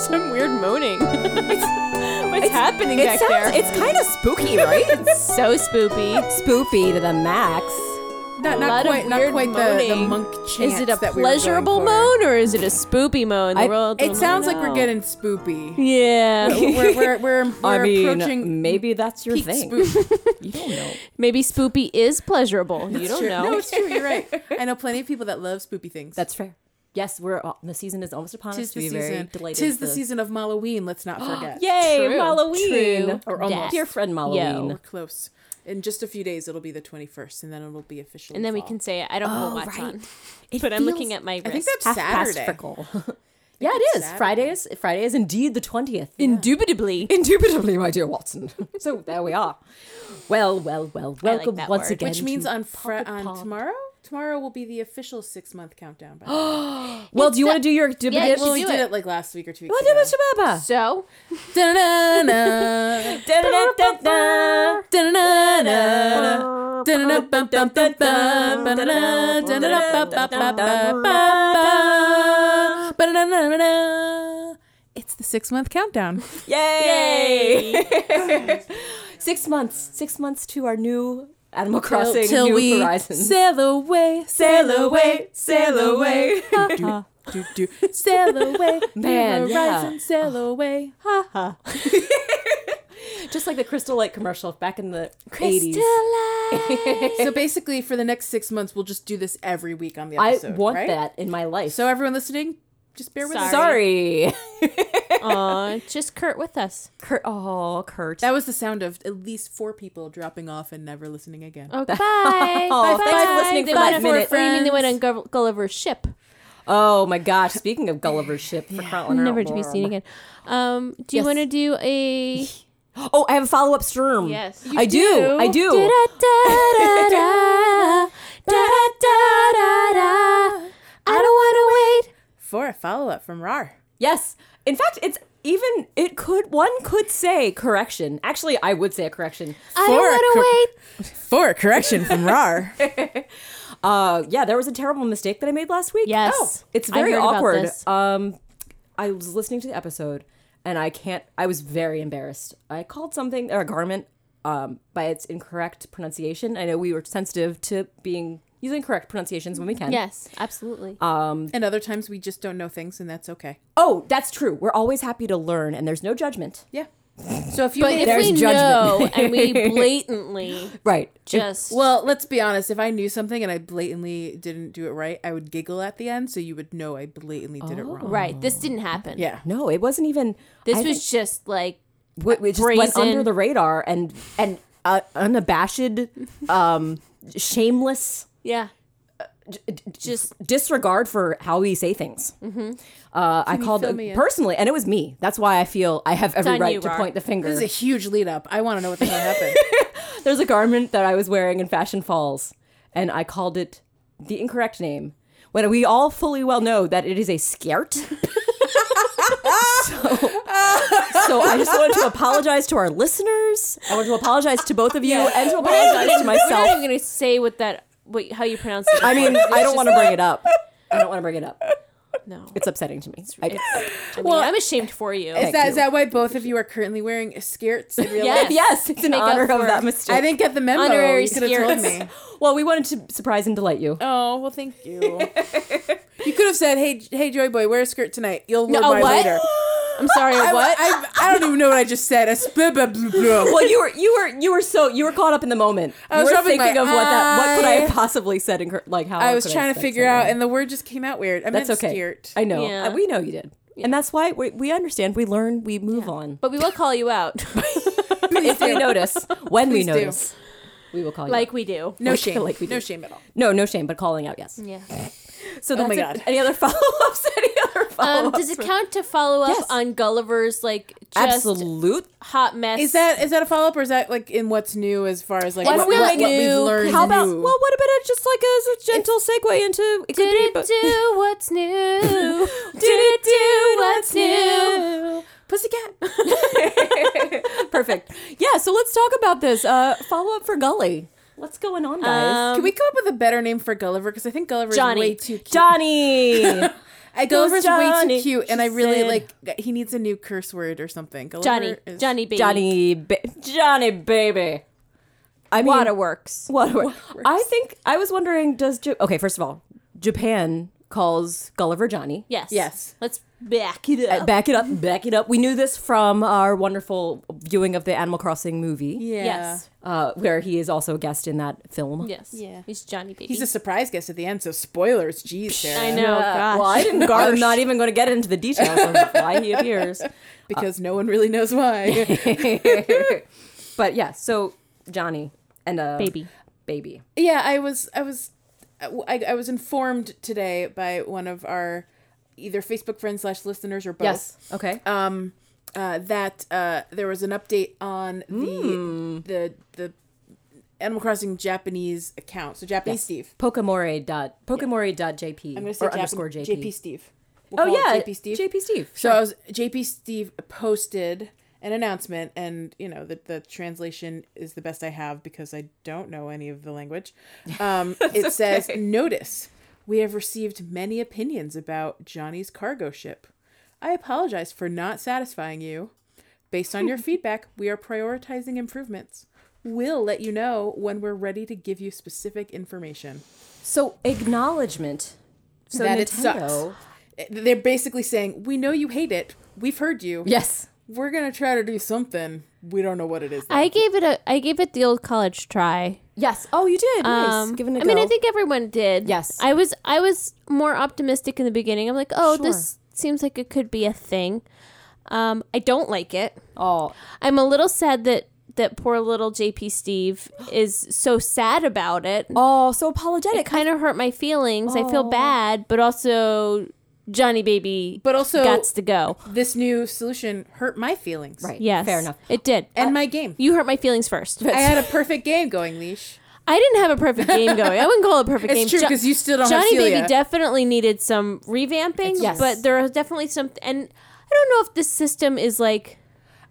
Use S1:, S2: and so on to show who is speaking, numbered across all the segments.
S1: Some weird moaning. What's happening
S2: it
S1: back
S2: sounds,
S1: there?
S2: It's kind of spooky, right? It's
S1: so spoopy.
S2: spoopy to the max.
S3: Not,
S1: A lot
S3: not
S1: of
S3: quite, not
S1: weird
S3: quite the, the
S1: moaning.
S3: monk chant.
S1: Is it a
S3: that we were going
S1: pleasurable
S3: for.
S1: moan or is it a spoopy moan? The
S2: I-
S1: world
S3: It
S1: will
S3: sounds
S1: never
S3: like
S1: know.
S3: we're getting spoopy.
S1: Yeah,
S3: We're, we're, we're, we're
S2: I mean,
S3: approaching
S2: maybe that's your
S3: peak
S2: thing.
S3: spoop.
S2: You don't know.
S1: maybe spoopy is pleasurable. You don't
S3: True.
S1: know.
S3: No, it's true. You're right. I know plenty of people that love spoopy things.
S2: That's fair. Yes, we're all, the season is almost upon us.
S3: Tis the
S2: We're very
S3: season.
S2: delighted.
S3: Tis the
S2: to-
S3: season of Halloween. Let's not forget.
S2: Yay,
S1: True.
S2: Halloween.
S1: True.
S2: Or
S1: Or
S2: almost.
S1: almost.
S2: Dear friend, Halloween.
S3: we're close. In just a few days, itll be the 21st, and then it'll be officially.
S1: and then we
S3: fall.
S1: can say I don't know what's
S2: Oh, right.
S1: on. but I'm looking
S2: feels-
S1: at my wrist.
S3: I think that's
S2: Half past
S3: Saturday.
S2: frickle. yeah, it
S3: it's
S2: is.
S3: Saturday.
S2: Friday is Friday is indeed the twentieth.
S1: Indubitably.
S2: Indubitably, my dear Watson. so there we are. Well, well, well. Welcome
S1: that
S2: once
S1: word.
S2: again.
S3: Which means
S2: to-
S3: on fr- on
S2: Pop.
S3: tomorrow. Tomorrow will be the official six month countdown. By the way.
S2: well, do you want to do your
S1: Yeah,
S2: dibidibs?
S3: well,
S1: should
S3: we
S1: do
S3: did
S1: it.
S3: it. like last week or two weeks
S2: What
S3: ago.
S2: dibidibs, baba?
S1: So
S3: Da-da-da-da,
S2: Da-da-da-da-da.
S3: da-da-da-da, da-da-da-bum-bum-bum-bum, da-da-da, da-da-da-ba-ba-ba-ba-ba, ba-da-da-da-da-da. It's the six month countdown.
S2: Yay! six months. Six months to our new Animal Crossing
S3: till
S2: New
S3: we
S2: Horizons.
S3: sail away, sail away, sail away. Do, do, do. sail away,
S2: Man,
S3: new
S2: yeah.
S3: horizon, sail away.
S2: Just like the Crystal Light commercial back in the
S1: Crystal
S2: 80s.
S3: So basically, for the next six months, we'll just do this every week on the
S2: I
S3: episode.
S2: want
S3: right?
S2: that in my life.
S3: So everyone listening, just bear with us.
S2: sorry.
S1: Aw, just Kurt with us.
S2: Kurt. Oh, Kurt.
S3: That was the sound of at least four people dropping off and never listening again.
S1: Oh, bye. bye.
S2: thanks for listening
S1: They
S2: for
S1: went
S2: that
S1: on-
S2: minute.
S1: What do you mean they went on Gulliver- Gulliver's ship?
S2: Oh my gosh! Speaking of Gulliver's ship, for Scotland Yard.
S1: Never to be seen again. Um, do you
S2: Yes.
S1: want to do a
S2: Oh, I have a follow up storm.
S1: Yes.
S2: I do. I do.
S1: I don't want to wait.
S3: For a follow up from RAR.
S2: Yes. In fact, it's even it could one could say correction. Actually, I would say a correction.
S1: I
S3: For
S1: don't
S3: a cor-
S1: want to wait.
S3: For a correction from RAR.
S2: Uh, yeah, there was a terrible mistake that I made last week.
S1: Yes.
S2: Oh, it's
S1: I
S2: very
S1: heard about
S2: awkward.
S1: this.
S2: Um, I was listening to the episode, and I can't. I was very embarrassed. I called something or a garment um, by its incorrect pronunciation. I know we were sensitive to being using correct pronunciations when we can.
S1: Yes, absolutely.
S2: Um,
S3: and other times we just don't know things and that's okay.
S2: Oh, that's true. We're always happy to learn, and there's no judgment.
S3: Yeah. So if you
S1: but
S3: made-
S1: if we
S2: judgment.
S1: know and we blatantly
S2: Right.
S1: just
S3: well, let's be honest. If I knew something and I blatantly didn't do it right, I would giggle at the end, so you would know I blatantly did it wrong.
S1: right, this didn't happen.
S3: Yeah.
S2: No, it wasn't even.
S1: this
S2: I
S1: was just like
S2: think w- it just went
S1: brazen-
S2: under the radar and and uh, unabashed, um, shameless
S1: yeah,
S2: just disregard for how we say things.
S1: Mm-hmm.
S2: Uh, I called
S3: fill me in?
S2: personally, and it was me. That's why I feel I have every
S1: on
S2: right
S1: you,
S2: to
S1: Rar.
S2: point the finger.
S3: This is a huge lead up. I want to know what the hell happened.
S2: There's a garment that I was wearing in Fashion Falls, and I called it the incorrect name. When we all fully well know that it is a skirt. so, so I just wanted to apologize to our listeners. I want to apologize to both of you and to apologize to
S1: I'm not
S2: myself.
S1: even gonna say what that what how you pronounce it.
S2: I mean, I don't want to bring it up. I don't want to bring it up.
S1: no.
S2: It's upsetting to me. I,
S1: I mean, I'm ashamed for you.
S3: Is that,
S2: you.
S3: is that why both of you are currently wearing skirts in real
S1: Yes.
S3: life?
S2: yes, it's in
S1: Make up
S2: honor of
S1: for
S2: that
S1: it.
S2: mistake.
S3: I didn't get the memo.
S1: Honorary
S3: you could have told
S1: skirts.
S3: me.
S2: Well, we wanted to surprise and delight you.
S3: Oh well, thank you. you could have said, "Hey, hey, Joy Boy, wear a skirt tonight. You'll wear
S1: a
S3: mine
S1: what?
S3: later."
S1: I'm sorry.
S3: I,
S1: what?
S3: I, I don't even know what I just said. I sp- blah, blah, blah.
S2: Well, you were you were you were so you were caught up in the moment. I
S3: was
S2: you were
S3: rubbing my
S2: thinking of what that what could I have
S3: eye.
S2: possibly said and cor- like how
S3: I was
S2: could
S3: trying to
S2: said
S3: figure
S2: something.
S3: out, and the word just came out weird. I
S2: That's
S3: meant
S2: okay.
S3: skirt.
S2: I know.
S1: Yeah.
S2: Uh, we know you did, and that's why we, we understand. We learn. We move on.
S1: but we will call you out,
S2: if we notice, when we
S3: Please do.
S2: notice, we will call you.
S1: like we do.
S3: no
S2: like-
S3: shame.
S2: like we
S3: no
S2: do.
S3: shame at all.
S2: no, no shame, but calling out.
S3: Mm.
S2: Yes.
S1: Yeah.
S2: So that's
S3: my
S2: it.
S3: God.
S2: Any other follow ups? Any other follow
S1: Um,
S2: ups?
S1: does it count to follow up
S2: Yes.
S1: on Gulliver's like just
S2: Absolute.
S1: hot mess?
S3: Is that is that a follow up, or is that like in what's new as far as like
S1: It's
S3: what,
S1: really
S3: what, what we've
S1: new.
S3: learned?
S2: How about
S3: new?
S2: well? What about it? Just like as a gentle segue into it could
S1: Did
S2: be,
S1: it
S2: but-
S1: do what's new?
S2: Did it do
S1: what's new?
S3: Pussycat.
S2: Perfect. Yeah, so let's talk about this. Uh, follow up for Gully. Um, What's going on, guys?
S1: Um,
S3: Can we come up with a better name for Gulliver? Because I think Gulliver
S1: Johnny.
S3: is way too cute.
S2: Johnny.
S3: I Uh, Gulliver's way
S2: Johnny,
S3: too cute, and
S2: she
S3: I really
S2: said.
S3: like. He needs a new curse word or something. Gulliver
S4: Johnny,
S3: is-
S4: Johnny baby,
S2: Johnny, ba- Johnny baby. I mean,
S4: Waterworks.
S2: Waterworks. I think I was wondering. Does ja- okay? First of all, Japan calls Gulliver Johnny.
S4: Yes,
S3: Yes.
S4: Let's back it
S2: Uh,
S4: up.
S2: Back it up, back it up. We knew this from our wonderful viewing of the Animal Crossing movie,
S3: Yeah.
S4: Yes,
S2: uh, where he is also a guest in that film.
S4: yes,
S1: Yeah.
S4: He's Johnny baby.
S3: He's a surprise guest at the end, so spoilers. Jeez, Sarah.
S4: I know.
S2: Uh,
S4: gosh.
S2: well, I didn't. I'm not even going to get into the details of why he appears.
S3: because no one really knows why.
S2: But yeah, so Johnny and a
S4: Baby.
S2: baby.
S3: yeah, I was, I was, I, I was informed today by one of our either Facebook friends slash listeners or both.
S2: Okay.
S3: um, uh, that uh, there was an update on the
S2: Hmm.
S3: the the Animal Crossing Japanese account. So Japanese Steve.
S2: Pokemore dot Pokemore dot JP
S3: I'm
S2: or
S3: gonna say Jap-
S2: underscore JP.
S3: JP Steve. We'll
S2: Oh
S3: call it
S2: yeah,
S3: JP Steve.
S2: JP Steve.
S3: So I was, JP Steve posted an announcement, and you know the the translation is the best I have because I don't know any of the language. Um, it says, "Notice: We have received many opinions about Johnny's cargo ship. I apologize for not satisfying you. Based on your feedback, we are prioritizing improvements. We'll let you know when we're ready to give you specific information."
S2: So acknowledgement. So
S3: that
S2: Nintendo.
S3: it sucks. Eh, They're basically saying, "We know you hate it. We've heard you."
S2: Yes.
S3: We're gonna try to do something. We don't know what it is. though.
S1: I gave it a I gave it the old college try.
S2: Yes. Oh, you did. nice.
S1: Um,
S2: Giving it
S1: I mean, I think everyone did.
S2: Yes.
S1: I was I was more optimistic in the beginning. I'm like, oh,
S2: Sure.
S1: this seems like it could be a thing. Um, I don't like it.
S2: Oh,
S1: I'm a little sad that that poor little JP Steve is so sad about it.
S2: oh, so apologetic.
S1: It kind of hurt my feelings. I
S3: Oh.
S1: feel bad, but also Johnny Baby
S3: But also,
S1: gots to go.
S3: this new solution hurt my feelings.
S2: Right.
S1: Yes,
S2: Fair enough.
S1: It did.
S3: And my game.
S1: you hurt my feelings first.
S3: I had a perfect game going, Leash.
S1: I didn't have a perfect game going. I wouldn't call it a perfect game.
S3: It's true
S1: Jo-
S3: because you still don't
S1: Johnny
S3: have Celia.
S1: Baby definitely needed some revamping,
S2: Yes.
S1: but there are definitely some, and I don't know if this system is like.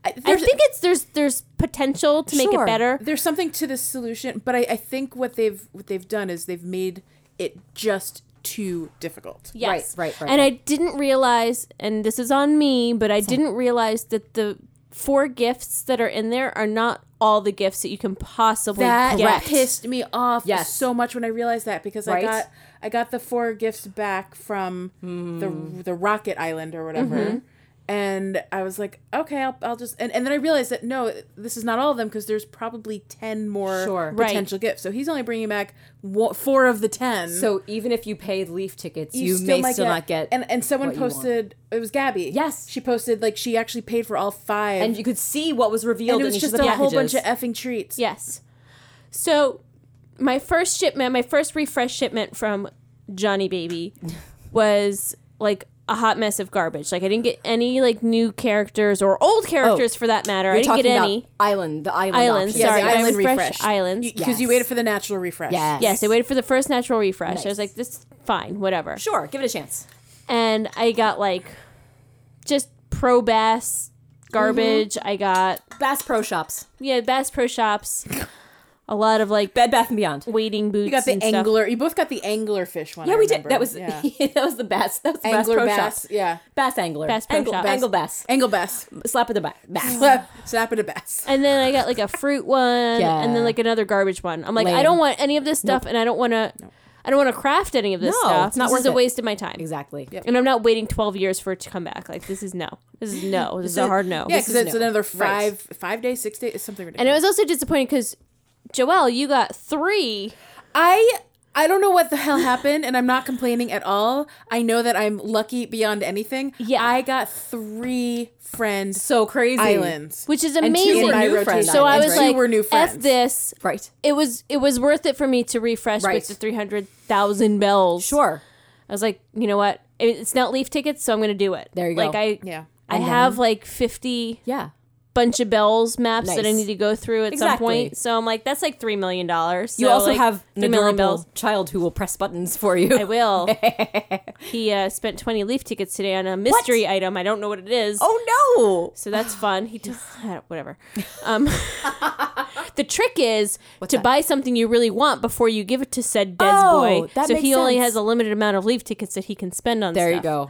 S3: I,
S1: I
S3: there's,
S1: think it's there's there's potential to make
S2: Sure.
S1: it better.
S3: there's something to this solution, but I, I think what they've what they've done is they've made it just too difficult.
S1: Yes,
S2: Right, right, right,
S1: And I didn't realize, and this is on me, but I didn't realize that the four gifts that are in there are not all the gifts that you can possibly
S3: That
S1: get.
S3: pissed me off
S2: Yes.
S3: so much when I realized that because
S2: Right?
S3: I got I got the four gifts back from
S2: Hmm.
S3: the the Rocket Island or whatever.
S2: Mm-hmm.
S3: And I was like, okay, I'll, I'll just and, and then I realized that no, this is not all of them because there's probably ten more
S2: Sure.
S1: Right.
S3: potential gifts. So he's only bringing back wo- four of the ten.
S2: so even if you pay leaf tickets, you, may
S3: might
S2: still not get.
S3: And and someone
S2: what you want.
S3: posted it was Gabby.
S2: Yes.
S3: she posted like she actually paid for all five,
S2: and you could see what was revealed
S3: and
S2: in
S3: it was
S2: each
S3: just
S2: of the
S3: a whole bunch
S2: packages.
S3: of effing treats.
S1: Yes. So my first shipment, my first refresh shipment from Johnny Baby was like a hot mess of garbage. Like I didn't get any like new characters or old characters for that matter. I
S2: Oh, You're
S1: didn't
S2: talking
S1: get
S2: about
S1: any.
S2: island. The island.
S1: Islands,
S2: option.
S3: Yeah,
S1: sorry,
S3: the
S1: my
S3: island
S1: refresh
S3: refresh.
S1: islands.
S3: because you
S2: Yes.
S3: waited for the natural refresh.
S2: Yes.
S1: Yes, I waited for the first natural refresh. I
S2: Nice.
S1: was like, this is fine, whatever.
S2: Sure. Give it a chance.
S1: And I got like just pro bass garbage.
S2: Mm-hmm.
S1: I got
S2: Bass Pro Shops,
S1: yeah, Bass Pro Shops. A lot of like
S2: Bed Bath and Beyond.
S1: wading boots.
S3: You got the
S1: and stuff.
S3: angler. You both got the angler fish one.
S2: Yeah,
S3: I
S2: we did.
S3: remember.
S2: That was
S3: yeah.
S2: that was the bass. That was the
S3: angler
S2: bass pro
S3: bass.
S2: shop.
S3: Yeah,
S2: Bass angler.
S1: Bass Pro
S2: angle,
S1: Shop.
S2: angle bass.
S3: angle bass.
S2: Slap of the back. Bass.
S3: Slap it a bass.
S1: And then I got like a fruit one,
S2: Yeah.
S1: and then like another garbage one. I'm like,
S2: Lame.
S1: I don't want any of this stuff, and I don't want to, I don't want to craft any of this
S2: No,
S1: stuff.
S2: it's not
S1: this
S2: worth
S1: is a
S2: it.
S1: waste of my time.
S2: exactly.
S1: And I'm not waiting 12 years for it to come back. Like this is no, this is no, this is a hard no.
S3: Yeah, because
S2: is
S3: it's
S2: new.
S3: another
S2: Right.
S3: five, five days, six days, it's something ridiculous.
S1: And I was also disappointed because, Joelle, you got three.
S3: I I don't know what the hell happened, and I'm not complaining at all. I know that I'm lucky beyond anything.
S1: Yeah.
S3: I got three friend
S2: So crazy.
S3: islands,
S1: which is
S2: two
S1: amazing.
S2: were new
S3: So
S2: friends.
S1: so I
S3: and
S1: was
S3: two
S1: like,
S3: were new
S1: "F
S3: friends."
S1: this."
S2: Right.
S1: It was it was worth it for me to refresh
S2: Right.
S1: with the three hundred thousand bells.
S2: Sure.
S1: I was like, you know what? It- It's not leaf tickets, so I'm going to do it.
S2: There you
S1: like,
S2: go.
S1: I
S3: Yeah.
S1: I have like fifty
S2: Yeah.
S1: bunch of bells maps that I
S2: Nice.
S1: need to go through at
S2: Exactly.
S1: some point. So I'm like, that's like three million dollars.
S2: You
S1: So,
S2: also
S1: like,
S2: have an
S1: three million
S2: adorable child who will press buttons for you.
S1: I will. he uh, spent twenty leaf tickets today on a mystery item. I don't know what it is.
S2: oh no.
S1: So that's fun. He just whatever. Um, The trick is to
S2: that?
S1: buy something you really want before you give it to said Des
S4: Oh,
S1: boy.
S4: that
S1: so
S4: makes
S1: he only
S4: sense.
S1: has a limited amount of leaf tickets that he can spend on.
S2: There you
S1: stuff.
S2: go.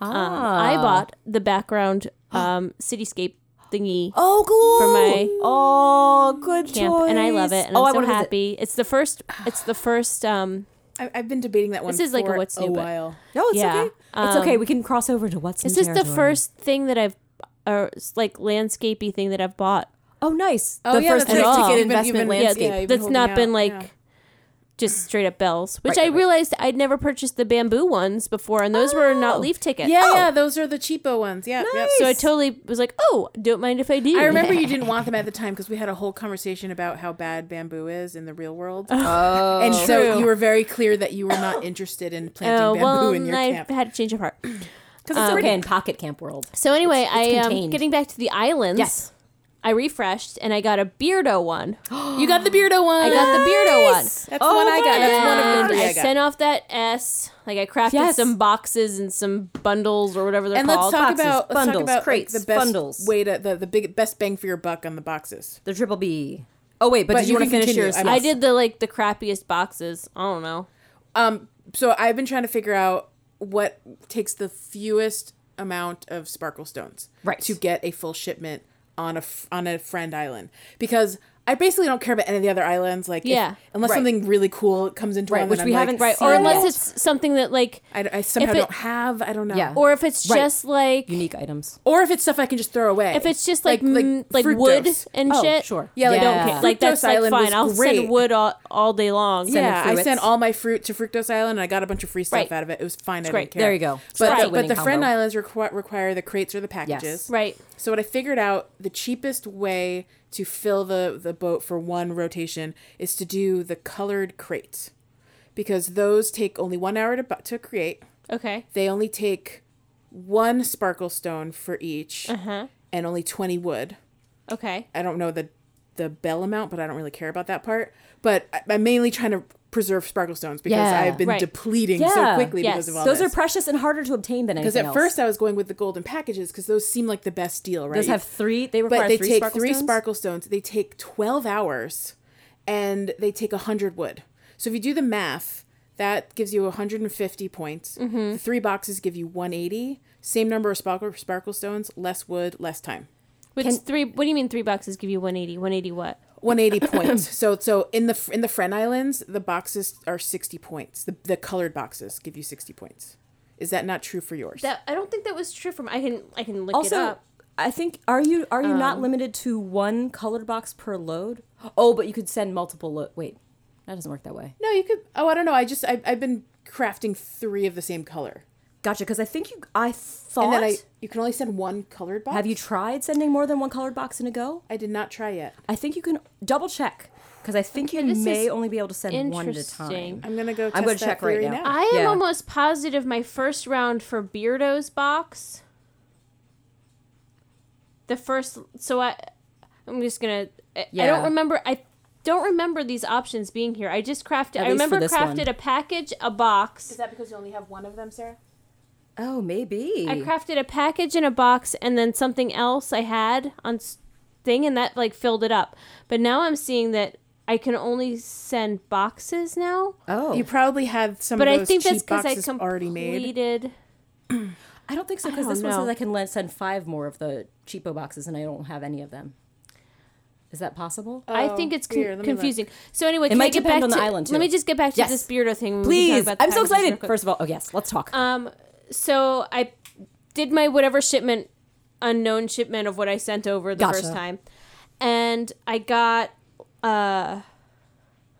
S2: Oh.
S1: Um,
S2: Ah.
S1: I bought the background um, cityscape thingy
S4: Oh, cool.
S1: for my
S4: oh, good
S1: camp, and I love it. And
S2: Oh, I
S1: I'm so
S2: wanna visit.
S1: happy. It's the first. It's the first. Um,
S3: I, I've been debating that one.
S1: This is like a
S3: for
S1: what's
S3: a
S1: new, but-
S3: while.
S2: No, it's
S1: Yeah.
S2: okay. it's okay.
S1: Um,
S2: We can cross over to what's.
S1: this
S2: new
S1: is the
S2: territory.
S1: first thing that I've, or s- like landscapey thing that I've bought
S2: Oh, nice.
S3: Oh,
S2: the
S3: yeah,
S2: first
S3: that's
S1: right.
S2: ticket
S1: You've been-
S3: you've
S2: investment
S3: been-
S2: landscape.
S3: Yeah, you've been
S1: that's
S3: holding
S1: not
S3: out,
S1: been like
S3: yeah.
S1: just straight up bells, which
S2: Right,
S1: I
S2: right, right.
S1: realized I'd never purchased the bamboo ones before, and those were not leaf tickets.
S3: Oh. Yeah, yeah, those are the cheapo ones. Yeah, yeah.
S1: So I totally was like, oh, don't mind if I do.
S3: I remember you didn't want them at the time because we had a whole conversation about how bad bamboo is in the real world. Oh, and so
S1: True.
S3: you were very clear that you were not interested in planting
S1: Oh
S3: bamboo
S1: well,
S3: in your
S1: I
S3: camp.
S1: had a change of heart.
S2: Because it's already in pocket camp world.
S1: So anyway, I um,
S2: contained.
S1: getting back to the islands.
S2: Yes.
S1: I refreshed and I got a Beardo one.
S3: you got the beardo one.
S1: I got the Beardo one.
S3: That's the one I got. That's one of
S1: And
S3: the three
S1: I
S3: I got.
S1: sent off that S. Like I crafted
S2: Yes.
S1: some boxes and some bundles or whatever they're
S3: and let's
S1: called.
S3: talk
S2: boxes,
S3: about let's
S2: bundles,
S3: talk about like,
S2: crates,
S3: the best
S2: bundles.
S3: way to the, the big best bang for your buck on the boxes.
S2: The triple B. Oh wait, but,
S3: But
S2: did
S3: you
S2: you want to
S3: can
S2: finish
S3: continue.
S2: yours?
S3: I'm-
S1: I did the like the crappiest boxes. I don't know.
S3: Um, so I've been trying to figure out what takes the fewest amount of sparkle stones,
S2: Right.
S3: to get a full shipment on a f- on a friend island because I basically don't care about any of the other islands. Like, if-
S1: Yeah.
S3: unless
S2: Right.
S3: something really cool comes into
S2: Right,
S3: one,
S2: which
S3: then
S2: we
S3: I'm like,
S2: haven't
S1: Right. Or
S2: See,
S1: unless
S2: yeah.
S1: it's something that like
S3: I, I somehow
S1: If it-
S3: don't have. I don't know.
S2: Yeah.
S1: or if it's
S2: Right.
S1: just like
S2: Unique items.
S3: Or if it's stuff I can just throw away.
S1: if it's just like
S3: like,
S1: mm, like,
S3: fructose.
S1: wood and
S2: Oh,
S1: shit.
S2: sure.
S3: Yeah, like,
S1: I don't
S2: Yeah.
S1: care. Like that's
S3: Fructose
S1: like
S3: Island
S1: fine.
S3: was
S1: I'll
S3: great.
S1: send wood all, all day long.
S3: yeah, I
S2: fruits.
S3: sent all my fruit to Fructose Island, and I got a bunch of free stuff
S1: Right.
S3: out of it. It was fine. I
S1: great.
S3: didn't care.
S2: There you go.
S3: But
S1: Right.
S3: the, but the
S2: Winning
S3: friend
S2: combo.
S3: islands requ- require the crates or the packages.
S1: Right.
S3: So what I figured out the cheapest way to fill the the boat for one rotation is to do the colored crates, because those take only one hour to bu- to create.
S1: Okay.
S3: They only take one sparkle stone for each,
S2: Mm-hmm.
S3: and only twenty wood.
S1: Okay.
S3: I don't know the the bell amount, but I don't really care about that part. But I, I'm mainly trying to preserve sparkle stones because
S2: Yeah.
S3: I've been
S1: Right.
S3: depleting so
S2: Yeah.
S3: quickly because
S1: Yes.
S3: of all
S2: Those are
S3: this.
S2: precious and harder to obtain than anything
S3: because at
S2: else.
S3: first I was going with the golden packages because those seem like the best deal, right?
S2: those have three. They require
S3: but they
S2: three
S3: take
S2: sparkle
S3: three
S2: stones?
S3: sparkle stones. They take twelve hours, and they take hundred wood. So if you do the math, that gives you 150 points.
S2: Mm-hmm.
S3: The three boxes give you 180. Same number of sparkle sparkle stones, less wood, less time.
S1: Which three? What do you mean three boxes give you 180? 180 what?
S3: 180 points. So so in the in the Friend Islands, the boxes are 60 points. The the colored boxes give you 60 points. Is that not true for yours?
S1: That I don't think that was true. From I can I can look it
S2: Also,
S1: up.
S2: I think are you are you
S3: Um,
S2: not limited to one colored box per load? Oh, but you could send multiple. Lo- wait, that doesn't work that way.
S3: no, you could. Oh, I don't know. I just I, I've been crafting three of the same color,
S2: Gotcha. Because I think you. I thought.
S3: and then I you can only send one colored box.
S2: have you tried sending more than one colored box in a go?
S3: I did not try yet.
S2: I think you can double check because I think you
S1: this
S2: may
S1: is
S2: only be able to send one at a time.
S1: interesting.
S3: I'm gonna go. Test
S2: I'm gonna
S3: that
S2: check right
S3: theory
S2: now.
S1: I am
S2: Yeah.
S1: almost positive my first round for Beardo's box. The first, so I, I'm just gonna. I- I
S2: Yeah.
S1: don't remember. I don't remember these options being here. I just crafted.
S2: least
S1: I
S2: for
S1: remember
S2: this
S1: crafted
S2: one.
S1: a package, a box.
S3: that because you only have one of them, Sarah?
S2: Oh, maybe.
S1: I crafted a package and a box, and then something else I had on s- thing, and that like filled it up. But now I'm seeing that I can only send boxes now.
S2: oh,
S3: You probably had some.
S1: But
S3: of
S1: I
S3: those
S1: think that's
S3: cheap
S1: because I
S3: boxes already made.
S1: completed.
S2: I don't think so because
S1: don't
S2: this one
S1: know.
S2: says I can le- send five more of the cheapo boxes, and I don't have any of them. Is that possible?
S1: I
S3: Oh,
S1: think it's con-
S3: here, let me look.
S1: confusing. So anyway, it
S2: might depend on the island,
S1: Let me
S2: too.
S1: just get back to
S2: Yes.
S1: this Beardo thing. when we can talk
S2: Please,
S1: about the
S2: I'm so
S1: packages real
S2: excited.
S1: quick.
S2: First of all, oh yes, let's talk.
S1: Um, so I did my whatever shipment, unknown shipment of what I sent over the
S2: Gotcha.
S1: first time, and I got, uh,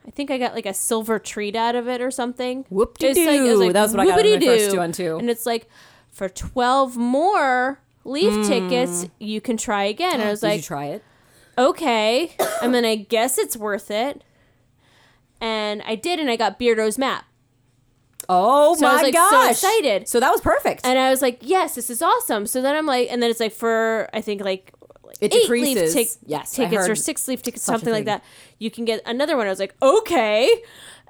S1: I think I got like a silver treat out of it or something.
S2: Whoop-de-doo.
S1: It's it
S2: That was what I got in my first
S1: whoop-de-doo.
S2: two on two.
S1: And it's like, for twelve more leaf tickets, you can try again. And I was
S2: Hmm. Did
S1: like,
S2: you try it?
S1: okay, I mean, I guess it's worth it. And I did, and I got Beardo's map.
S2: Oh
S1: So I was,
S2: my
S1: like, so
S2: gosh!
S1: excited.
S2: So that was perfect.
S1: And I was like, yes, this is awesome. So then I'm like, and then it's like for, I think, like,
S2: It
S1: eight
S2: decreases.
S1: leaf tic-
S2: Yes, I
S1: tickets or
S2: heard
S1: six leaf tickets,
S2: such a
S1: something like
S2: thing.
S1: that. You can get another one. I was like, okay.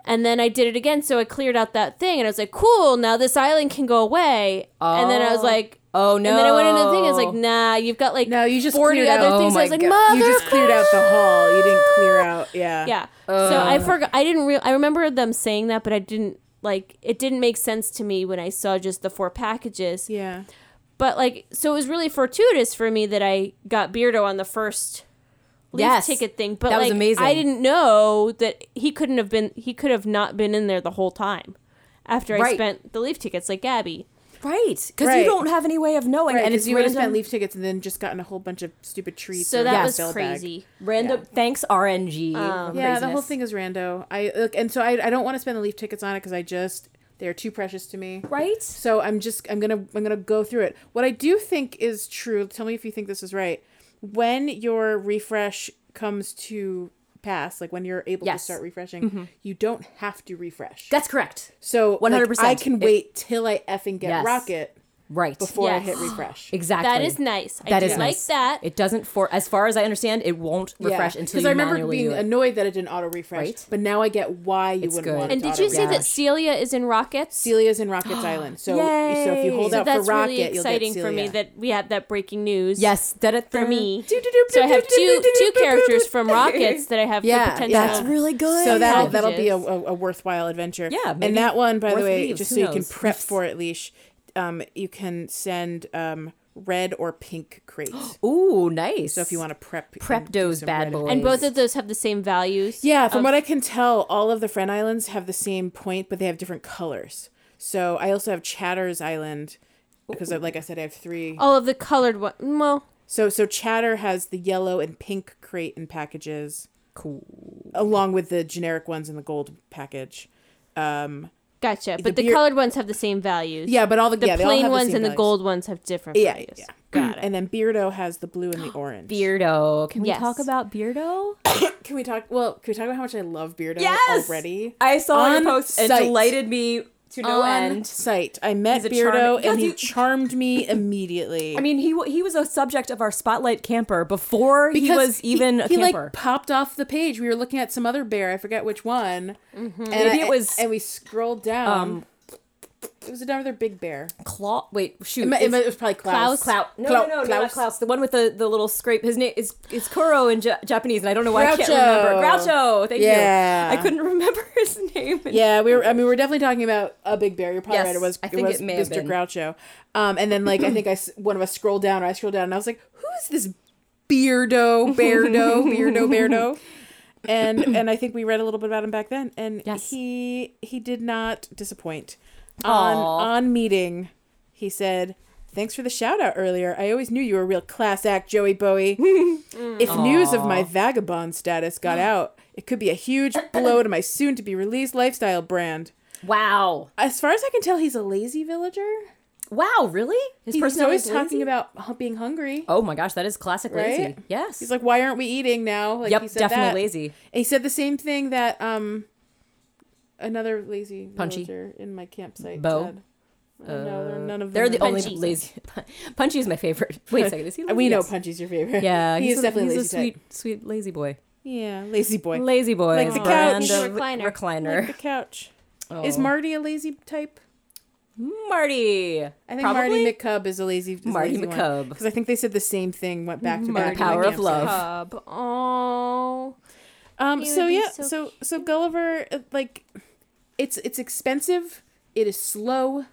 S1: And then I did it again. So I cleared out that thing and I was like, cool, now this island can go away. And then I was like,
S2: Oh no!
S1: And then I went into the thing. I was like, nah, you've got like
S3: No, you just
S1: 40
S3: cleared
S1: other
S3: out-
S1: things.
S2: Oh
S1: I was
S2: my
S1: like,
S2: God.
S1: mother.
S3: You just cleared out the hall. You didn't clear out. Yeah.
S1: yeah. So
S2: Oh.
S1: I forgot. I didn't real. I remember them saying that, but I didn't like. It didn't make sense to me when I saw just the four packages.
S3: Yeah.
S1: But like, so it was really fortuitous for me that I got Beardo on the first leaf
S2: Yes.
S1: ticket thing. But
S2: That was
S1: like,
S2: amazing.
S1: I didn't know that he couldn't have been. He could have not been in there the whole time. After I
S2: Right.
S1: spent the leaf tickets, like Gabby.
S2: right, because
S3: Right.
S2: you don't have any way of knowing,
S3: Right,
S2: and it's
S3: you would have
S2: random.
S3: spent leaf tickets and then just gotten a whole bunch of stupid treats.
S1: So
S3: or
S1: that
S3: a
S1: was
S3: bell bag.
S1: crazy.
S2: random. Thanks RNG.
S1: Um,
S3: Yeah, the whole
S2: Craziness.
S3: thing is rando. I look, and so I, I don't want to spend the leaf tickets on it because I just they are too precious to me.
S2: Right?
S3: So I'm just I'm gonna I'm gonna go through it. What I do think is true. Tell me if you think this is right. When your refresh comes to pass, like when you're able to
S2: Yes. Mm-hmm.
S3: start refreshing, you don't have to refresh.
S2: That's correct.
S3: so like,
S2: 100%.
S3: I can
S2: It-
S3: wait till I effing get
S2: Yes.
S3: rocket
S2: Right.
S3: before I
S1: Yes.
S3: hit refresh.
S2: exactly.
S1: That is nice. I
S2: That
S1: do
S2: is
S1: like
S2: nice.
S1: that.
S2: It doesn't for as far as I understand, it won't refresh until
S3: because
S2: you
S3: I remember
S2: manually
S3: being
S2: do it.
S3: annoyed that it didn't auto refresh,
S2: Right.
S3: but now I get why you wouldn't
S2: good.
S3: want it.
S1: and
S3: to
S1: did you say
S3: auto-refresh.
S1: that Celia is in Rockets?
S3: Celia's in Rockets Island? So so if you hold
S2: Yay.
S3: out
S1: That's
S3: for Rocket,
S1: really exciting
S3: you'll get
S1: for me
S3: Celia.
S1: that we have that breaking news.
S2: yes, that it
S1: for me. So I have two two characters from Rockets that I have
S3: Yeah,
S1: the potential.
S3: that's
S1: of-
S2: really good.
S3: So that'll that'll be a,
S1: Packages.
S3: a, a worthwhile adventure.
S2: Oh, Yeah, maybe
S3: and that one, by the
S2: worth
S3: way,
S2: leaves,
S3: just
S2: who
S3: so you can
S2: knows?
S3: prep for it, leash. Um, you can send um red or pink crates.
S2: ooh nice.
S3: so if you want to prep
S2: prep
S3: and do
S2: those
S3: some
S2: bad
S3: red
S2: boys,
S1: and both of those have the same values.
S3: Yeah, from what I can tell, all of the Friend Islands have the same point, but they have different colors. So I also have Chatter's Island because, I, like I said, I have three.
S1: All of the colored one. Well,
S3: So so Chatter has the yellow and pink crate and packages,
S2: cool.
S3: along with the generic ones in the gold package. Um,
S1: gotcha. But the,
S3: The beer-
S1: colored ones have the same values.
S3: yeah, but all the,
S1: The
S3: yeah, they all
S1: plain
S3: have
S1: ones
S3: same
S1: and the
S3: values.
S1: gold ones have different
S3: Yeah,
S1: values.
S3: yeah.
S1: Got it.
S3: And then Beardo has the blue and the orange.
S2: Beardo. Can we
S1: Yes.
S2: talk about Beardo?
S3: Can we talk? Well, can we talk about how much I love Beardo
S2: Yes!
S3: already?
S2: I saw
S3: On
S2: your post. It
S3: site.
S2: delighted me to no
S3: On
S2: end.
S3: site, I met
S2: He's a
S3: Beardo
S2: charming- Yes,
S3: and he
S2: you-
S3: charmed me immediately.
S2: I mean, he wa- he was a subject of our spotlight camper before he was even a
S3: he,
S2: camper.
S3: like popped off the page. We were looking at some other bear. I forget which one. And
S2: Mm-hmm. Maybe
S3: I-
S2: it was- um,
S3: And we scrolled down. it was another big bear.
S2: Claw. Wait, shoot.
S3: It, mi- it
S2: it's-
S3: mi- it was probably Klaus.
S2: Klaus. No,
S3: Clou-
S2: no, no, no, not
S3: Klaus.
S2: Klaus. The one with the, the little scrape. His name is is Kuro in ja- Japanese, and I don't know why I can't
S3: Groucho.
S2: remember. Groucho. Thank
S3: Yeah.
S2: you. I couldn't remember his name.
S3: Yeah, we were. I mean, we were definitely talking about a big bear. You're probably
S2: Yes,
S3: right. It was.
S2: I think
S3: it was
S2: it may have
S3: Mr.
S2: been.
S3: Groucho. Um, and then like I think I s- one of us scrolled down, or I scrolled down, and I was like, "Who is this beardo, beardo, beardo, beardo?" And and I think we read a little bit about him back then, and
S2: Yes.
S3: he he did not disappoint. On
S2: Aw.
S3: on meeting, he said. Thanks for the shout out earlier. I always knew you were a real class act, Joey Bowie. If news of my vagabond status got out, it could be a huge blow to my soon to be released lifestyle brand.
S2: Wow.
S3: As far as I can tell, he's a lazy villager.
S2: Wow. Really? His
S3: He's
S2: personality
S3: always
S2: is
S3: talking
S2: lazy?
S3: about hu- being hungry.
S2: Oh my gosh, that is classic lazy.
S3: Right?
S2: Yes.
S3: He's like, why aren't we eating now? Like,
S2: yep.
S3: he said
S2: Definitely
S3: that.
S2: lazy.
S3: And he said the same thing that um another lazy
S2: Punchy.
S3: villager in my campsite
S2: Bo? Uh,
S3: said. I don't know, they're none of them.
S2: They're the
S3: are
S2: only
S3: lazy.
S2: lazy. Punchy is my favorite. Wait a second. Is he? Lazy?
S3: We know
S2: Yes.
S3: Punchy's your favorite.
S2: Yeah,
S3: he is
S2: a-
S3: definitely
S2: he's
S3: lazy
S2: a
S3: type.
S2: sweet, sweet lazy boy.
S3: Yeah, lazy boy.
S2: Lazy boy.
S3: Like
S2: is
S3: the
S2: brand
S3: couch.
S2: of
S1: Recliner.
S3: Like
S2: recliner.
S3: the couch. Is
S2: Oh.
S3: Marty a lazy type?
S2: Marty? I
S3: I think
S2: Probably.
S3: Marty McCub is a lazy. Is
S2: Marty
S3: a lazy
S2: McCubb.
S3: Because I think they said the same thing. Went back to
S2: Marty
S3: back in my
S2: Power of
S3: campsite.
S2: Love.
S1: Cub. Oh.
S3: Um.
S1: He
S3: So
S1: would be
S3: yeah. So
S1: so
S3: so, Gulliver, uh, like, it's it's expensive. It is slow.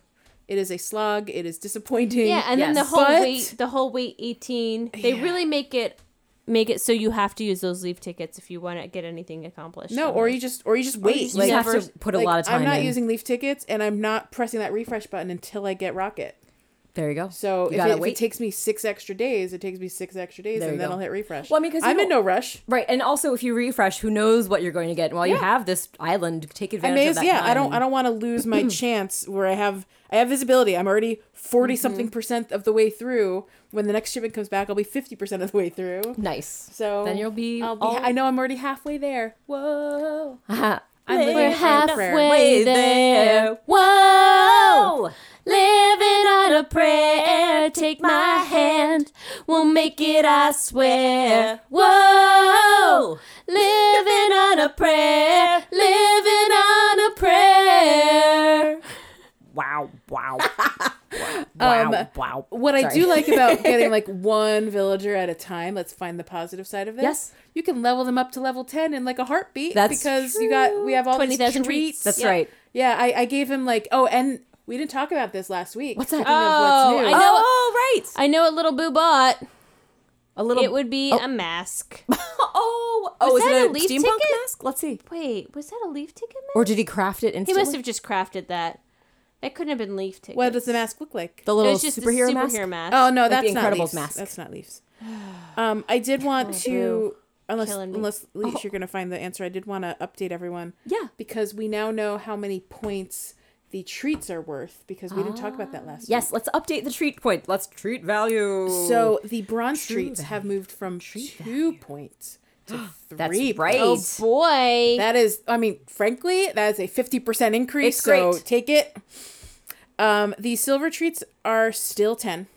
S3: It is a slog. It is disappointing.
S1: Yeah, and then the
S2: Yes.
S1: whole
S3: But-
S1: weight, the whole weight eighteen. They
S3: Yeah.
S1: really make it make it so you have to use those leaf tickets if you want to get anything accomplished.
S3: no, or you just or you just wait.
S1: just
S2: you
S3: like,
S2: have
S1: never-
S2: to put a lot of time.
S3: I'm not
S2: in.
S3: using leaf tickets, and I'm not pressing that refresh button until I get Rocket.
S2: There you go.
S3: So
S2: you
S3: if, it,
S2: gotta
S3: if it
S2: wait.
S3: takes me six extra days, it takes me six extra days,
S2: There
S3: and
S2: you
S3: then
S2: go.
S3: I'll hit refresh.
S2: Well, I mean, 'cause you
S3: I'm in
S2: don't-
S3: no rush.
S2: right, and also if you refresh, who knows what you're going to get? And while you
S3: Yeah.
S2: have this island, take
S3: I
S2: advantage
S3: may
S2: of
S3: as
S2: that.
S3: yeah. I
S2: time.
S3: don't I don't want to lose my chance where I have I have visibility. I'm already 40 something
S2: Mm-hmm.
S3: percent of the way through. When the next shipment comes back, I'll be fifty percent of the way through.
S2: Nice.
S3: So
S2: Then you'll be
S3: I'll be
S2: all-
S3: I know I'm already halfway there. Whoa!
S2: Haha.
S3: I'm
S2: Live
S3: living
S1: We're
S3: in a prayer.
S1: halfway
S2: there.
S1: there. Whoa! Living on a prayer. Take my hand. We'll make it, I swear. Whoa! Living on a prayer. Living on a prayer.
S2: Wow! Wow!
S3: Um,
S2: wow.
S3: What I
S2: Sorry.
S3: do like about getting like one villager at a time, let's find the positive side of this.
S2: Yes.
S3: You can level them up to level 10 in like a heartbeat
S2: That's
S3: because you got we have all
S1: 20,000
S3: these treats.
S2: That's right.
S3: Yeah, I, I gave him like oh and we didn't talk about this last week.
S2: What's that?
S3: Speaking of what's
S1: Oh,
S3: new.
S1: I know.
S2: Oh, right.
S1: I know a little boo bought.
S2: A little.
S1: It would be a mask.
S2: oh, oh,
S1: Was
S2: is
S1: that
S2: it
S1: a
S2: a,
S1: leaf
S2: steampunk
S1: ticket?
S2: mask? Let's see.
S1: Wait, was that a leaf ticket mask?
S2: Or did he craft it
S1: He
S2: instantly?
S1: must have just crafted that. That couldn't have been leaf ticket.
S3: What does the mask look like?
S2: the
S1: It
S2: little
S1: was just
S2: superhero,
S1: a
S2: mask.
S1: superhero mask.
S3: Oh no, that's
S2: the
S3: not
S2: Incredibles
S3: leaves.
S2: mask. Oh,
S3: That's not leaves. Um, I did want to,
S2: boo. Oh.
S3: unless
S1: Killing me.
S3: unless Leash, you're gonna find the answer. I did want to update everyone.
S2: Yeah.
S3: because we now know how many points the treats are worth because we didn't talk about that last.
S2: Yes, let's update the treat point. Let's treat value.
S3: week. So the bronze
S2: True
S3: treats have moved from two points to three.
S2: That's
S3: points.
S2: right.
S1: Oh, boy.
S3: That is, I mean, frankly, that is a 50% increase.
S2: It's
S3: so
S2: great.
S3: take it. Um, the silver treats are still 10,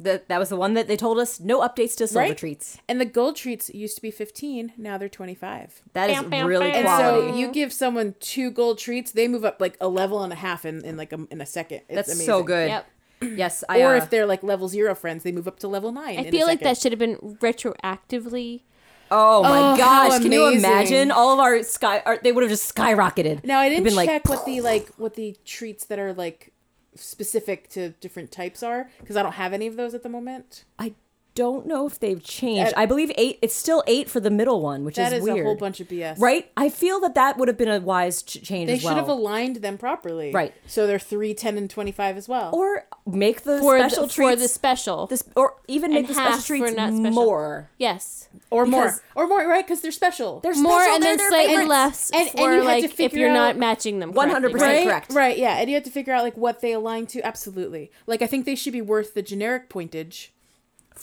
S2: that that was the one that they told us no updates to silver
S3: Right?
S2: treats.
S3: and the gold treats used to be 15. Now they're 25.
S2: That is
S1: Bam, bam,
S2: really
S1: bam.
S3: And
S2: quality.
S3: so you give someone two gold treats, they move up like a level and a half in, in like a, in a second. It's
S2: That's
S3: amazing.
S2: so good.
S1: Yep.
S2: Yes, I.
S3: Or
S2: uh,
S3: if they're like level zero friends, they move up to level nine. in
S1: I
S3: a
S1: feel like
S3: second.
S1: that should have been retroactively.
S2: oh my
S3: Oh, how
S2: gosh! Can you
S3: amazing.
S2: imagine all of our sky? Our, they would have just skyrocketed.
S3: Now I didn't
S2: been like,
S3: check what the like what the treats that are like specific to different types are because I don't have any of those at the moment.
S2: I don't know if they've changed.
S3: That-
S2: I believe eight. It's still eight for the middle one, which
S3: That
S2: is
S3: is
S2: weird.
S3: a whole bunch of BS.
S2: right? I feel that that would have been a wise ch- change
S3: They
S2: as well.
S3: should have aligned them properly.
S2: Right.
S3: So they're 3, 10, and 25 as well.
S2: or make the
S1: For the,
S2: special
S1: for
S2: treats
S1: the special.
S2: this, or even make
S1: and
S2: the
S1: half
S2: special
S1: for
S2: treats
S1: not special.
S2: more.
S1: yes.
S3: Or more.
S2: because-
S3: Or more, right? Because they're special.
S2: There's
S1: More
S2: special,
S1: and
S2: they're
S1: then
S2: their
S1: slightly
S2: favorites.
S1: less
S3: And- and
S1: for
S3: you had to
S1: like if
S3: figure
S1: you're not
S3: out-
S1: matching them. correctly.
S2: 100%
S3: Right,
S2: correct.
S3: right, yeah, and you have to figure out like what they align to. Absolutely, like I think they should be worth the generic pointage.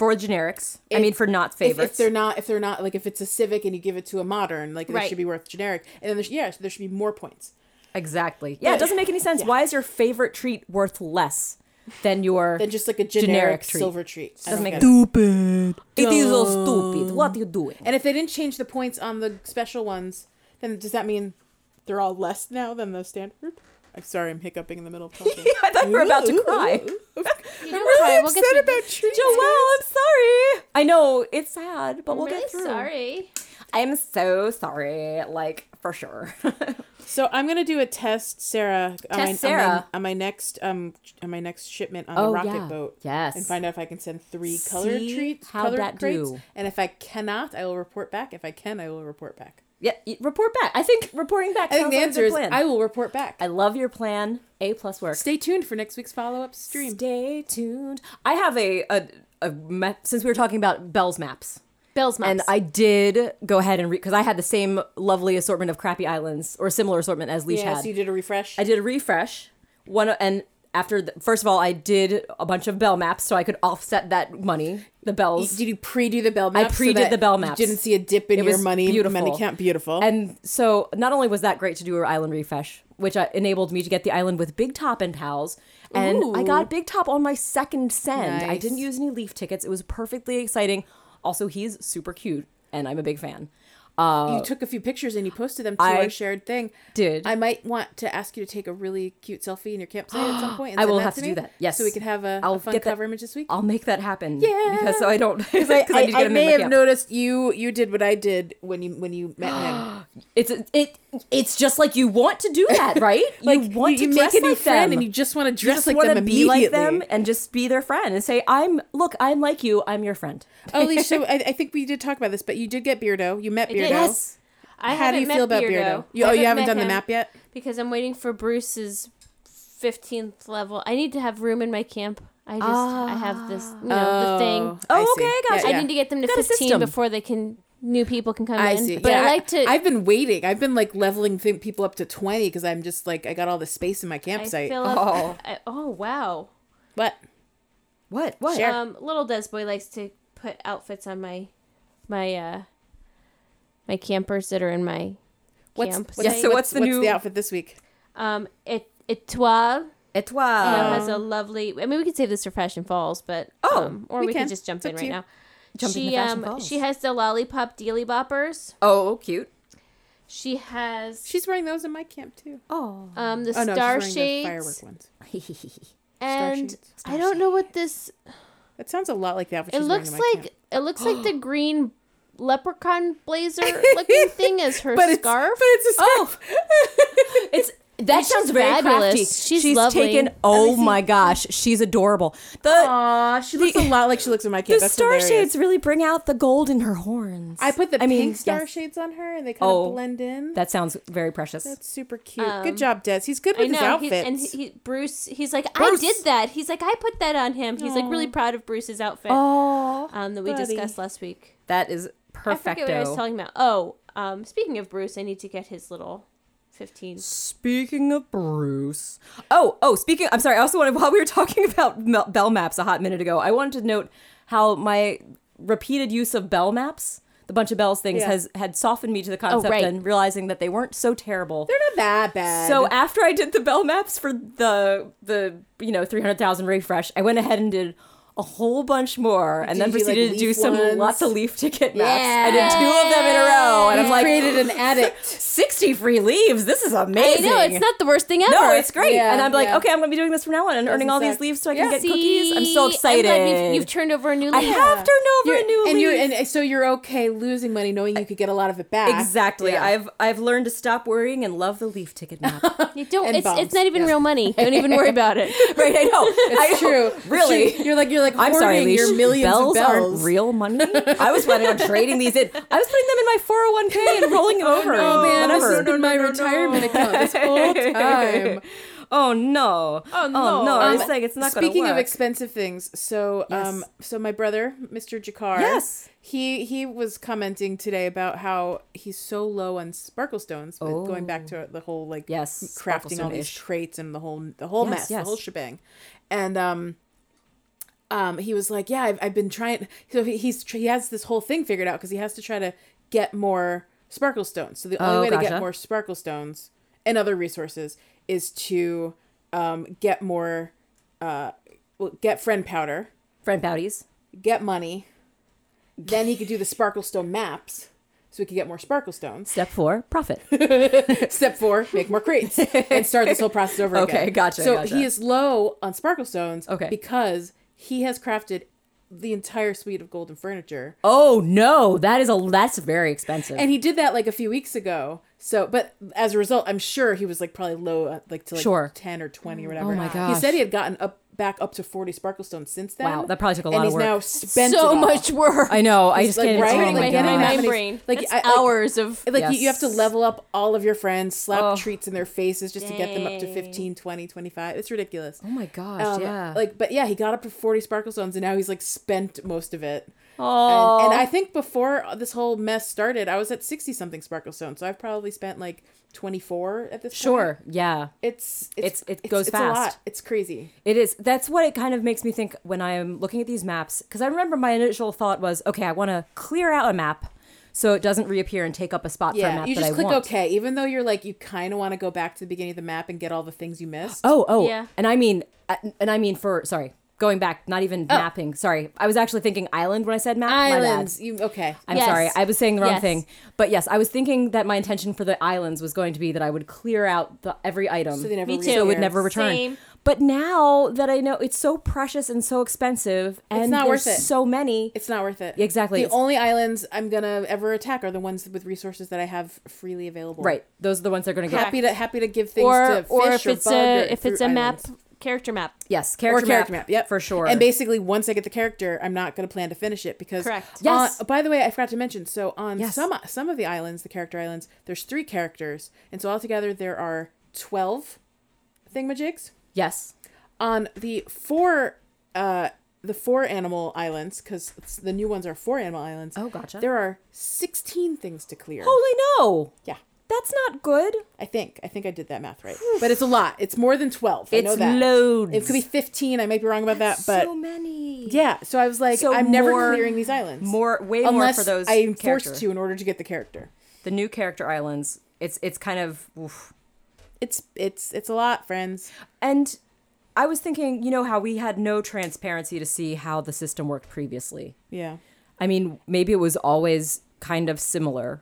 S2: for generics. I
S3: If-
S2: mean, for not
S3: If,
S2: favorites.
S3: if they're not, if they're not like if it's a civic and you give it to a modern, like they
S1: Right.
S3: should be worth generic. And then there's, yeah, there should be more points.
S2: exactly. Yeah, it doesn't make any sense.
S3: Yeah.
S2: Why is your favorite treat worth less than your
S3: than just like a generic,
S2: treat?
S3: silver treat. I
S2: Doesn't
S3: don't
S2: make
S3: get it.
S2: stupid. It is so stupid. What you doing?
S3: And if they didn't change the points on the special ones, then does that mean they're all less now than the standard? I'm sorry, I'm hiccuping in the middle of talking.
S2: I thought you were about to cry.
S1: You know what? We'll get through this.
S3: treats.
S2: Joelle, I'm sorry. I know it's sad, but
S1: I'm
S2: we'll
S1: really
S2: get through.
S1: sorry.
S2: I'm so sorry, like for sure.
S3: So I'm gonna do a test, Sarah. on my,
S2: Test Sarah.
S3: on my, on my next um on my next shipment on the
S2: Oh,
S3: rocket
S2: yeah.
S3: boat.
S2: Yes.
S3: And find out if I can send three colored
S2: See
S3: treats,
S2: how'd
S3: colored
S2: that
S3: crates.
S2: do.
S3: And if I cannot, I will report back. If I can, I will report back.
S2: yeah, y- report back. I think reporting back.
S3: I
S2: sounds
S3: think the
S2: like a
S3: answer
S2: good
S3: is
S2: plan.
S3: I will report back.
S2: I love your plan. A plus work.
S3: Stay tuned for next week's follow up stream.
S2: Stay tuned. I have a a, a ma- since we were talking about Bell's maps.
S1: Bell's maps.
S2: And I did go ahead and read because I had the same lovely assortment of crappy islands or similar assortment as Leash
S3: Yeah,
S2: had.
S3: so you did a refresh.
S2: I did a refresh. One and after the, first of all, I did a bunch of bell maps so I could offset that money. The bells.
S3: Did you pre-do the bell map?
S2: pre-did
S3: that
S2: the bell
S3: you
S2: maps.
S3: Didn't see a dip in
S2: It
S3: your
S2: was
S3: money
S2: beautiful.
S3: money count. Beautiful.
S2: And so not only was that great to do her island refresh, which uh, enabled me to get the island with Big Top and pals, and I got Big Top on my second send. I
S3: Nice.
S2: didn't use any leaf tickets. It was perfectly exciting. Also, he's super cute, and I'm a big fan. Uh,
S3: you took a few pictures and you posted them to
S2: I
S3: our shared thing.
S2: did.
S3: I might want to ask you to take a really cute selfie in your campsite at some point. And
S2: I
S3: send
S2: will
S3: that
S2: have to do
S3: me
S2: that. Yes.
S3: So we can have a, a
S2: I'll
S3: fun
S2: get that-
S3: cover image this week.
S2: I'll make that happen.
S3: Yeah.
S2: because so I don't. Because
S3: I,
S2: need to get
S3: I
S2: him in
S3: may
S2: my
S3: have
S2: camp.
S3: noticed you you did what I did when you when you met him.
S2: It's it. It's just like you want to do that, right? you want to dress
S3: make a new
S2: like
S3: friend
S2: them,
S3: and you just want to
S2: You
S3: dress
S2: just
S3: like
S2: want to
S3: them
S2: be like them
S3: immediately.
S2: and just be their friend and say, "I'm look, I'm like you. I'm your friend."
S3: Oh, Leash, so I, I think we did talk about this, but you did get Beardo. You met Beardo.
S1: I did. Yes. I
S3: How do
S1: haven't
S3: you
S1: met
S3: feel about Beardo? You, oh, you haven't
S1: met
S3: done the
S1: him
S3: map yet.
S1: because I'm waiting for Bruce's 15th level. I need to have room in my camp. I just I have this you know the thing.
S2: Oh,
S3: I see.
S2: okay, I gotcha.
S1: I
S2: yeah.
S1: need to get them to
S2: Got a
S1: 15
S2: system.
S1: before they can new people can come
S3: I
S1: in.
S3: see.
S1: But
S3: Yeah,
S1: I like to.
S3: I've been waiting. I've been like leveling th- people up to twenty because I'm just like I got all the space in my
S1: I
S3: campsite.
S1: fill up. Oh, I, oh wow.
S3: but
S2: What? What?
S3: Share.
S1: Um, little Des Boy likes to put outfits on my my uh my campers that are in my
S3: what's,
S1: camp.
S3: what's
S2: Yeah, so what's the new-
S3: outfit this week?
S1: um it Etoile
S2: Etoile.
S3: Uh,
S1: now has a lovely. I mean, we could save this for Fashion Falls, but
S2: Oh,
S1: um, or
S3: Um. we
S1: we, can.
S3: can.
S1: just jump
S3: It's up
S1: in
S3: to
S1: right
S3: you.
S1: now.
S2: Jump
S1: she
S2: into Fashion
S1: um
S2: Falls.
S1: she has the lollipop dealy boppers.
S2: Oh, cute.
S1: She has
S3: She's wearing those in my camp too.
S2: Oh.
S1: um the
S3: Oh no,
S1: star
S3: she's wearing the
S1: shades
S3: firework ones.
S1: and
S3: sheets.
S1: I don't know what this.
S3: That sounds a lot like that. Which
S1: It
S3: is
S1: looks
S3: random. I can't-
S1: like it looks like the green leprechaun blazer looking thing is her
S3: but
S1: scarf.
S3: It's, but it's a scarf.
S2: Oh! It's that
S1: she's
S2: sounds very
S1: fabulous.
S2: crafty.
S1: She's lovely.
S2: taken.
S1: Let
S2: Oh my gosh, she's adorable. The
S3: Aw, she looks a lot like she looks in my kid.
S2: the
S3: That's
S2: star
S3: hilarious.
S2: shades really bring out the gold in her horns.
S3: I put the
S2: I
S3: pink
S2: mean,
S3: star
S2: yes.
S3: shades on her, and they kind
S2: Oh,
S3: of blend in.
S2: That sounds very precious.
S3: That's super cute. good job, Des. He's good with
S1: Um, I
S3: his
S1: know, he,
S3: outfits.
S1: and he, Bruce, he's like,
S3: Bruce!
S1: I did that. He's like, I put that on him. He's like really proud of Bruce's outfit
S3: Aw,
S1: um, that we
S3: buddy.
S1: discussed last week.
S2: that is
S1: I forget what I was
S2: perfecto.
S1: talking about. Oh, um, speaking of Bruce, I need to get his little fifteen.
S2: Speaking of Bruce, oh oh, speaking. I'm sorry. I also wanted while we were talking about Mel- Bell Maps a hot minute ago, I wanted to note how my repeated use of Bell Maps, the bunch of bells things,
S3: Yeah. Oh,
S2: has had softened me to the concept
S1: right.
S2: and realizing that they weren't so terrible.
S3: They're not that bad.
S2: So after I did the bell maps for the the you know three hundred thousand refresh, I went ahead and did a whole bunch more, and
S3: Did
S2: then
S3: you do, like,
S2: proceeded to do
S3: leaf
S2: some
S3: ones?
S2: lots of leaf ticket maps. I did two of them in a row, and I'm
S3: You've
S2: like
S3: created an addict.
S2: sixty free leaves. This is
S1: I
S2: amazing.
S1: know it's not the worst thing ever.
S2: No, it's great,
S3: Yeah,
S2: and I'm like,
S3: yeah.
S2: okay, I'm gonna be doing this from now on and earning all these
S3: suck.
S2: leaves so I
S3: Yeah.
S2: can get
S1: See,
S2: cookies. I'm so excited.
S1: I'm glad you've, you've turned over a new leaf.
S2: I have turned over a new
S3: and
S2: leaf.
S3: you're and so you're okay losing money knowing you could get a lot of it back.
S2: exactly.
S3: ah, Yeah.
S2: I've I've learned to stop worrying and love the leaf ticket map.
S1: You don't.
S3: and
S1: It's,
S3: bumps.
S1: it's not even
S3: Yeah.
S1: real money. Don't even worry about it.
S2: right? I know. It's
S3: true.
S2: Really.
S3: It's true. You're like you're like
S2: I'm sorry,
S3: hoarding
S2: Leash.
S3: your millions
S2: bells,
S3: of bells.
S2: aren't real money. I was planning on trading these in. I was putting them in my 401k and rolling over.
S3: Oh
S2: and
S3: man, this
S2: whatever.
S3: has been my retirement account this whole time.
S2: Oh no. Oh
S1: no.
S2: no.
S1: Um,
S2: it's like it's not
S3: Speaking
S2: gonna
S3: of
S2: work.
S3: expensive things, so um, so my brother, Mr. Jakar,
S2: Yes.
S3: he he was commenting today about how he's so low on sparkle stones. But going back to the whole like
S2: Oh. Yes,
S3: crafting all these
S2: sparklestone-ish.
S3: traits and the whole the whole
S2: Yes,
S3: mess, the
S2: yes.
S3: whole shebang, and um. Um, he was like, "Yeah, I've, I've been trying." So he, he's tr- he has this whole thing figured out because he has to try to get more sparkle stones. So the only
S2: Oh,
S3: way to get
S2: gotcha.
S3: more sparkle stones and other resources is to um, get more uh, well, get friend powder,
S2: friend pouties.
S3: get money. Then he could do the sparkle stone maps, so we could get more sparkle stones.
S2: Step four, profit.
S3: Step four: make more crates and start this whole process over again.
S2: Okay, gotcha,
S3: So
S2: gotcha.
S3: he is low on sparkle stones.
S2: Okay.
S3: because he has crafted the entire suite of golden furniture.
S2: Oh no, that is a that's very expensive.
S3: And he did that like a few weeks ago. So, but as a result, I'm sure he was like probably low, uh, like to like
S2: Sure. Oh
S3: ten or twenty or whatever.
S2: my
S3: He
S2: gosh.
S3: said he had gotten up back up to forty sparkle stones since then.
S2: Wow, that probably took a
S3: and
S2: lot of
S3: he's now
S2: work.
S3: spent it
S1: so
S3: all.
S1: much work.
S2: I know. I just
S3: like,
S2: can't.
S3: right?
S2: Oh
S3: Like,
S2: my
S3: getting
S1: my,
S3: how
S2: god.
S3: many-
S1: brain.
S3: like,
S1: Like
S3: I- like-
S1: hours of.
S3: Like you, you have to
S2: Yes.
S3: level up all of your friends, slap
S2: Oh.
S3: treats in their faces just to get them up to
S1: Dang.
S3: 15, 20, 25. It's ridiculous.
S2: Oh my gosh.
S3: Um,
S2: yeah.
S3: Like, but yeah, he got up to 40 sparkle stones and now he's like spent most of it.
S2: oh.
S3: And, and I think before this whole mess started, I was at 60 something sparkle stones. So I've probably spent like 24 at this point.
S2: sure. Yeah.
S3: It's, it's,
S2: It's- it goes
S3: It's a lot.
S2: fast.
S3: It's crazy.
S2: It is. That's what it kind of makes me think when I'm looking at these maps. Because I remember my initial thought was, okay, I want to clear out a map so it doesn't reappear and take up a spot for a
S3: Yeah,
S2: map
S3: you
S2: that
S3: just
S2: I
S3: click
S2: want.
S3: OK, even though you're like you kind of want to go back to the beginning of the map and get all the things you missed.
S2: Oh, oh,
S1: Yeah.
S2: and I mean, and I mean for sorry, going back, not even
S3: Oh.
S2: mapping. Sorry, I was actually thinking island when I said map.
S3: islands.
S2: My bad.
S3: You okay?
S2: I'm
S1: Yes.
S2: sorry, I was saying the wrong
S1: Yes.
S2: thing. But yes, I was thinking that my intention for the islands was going to be that I would clear out the, every item.
S3: So they never
S1: Me
S3: read
S1: too.
S3: it.
S1: So it
S2: would never return.
S1: Same.
S2: But now that I know it's so precious and so expensive, and
S3: not
S2: there's
S3: worth it.
S2: so many,
S3: It's not worth it.
S2: Exactly.
S3: The
S2: It's-
S3: only islands I'm gonna ever attack are the ones with resources that I have freely available.
S2: Right. Those are the ones that are going to go.
S3: Happy to happy to give things to
S1: or
S3: fish
S1: or if it's
S3: bug or
S1: a if it's
S3: fruit
S1: a map
S3: islands.
S1: character map.
S2: Yes,
S3: or
S2: character,
S3: character
S2: map,
S3: map. Yep,
S2: for sure.
S3: And basically, once I get the character, I'm not gonna plan to finish it because
S1: Correct.
S2: Yes.
S3: on- by the way, I forgot to mention. So on
S2: Yes.
S3: some some of the islands, the character islands, there's three characters, and so altogether there are twelve thingamajigs.
S2: yes,
S3: on the four uh the four animal islands because the new ones are four animal islands
S2: Oh, gotcha.
S3: there are 16 things to clear
S2: holy no,
S3: yeah
S2: that's not good.
S3: i think i think i did that math right but it's a lot it's more than 12 i know
S2: It's
S3: that
S2: loads.
S3: it could be 15 i might be wrong about that but
S2: so many.
S3: yeah so i was like
S2: So
S3: i'm never
S2: more-
S3: clearing these islands
S2: more, way
S3: unless
S2: more for those.
S3: i'm
S2: character-
S3: forced to in order to get the character
S2: The new character islands. It's it's kind of. oof.
S3: it's it's it's a lot friends
S2: And I was thinking, you know how we had no transparency to see how the system worked previously.
S3: yeah
S2: I mean, maybe it was always kind of similar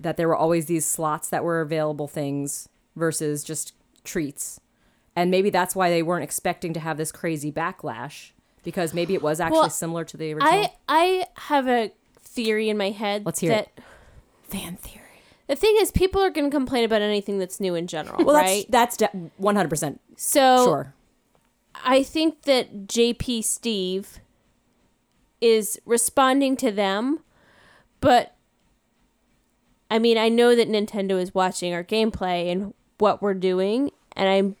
S2: that there were always these slots that were available things versus just treats. and maybe that's why they weren't expecting to have this crazy backlash because maybe it was actually
S1: Well,
S2: similar to the original.
S1: I I have a theory in my head.
S2: Mm-hmm. Let's hear
S1: that
S2: it. Fan theory.
S1: The thing is, people are going to complain about anything that's new in general,
S2: Well,
S1: right?
S2: that's that's one hundred percent
S1: so
S2: sure.
S1: I think that JP Steve is responding to them, but I mean, I know that Nintendo is watching our gameplay and what we're doing, and I'm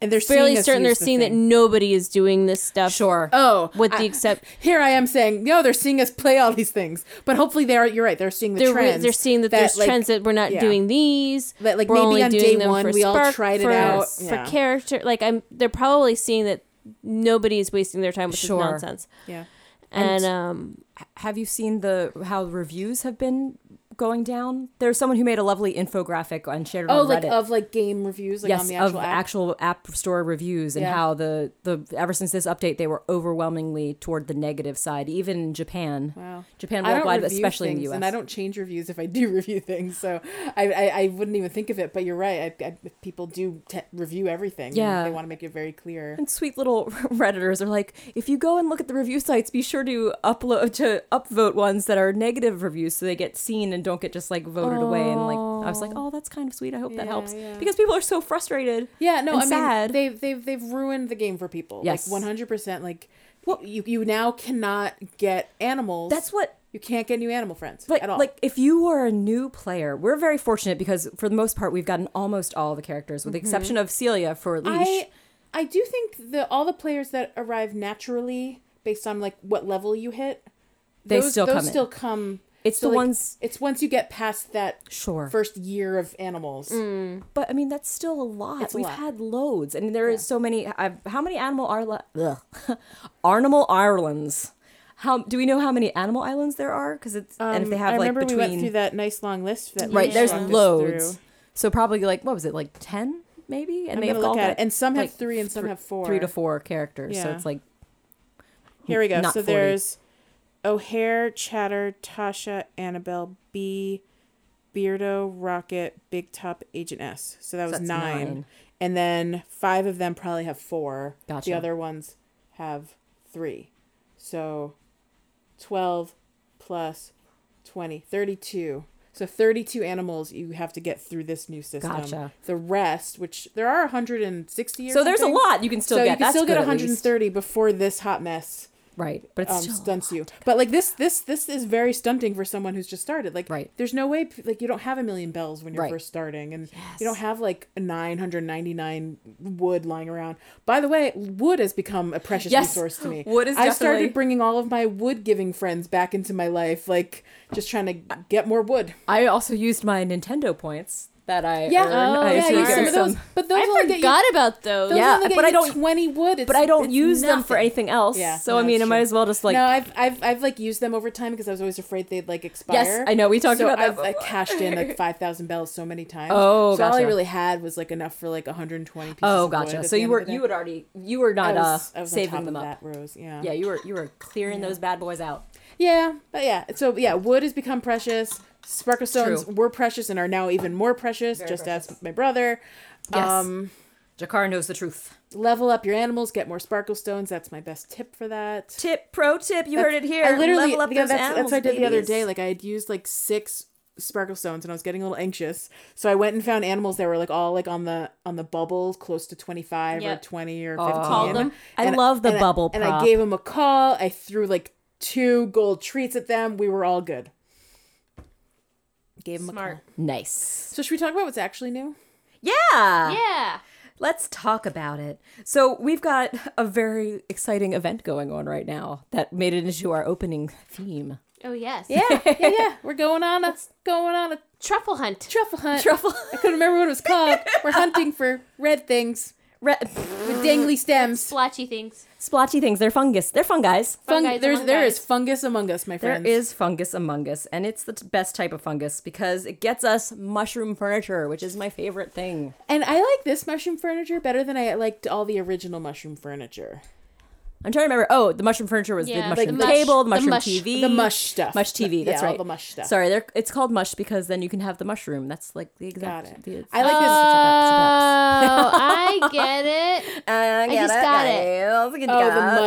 S3: And they're
S1: fairly
S3: seeing us
S1: certain they're
S3: use the
S1: seeing that
S3: thing.
S1: nobody is doing this stuff.
S2: Sure.
S3: Oh,
S1: With
S3: I-
S1: the except
S3: here I am saying no. They're seeing us play all these things, but hopefully they are. You're right. They're seeing the
S1: they're, re-
S3: trends.
S1: they're seeing that, there's
S3: like,
S1: trends that we're not
S3: yeah.
S1: doing these.
S3: That, like,
S1: we're
S3: maybe
S1: only
S3: on
S1: doing
S3: day
S1: them
S3: one,
S1: for
S3: we all
S1: spark-
S3: tried it
S1: for-
S3: out.
S1: for
S3: Yeah.
S1: character. Like I'm, they're probably seeing that nobody's wasting their time with
S2: Sure.
S1: this nonsense.
S3: Yeah.
S1: And, um,
S2: Have you seen the how reviews have been going down? There's someone who made a lovely infographic and shared it
S3: Oh,
S2: on
S3: like
S2: Reddit.
S3: of like game reviews, like
S2: yes,
S3: on the
S2: of
S3: actual app.
S2: actual app store reviews and
S3: Yeah.
S2: how the the ever since this update they were overwhelmingly toward the negative side, even in Japan.
S3: Wow.
S2: Japan
S3: I don't
S2: worldwide, but
S3: review
S2: especially in
S3: things,
S2: the US.
S3: and I don't change reviews if I do review things, so I I, I wouldn't even think of it. But you're right. I, I, people do te- review everything. and
S2: Yeah.
S3: they want to make it very clear.
S2: And sweet little redditors are like, if you go and look at the review sites, be sure to upload to upvote ones that are negative reviews so they get seen and don't get just like voted away. And like, I was like, oh, that's kind of sweet. I hope that
S3: Yeah,
S2: helps
S3: yeah.
S2: because people are so frustrated.
S3: Yeah, no,
S2: and
S3: I mean
S2: sad.
S3: they've they've they've ruined the game for people.
S2: Yes.
S3: like one hundred percent. Like,
S2: Well-
S3: you you now cannot get animals.
S2: That's what
S3: you can't get new animal friends
S2: like
S3: at all.
S2: like if you are a new player, we're very fortunate because for the most part we've gotten almost all the characters with the exception of Celia for leash.
S3: Mm-hmm. I I do think the all the players that arrive naturally based on like what level you hit,
S2: They
S3: those,
S2: still
S3: those
S2: come in.
S3: still come.
S2: It's
S3: so,
S2: the
S3: like,
S2: ones-
S3: It's once you get past that
S2: Sure.
S3: first year of animals.
S2: But I mean, that's still a lot.
S3: It's a
S2: We've
S3: lot.
S2: had loads, and there is so many. I've, how many animal are ugh, animal islands? How do we know how many animal islands there are? Because it's and if they
S3: Um,
S2: have
S3: I
S2: like
S3: remember
S2: between
S3: we went through that nice long list. That
S2: right,
S3: Lisa
S2: there's
S3: walked us
S2: loads.
S3: through.
S2: So probably like what was it like ten maybe? And
S3: I'm
S2: they have
S3: gonna look
S2: all
S3: at it.
S2: that-
S3: And some have
S2: like,
S3: three and some have four.
S2: three to four characters. So
S3: Yeah.
S2: it's like
S3: Here we go.
S2: not
S3: so
S2: 40.
S3: there's O'Hare, Chatter, Tasha, Annabelle, B, Beardo, Rocket, Big Top, Agent S. So that was
S2: that's
S3: nine.
S2: nine.
S3: And then five of them probably have four.
S2: Gotcha.
S3: The other ones have three. So 12 plus 20, 32. So 32 animals you have to get through this new system.
S2: Gotcha.
S3: The rest, which there are 160 or
S2: so there's a
S3: something.
S2: lot you can still
S3: so
S2: get.
S3: you can
S2: That's
S3: still get
S2: good, at least.
S3: 130 before this hot mess
S2: Right, but it's
S3: um,
S2: still
S3: stunts you. But like this, this, this is very stunting for someone who's just started. Like,
S2: Right.
S3: there's no way. p- Like, you don't have a million bells when you're
S2: Right.
S3: first starting, and
S2: Yes.
S3: you don't have like 999 wood lying around. By the way, wood has become a precious
S2: Yes,
S3: resource to me.
S2: wood is
S3: I
S2: definitely-
S3: started bringing all of my wood giving friends back into my life, like just trying to get more wood.
S2: I also used my Nintendo points that I
S3: Yeah,
S2: earned.
S1: Oh,
S2: I
S1: yeah,
S2: used
S1: you
S2: to
S1: get
S2: earn
S1: some of
S2: some-
S3: But those
S1: I
S3: only get
S1: forgot
S3: you,
S1: about those.
S3: those
S2: Yeah,
S3: only get
S2: but
S3: you
S2: I don't-
S3: 20 wood. It's,
S2: but I don't
S3: it's
S2: use them for
S3: nothing.
S2: anything else.
S3: Yeah,
S2: so
S3: no,
S2: I mean, I
S3: that's
S2: might
S3: true.
S2: as well just like
S3: no, I've, I've I've like used them over time because I was always afraid they'd like expire.
S2: I know, we talked
S3: So
S2: about that
S3: I've like
S2: before.
S3: cashed in like five thousand bells so many times.
S2: Oh,
S3: so all I
S2: gotcha.
S3: really had was like enough for like one hundred and twenty pieces.
S2: oh,
S3: of wood
S2: gotcha.
S3: at
S2: So
S3: the
S2: you
S3: end
S2: were
S3: of the
S2: you
S3: day.
S2: had already you were not uh
S3: I was, I was on top
S2: saving them
S3: of
S2: up.
S3: That rose, yeah.
S2: Yeah, you were you were clearing those bad boys out.
S3: Yeah, but yeah. So yeah, wood has become precious. Sparkle stones
S2: True.
S3: were precious and are now even more precious. just ask my brother.
S2: Yes.
S3: Um,
S2: Jakar knows the truth.
S3: level up your animals, get more sparkle stones. That's my best tip for that.
S2: Tip pro tip, you heard it here.
S3: I literally,
S2: Level up
S3: yeah,
S2: those
S3: that's,
S2: animals,
S3: that's what I did the other
S2: babies.
S3: day. Like I had used like six sparkle stones, and I was getting a little anxious. So I went and found animals that were like all like on the on the bubble, close to twenty five
S1: Yep.
S3: or twenty or
S1: Called
S3: fifteen.
S1: them.
S2: I love the
S3: and
S2: bubble
S3: I, and
S2: prop.
S3: I gave them a call. I threw like two gold treats at them. We were all good. Gave them a
S1: Smart.
S3: call.
S2: nice.
S3: So should we talk about what's actually new?
S2: Yeah.
S1: Yeah.
S2: Let's talk about it. So we've got a very exciting event going on right now that made it into our opening theme.
S1: Oh yes.
S3: Yeah, yeah, yeah. We're going on a going on a
S1: Truffle hunt.
S3: truffle hunt.
S2: Truffle
S3: I couldn't remember what it was called. We're hunting for red things
S2: red,
S3: with dangly stems.
S1: Splotchy things.
S2: splotchy things. They're fungus. They're fungus.
S3: Fung-
S1: Fungi
S3: there's
S1: among
S3: there
S1: guys.
S3: is fungus among us, my
S2: There
S3: friends.
S2: is fungus among us, and it's the t- best type of fungus because it gets us mushroom furniture, which is my favorite thing.
S3: and I like this mushroom furniture better than I liked all the original mushroom furniture.
S2: I'm trying to remember. Oh, the mushroom furniture was
S1: Yeah,
S2: the mushroom
S1: the mush-
S2: table, the
S1: the
S2: mushroom
S1: mush-
S2: TV,
S3: the mush stuff.
S2: mush TV.
S3: Yeah,
S2: That's
S3: all
S2: right,
S3: the mush stuff.
S2: Sorry, they're, it's called mush because then you can have the mushroom. That's like the exact.
S3: Got it.
S2: The, Ah!
S3: I like
S1: Oh, I
S3: this.
S1: get it.
S2: I,
S1: just got it.
S3: Oh, the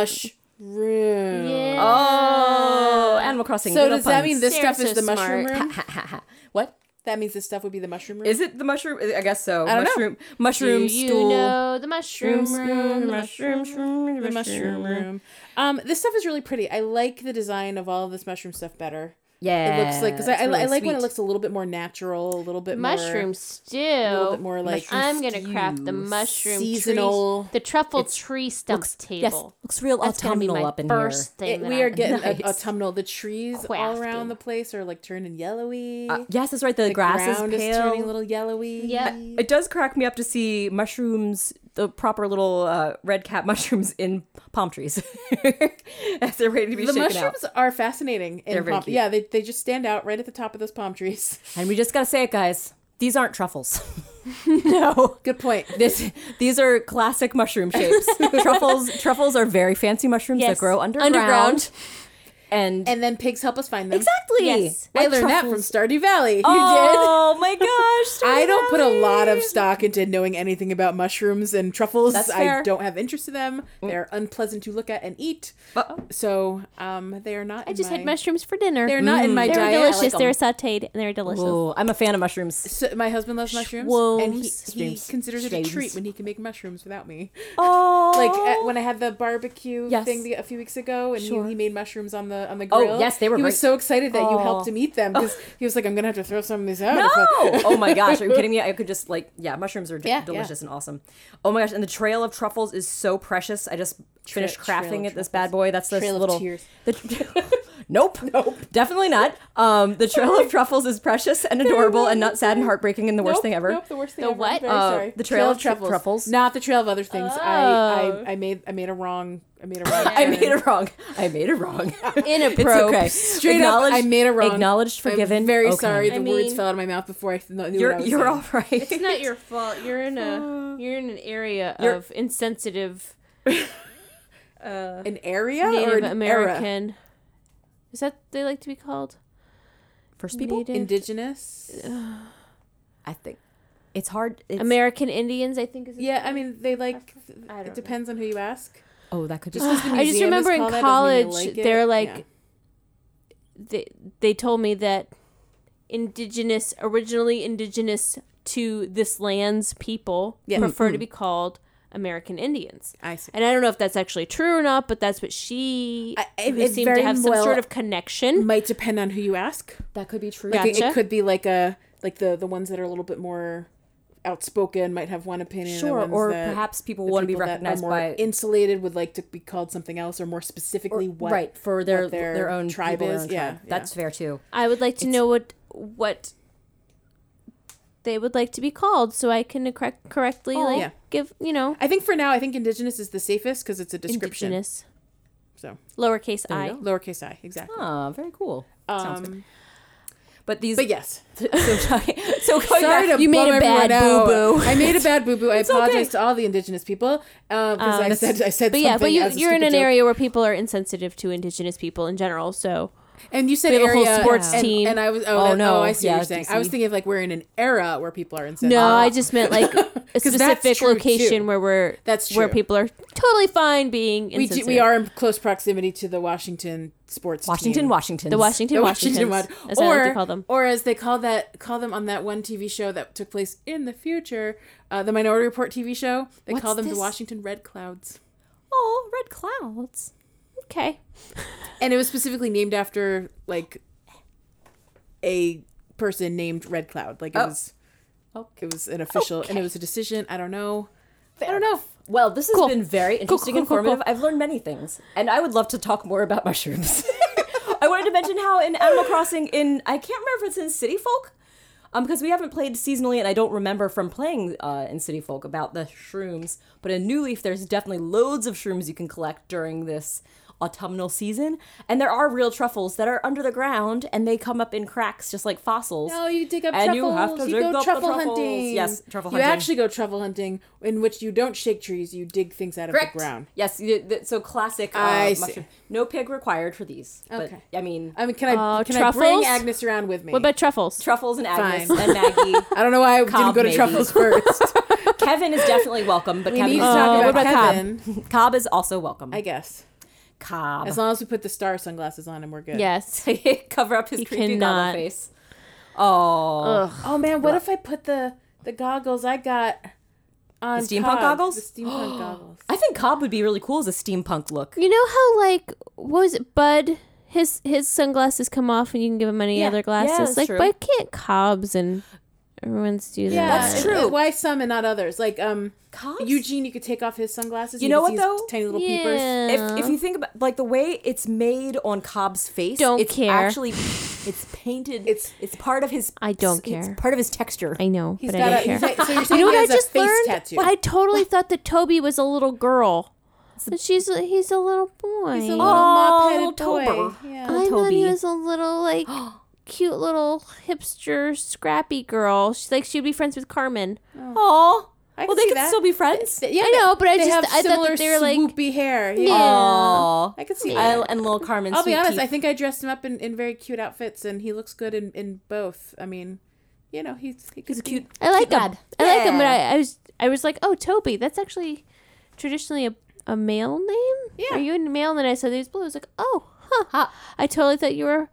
S3: mushroom.
S1: Yeah.
S2: Oh, Animal Crossing.
S3: So
S2: good on
S3: does that
S2: puns.
S3: mean this
S1: Sarah's
S3: stuff is
S1: so
S3: the mushroom
S1: smart.
S3: room?
S2: what?
S3: That means this stuff would be the mushroom room.
S2: Is it the mushroom? I guess so.
S3: I don't know.
S2: mushroom,
S1: Do
S2: mushroom
S1: you
S2: stool.
S1: know the mushroom room? The mushroom room.
S3: the mushroom room? Um, this stuff is really pretty. I like the design of all of this mushroom stuff better.
S2: Yeah,
S3: it looks like because I,
S2: it's
S3: I, li- I
S2: really
S3: like when it
S2: sweet.
S3: looks a little bit more natural, a little bit
S1: Mushroom
S3: more, a little
S1: stew.
S3: bit more like
S1: I'm gonna craft the
S2: stew.
S1: mushroom
S3: Seasonal.
S1: tree, the truffle tree stump table.
S2: Yes, looks real
S1: That's gonna be
S2: autumnal
S1: my
S2: up in
S1: first
S2: here.
S1: thing.
S3: It-
S1: that
S3: we
S1: I-
S3: are getting a-
S2: Nice.
S3: autumnal. The trees all around
S1: Crafting.
S3: the place are like turning yellowy.
S2: Uh, yes, that's right. The,
S3: the
S2: grass is
S3: ground
S2: pale.
S3: turning a little yellowy.
S1: Yep.
S2: It does crack me up to see mushrooms, the proper little uh, red cap mushrooms in palm trees as they're ready to be
S3: The
S2: shaken
S3: mushrooms
S2: out.
S3: are fascinating. In
S2: They're very
S3: palm-
S2: cute.
S3: Yeah, they, they just stand out right at the top of those palm trees.
S2: And we just gotta say it, guys. These aren't truffles. no,
S3: Good point.
S2: this these are classic mushroom shapes. truffles truffles are very fancy mushrooms
S1: Yes,
S2: that grow underground.
S1: underground.
S2: And,
S3: And then pigs help us find them.
S2: exactly.
S1: Yes.
S3: I
S2: Like
S3: learned that from
S2: truffles.
S3: Stardew Valley.
S2: Oh my gosh!
S3: I don't put a
S2: Valley.
S3: lot of stock into knowing anything about mushrooms and truffles.
S2: That's
S3: I
S2: fair.
S3: don't have interest in them.
S2: Mm.
S3: They're unpleasant to look at and eat.
S2: Uh,
S3: So um, they are not.
S1: I
S3: in
S1: just
S3: my,
S1: had mushrooms for dinner.
S3: They're not in my
S1: They were
S3: diet. I
S1: delicious.
S3: like
S1: they were
S3: 'em.
S1: sautéed and they were delicious.
S2: Ooh, I'm a fan of mushrooms.
S3: So my husband loves mushrooms, and
S2: Schwooms.
S3: he, he
S2: Schwooms.
S3: considers it a
S2: Schwooms.
S3: treat when he can make mushrooms without me.
S2: Oh,
S3: Like uh, when I had the barbecue
S2: Yes.
S3: thing the, a few weeks ago, and he-
S2: Sure.
S3: he, made mushrooms on the on the
S2: Oh,
S3: grill.
S2: yes, they were
S3: He was
S2: great.
S3: so excited that you
S2: Oh.
S3: helped him eat them because he was like, "I'm gonna have to throw some of these out."
S2: No!
S3: if I-
S2: oh my gosh, are you kidding me? I could just like yeah, mushrooms are d-
S3: Yeah,
S2: delicious and awesome. Oh my gosh, and the trail of truffles is so precious. I just finished
S3: trail of
S2: crafting it. This
S3: truffles.
S2: bad boy. That's this
S3: Trail of
S2: little.
S3: tears.
S2: The nope, nope, definitely not. Um, the trail of truffles is precious and adorable and not sad and heartbreaking and the worst
S3: Nope,
S2: thing ever.
S3: Nope, the worst thing
S1: The
S3: ever. I'm
S1: what?
S3: very
S2: Uh,
S3: sorry.
S2: the trail of tru- truffles.
S3: Not the trail of other things. I, I I made I made a wrong Oh. I made a wrong.
S2: I
S3: turn.
S2: made it wrong. I made it wrong.
S1: Inappropriate.
S2: it's okay.
S3: Straight up, I made a wrong.
S2: Acknowledged, forgiven.
S3: I'm very
S2: Okay.
S3: sorry. The
S1: I
S3: words
S1: mean-
S3: fell out of my mouth before I kn- knew what I
S2: You're
S3: was
S2: you're
S3: saying.
S2: all right.
S1: It's not your fault. You're in a you're in an area
S2: You're-
S1: of insensitive
S3: An area or
S1: Native
S3: an era?
S1: American. Is that they like to be called?
S2: First people,
S1: Native-
S2: Uh,
S3: Indigenous.
S2: I think it's hard. It's,
S1: American Indians, I think is
S3: Yeah, I mean they like.
S1: I don't
S3: It depends on who you ask.
S2: oh, that could be.
S3: Just 'cause the
S1: I just
S3: museum is
S1: remember in
S3: called that doesn't mean you
S1: college
S3: like it.
S1: they're like
S3: Yeah.
S1: they they told me that indigenous originally indigenous to this land's people
S3: Yeah. Mm-hmm.
S1: prefer to be called American Indians.
S3: I see.
S1: And I don't know if that's actually true or not, but that's what she
S3: I- it-
S1: who
S3: it
S1: seemed to
S3: very
S1: have some
S3: well- Mm-hmm.
S1: sort of connection.
S3: Might depend on who you ask.
S2: that could be true.
S1: Like,
S3: It-
S1: Gotcha.
S3: It could be like a like the the ones that are a little bit more outspoken might have one opinion. and the
S2: Sure,
S3: ones
S2: or
S3: that-
S2: perhaps people
S3: the
S2: want to be
S3: people that are
S2: recognized
S3: more
S2: by
S3: insulated would like to be called something else or more specifically what
S2: right for their
S3: what their
S2: their, own
S3: tribe
S2: people, their
S3: is.
S2: own
S3: Yeah,
S2: tribe.
S3: yeah.
S2: that's fair too.
S1: I would like to know what what they would like to be called so I can correct, correctly like
S3: Oh, Yeah.
S1: give, you know,
S3: i think for now i think indigenous is the safest because it's a description
S1: indigenous
S3: so
S1: lowercase
S2: you
S1: i.
S2: go.
S3: lowercase i exactly
S2: Ah, very cool. Sounds good.
S3: Um,
S2: But these,
S3: but yes
S2: so, so going
S3: sorry
S2: back,
S3: to
S1: you made
S3: bum
S1: a bad
S3: everyone out.
S1: boo-boo.
S3: i made a bad boo-boo i
S2: okay.
S3: apologize to all the indigenous people because i said
S1: Um,
S3: i said
S1: But
S3: something
S1: yeah, but you,
S3: as a
S1: you're in
S3: stupid
S1: an
S3: joke.
S1: area where people are insensitive to indigenous people in general. So
S3: and you said
S1: we have a whole
S3: area
S1: sports
S3: and,
S1: team.
S3: and i was oh,
S2: Oh,
S3: no
S2: no.
S3: oh, i see what
S2: Yeah,
S3: you're saying i was
S2: DC.
S3: thinking of like we're in an era where people are insensitive
S1: no, I just meant like a specific
S3: true,
S1: location
S3: too.
S1: where we're
S3: That's
S1: where
S3: true.
S1: people are totally fine being
S3: we,
S1: insensitive.
S3: do, we are in close proximity to the washington sports
S2: Washington,
S3: team.
S2: Washington,
S1: the Washington
S3: The
S1: Washingtons,
S3: Washington
S1: as
S3: one.
S1: I
S3: or
S1: like to call them.
S3: or as they call that call them on that one TV show that took place in the future, uh, the Minority Report TV show. They
S1: What's
S3: call them
S1: this?
S3: the Washington Red Clouds,
S1: Oh, red clouds. Okay.
S3: and it was specifically named after like a person named Red Cloud. Like it
S2: Oh.
S3: was, it was an official, and it was a decision. I don't know. I don't know.
S2: Well, this has
S1: Cool.
S2: been very interesting
S1: cool,
S2: and
S1: cool, cool.
S2: informative. I've learned many things, and I would love to talk more about mushrooms. I wanted to mention how in Animal Crossing, in I can't remember if it's in City Folk, um, because we haven't played seasonally, and I don't remember from playing uh, in City Folk about the shrooms. But in New Leaf, there's definitely loads of shrooms you can collect during this autumnal season. And there are real truffles that are under the ground and they come up in cracks just like fossils.
S3: No, Oh, you dig up
S2: And
S3: truffles.
S2: you
S3: You,
S2: have to dig
S3: go
S2: up the
S3: truffle
S2: truffles.
S3: hunting.
S2: Yes, truffle
S3: You
S2: hunting.
S3: actually go truffle hunting, in which you don't shake trees. You dig things out of
S2: Correct.
S3: the ground.
S2: Yes, you did- th- so classic uh,
S3: I see.
S2: mushroom. No pig required for these.
S3: Okay.
S2: But, I mean,
S3: I mean, can I
S1: Uh,
S3: can I bring
S1: truffles?
S3: Agnes around with me?
S1: What about truffles?
S2: truffles and Agnes
S3: Fine.
S2: and Maggie.
S3: I don't know why I didn't
S2: Cobb,
S3: go to
S2: maybe.
S3: truffles first.
S2: Kevin is definitely welcome, but
S3: we
S2: Kevin
S3: need to
S2: is
S3: talk
S1: Uh,
S3: about,
S1: what about
S3: Kevin.
S2: Cobb is also welcome.
S3: I guess
S2: Cobb.
S3: as long as we put the star sunglasses on and we're good.
S1: Yes.
S2: cover up his
S1: He
S2: creepy
S1: cannot.
S2: goblin face. Oh,
S3: Oh man, what if I put the the goggles I got on
S2: The steampunk
S3: Cobb?
S2: goggles?
S3: The steampunk goggles.
S2: I think Cobb would be really cool as a steampunk look.
S1: You know how like what was it Bud? His his sunglasses come off and you can give him any
S2: Yeah.
S1: other
S2: Yeah,
S1: glasses.
S2: that's
S1: like
S2: true.
S1: why can't Cobbs and everyone's do that?
S3: Yeah,
S2: That's
S3: it-
S2: true.
S3: Why some and not others? Like um,
S2: Cobbs?
S3: Eugene, you could take off his sunglasses.
S2: You
S3: and
S2: know
S3: could
S2: what,
S3: see his
S2: though?
S3: Tiny little peepers.
S1: yeah.
S2: If, if you think about like the way it's made on Cobb's face,
S1: Don't
S2: it's
S1: care.
S2: Actually, it's painted. It's
S3: It's-
S2: it's part of his.
S1: I don't
S2: it's- it's
S1: care.
S2: part of his texture.
S1: I know,
S3: He's
S1: but
S3: got
S1: I
S3: a.
S1: don't
S3: He's
S1: care.
S3: like, so you're saying
S1: You know
S3: he
S1: what
S3: has
S1: I just
S3: a face
S1: learned?
S3: tattoo.
S1: I totally thought that Toby was a little girl. But she's a, he's a little boy.
S3: He's a little
S2: Oh,
S3: mop-headed
S2: little
S3: boy.
S2: Tober.
S3: Yeah.
S1: I thought
S2: Toby.
S1: he was a little like cute little hipster scrappy girl. She's like she'd be friends with Carmen.
S2: Oh,
S3: I
S2: well,
S3: can
S2: they
S3: see
S2: could
S3: that.
S2: still be friends.
S3: Th- yeah,
S1: I know, but I
S3: they
S1: just-
S3: have
S1: I thought
S3: similar
S1: that they were, like-
S3: swoopy hair. Yeah.
S2: Oh,
S3: I could see
S2: I,
S3: that.
S2: and little Carmen.
S3: I'll be
S2: sweet
S3: honest.
S2: tea.
S3: I think I dressed him up in, in very cute outfits, and he looks good in, in both. I mean, you know, he's he
S2: he's a
S3: could be-
S2: cute.
S1: I like
S2: cute
S1: him.
S2: lad.
S1: I like him, but
S3: Yeah.
S1: I, I was I was like, oh, Toby. That's actually traditionally a, a male name.
S3: Yeah.
S1: Are you a male? And then I saw these blue. I was like, oh, huh. I totally thought you were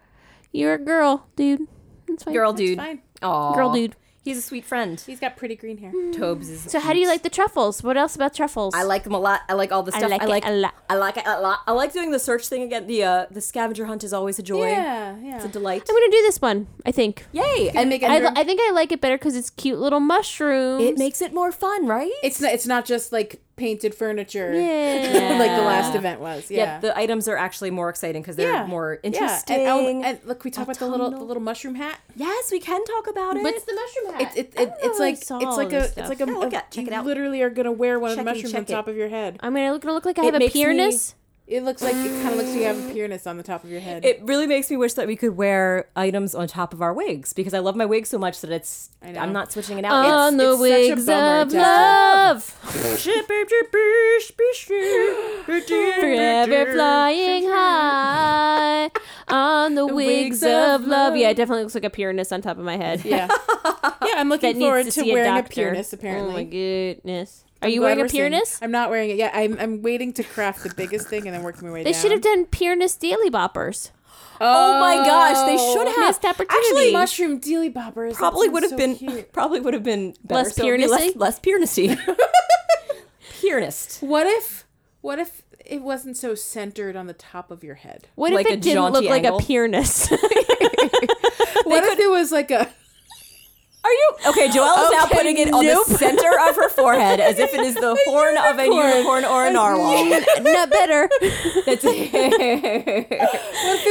S1: you're a girl, dude. That's fine.
S2: Girl, dude. Mm.
S3: Fine.
S2: Aw.
S1: Girl, dude.
S2: He's a sweet friend.
S3: He's got pretty green hair.
S2: Tobes is.
S1: So how do you like the truffles? What else about truffles?
S2: I like them a lot. I like all the
S1: I
S2: stuff.
S1: like
S2: I
S1: it
S2: like
S1: a lot.
S2: I like it a lot. I like doing the search thing again. The uh, the scavenger hunt is always a joy.
S3: Yeah, yeah.
S2: It's a delight.
S1: I'm gonna do this one. I think.
S2: Yay! And
S3: make
S1: I,
S3: Andrew-
S1: li- I think I like it better because it's cute little mushrooms.
S2: it makes it more fun, right?
S3: It's not. It's not just like painted furniture.
S1: Yeah.
S3: like the last event was. Yeah.
S2: yeah. the items are actually more exciting because they're
S3: Yeah.
S2: more
S3: Yeah.
S2: interesting.
S3: And, oh, and look, we talk about the little the little mushroom hat.
S2: yes, we can talk about it.
S1: What's the mushroom hat?
S3: It, it,
S1: I don't
S3: it,
S1: know
S3: it's
S1: where I
S3: like it's
S1: saw all
S3: like a
S1: this
S3: it's
S1: stuff.
S3: like a,
S2: Yeah, look
S3: a-
S2: at- check
S3: you
S2: it out.
S3: literally are gonna wear one of
S2: Check
S3: the
S2: it,
S3: mushrooms on
S2: check it.
S3: top of your head.
S1: I'm gonna look, gonna look like I
S2: It
S1: have a
S2: makes me-
S1: peerness.
S3: It looks like it kind of looks like you have a peerness on the top of your head.
S2: it really makes me wish that we could wear items on top of our wigs because I love my wig so much that it's
S3: I know.
S2: I'm not switching it
S1: On
S2: out.
S1: the
S3: it's such a
S1: wigs
S3: bummer,
S1: of
S3: Jessica.
S1: love,
S2: It's
S1: forever flying high. On the wigs
S3: wigs
S1: of
S3: of
S1: love.
S3: love.
S1: Yeah, it definitely looks like a peerness on top of my head.
S3: yeah, yeah. I'm looking
S1: That
S3: forward
S1: needs to
S3: to,
S1: see a
S3: wearing a,
S1: doctor.
S3: peerness. Apparently,
S1: Oh my goodness. Are
S3: I'm
S1: you
S3: glad
S1: wearing a
S3: we're seeing-
S1: peerness?
S3: I'm not wearing it yet. I'm I'm waiting to craft the biggest thing and then working my way
S1: They
S3: down.
S1: should have done peerness daily boppers.
S2: Oh my gosh, they should have
S1: Oh, Missed opportunity.
S2: Actually, mush-
S3: Oh. mushroom dealy boppers. That
S2: probably
S3: sounds
S2: would have
S3: so
S2: been
S3: cute.
S2: probably would have been better.
S1: Less
S2: So it'd be
S1: peernessy?
S2: less, less peernessy. Piernist.
S3: What if what if it wasn't so centered on the top of your head?
S1: What
S2: like
S1: if
S2: a
S1: it didn't look
S2: jaunty
S1: like a
S2: angle?
S1: peerness?
S3: What if it was like a
S2: Are you okay? Joelle is now putting it on the center of her forehead as if it is the horn of a unicorn or a narwhal.
S1: Not better.
S2: That's
S3: it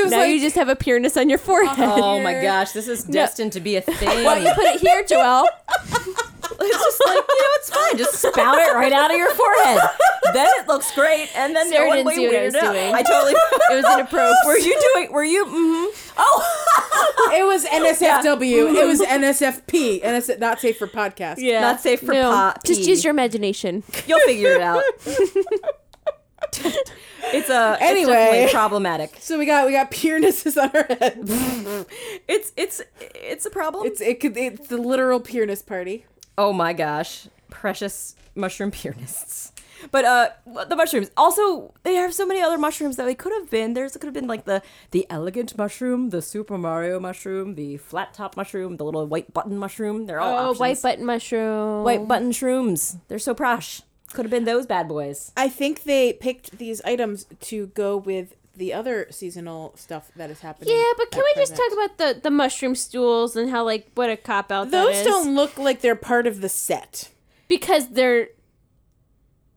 S3: was
S1: now
S3: like
S1: you just have a peerness on your forehead.
S2: oh my gosh, this is destined to be a thing.
S1: You put it here, Joelle.
S2: It's just like, you know, it's fine. Just spout it right out of your forehead. Then it looks great, and then
S1: Sarah
S2: no one
S1: didn't
S2: will
S1: see what I
S2: weird
S1: was
S2: out.
S1: doing.
S2: I totally.
S1: It was
S2: Were
S1: inappropriate.
S2: you doing? Were you? Mm-hmm. Oh,
S3: it was NSFW. It was NSFP. NS not safe for podcast.
S1: yeah.
S2: Not safe for pop.
S1: Just use your imagination.
S2: You'll figure it out. it's a it's
S3: Anyway.
S2: definitely problematic.
S3: So we got we got peernesses on our heads.
S2: It's it's it's a problem.
S3: It's it could it's the literal peerness party.
S2: oh my gosh, precious mushroom pianists. But uh, the mushrooms. Also, they have so many other mushrooms that they could have been. There's could have been like the the elegant mushroom, the Super Mario mushroom, the flat top mushroom, the little white button mushroom. They're all
S1: Oh,
S2: options.
S1: white button mushroom.
S2: white button shrooms. They're so prosh. Could have been those bad boys.
S3: I think they picked these items to go with the other seasonal stuff that is happening.
S1: Yeah, but can
S3: at
S1: we just
S3: present.
S1: talk about the, the mushroom stools and how like what a cop out that
S3: those
S1: is?
S3: don't look like they're part of the set.
S1: because they're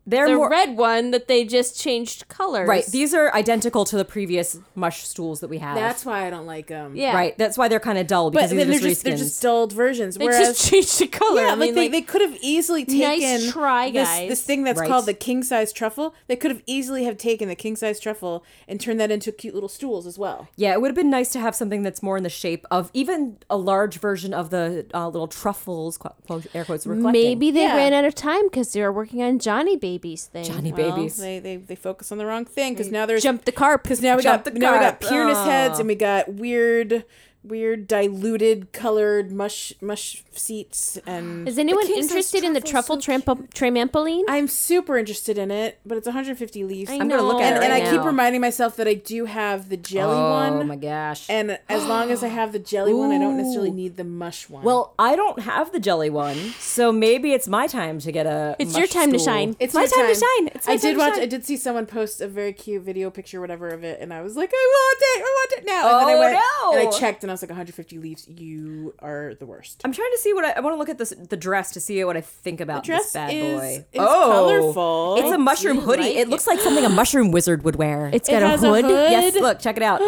S2: They're
S1: the
S2: more
S1: red one that they just changed colors.
S2: right. These are identical to the previous mush stools that we have.
S3: That's why I don't like them.
S1: yeah.
S2: right. That's why they're kind of dull because
S3: But
S2: these
S3: then they're
S2: are
S3: just
S2: just
S3: they're
S2: reskins.
S3: just dulled versions.
S1: They
S3: Whereas
S1: just changed the color. I
S3: yeah,
S1: mean,
S3: like, they,
S1: like,
S3: they could have easily
S1: Nice
S3: taken
S1: try,
S3: this,
S1: guys.
S3: this thing that's
S2: Right.
S3: called the king size truffle. They could have easily have taken the king size truffle and turned that into cute little stools as well.
S2: yeah, it would have been nice to have something that's more in the shape of even a large version of the uh, little truffles, qu- quote- air quotes, we're collecting.
S1: maybe they
S3: Yeah.
S1: ran out of time because they were working on Johnny Baby's thing.
S2: Johnny
S1: Well,
S2: babies.
S3: They they, they focus on the wrong thing because now there's
S1: Jump the Oh. carp.
S3: because now we
S2: Jump
S3: got
S2: the
S3: now we got
S2: carp.
S3: peerless heads
S2: Aw.
S3: and we got weird weird diluted colored mush mush seats and
S1: Is anyone
S3: king-size
S1: interested in the truffle
S3: truffle's so cute.
S1: trampo- trampoline?
S3: I'm super interested in it, but it's 150 leaves.
S1: I
S2: I'm gonna look
S1: know.
S2: at
S3: and,
S2: it
S3: and
S2: right
S3: I keep
S2: now.
S3: reminding myself that I do have the jelly
S2: oh,
S3: one.
S2: my gosh.
S3: And as long as I have the jelly one, I don't necessarily need the mush one.
S2: well, I don't have the jelly one, so maybe it's my time to get a.
S1: It's
S2: mush
S1: your time to
S2: stool.
S1: shine.
S3: it's
S2: my
S3: your
S2: time to shine. It's my
S3: I did
S2: time to
S3: watch.
S2: shine.
S3: I did see someone post a very cute video picture, whatever of it, and I was like, I want it. I want it now. and then I
S2: Oh,
S3: went
S2: no.
S3: and I checked, and I was like, 150 leaves. You are the worst.
S2: I'm trying to see what I, I want to look at this the dress to see what I think about
S3: dress
S2: this bad
S3: is-
S2: boy. Oh,
S3: is colorful.
S2: It's
S3: I
S2: a mushroom hoodie.
S1: like
S2: it, looks like something a mushroom wizard would wear.
S1: It's got
S3: has
S1: a
S3: a
S1: hood.
S3: hood.
S2: yes, look, check it out.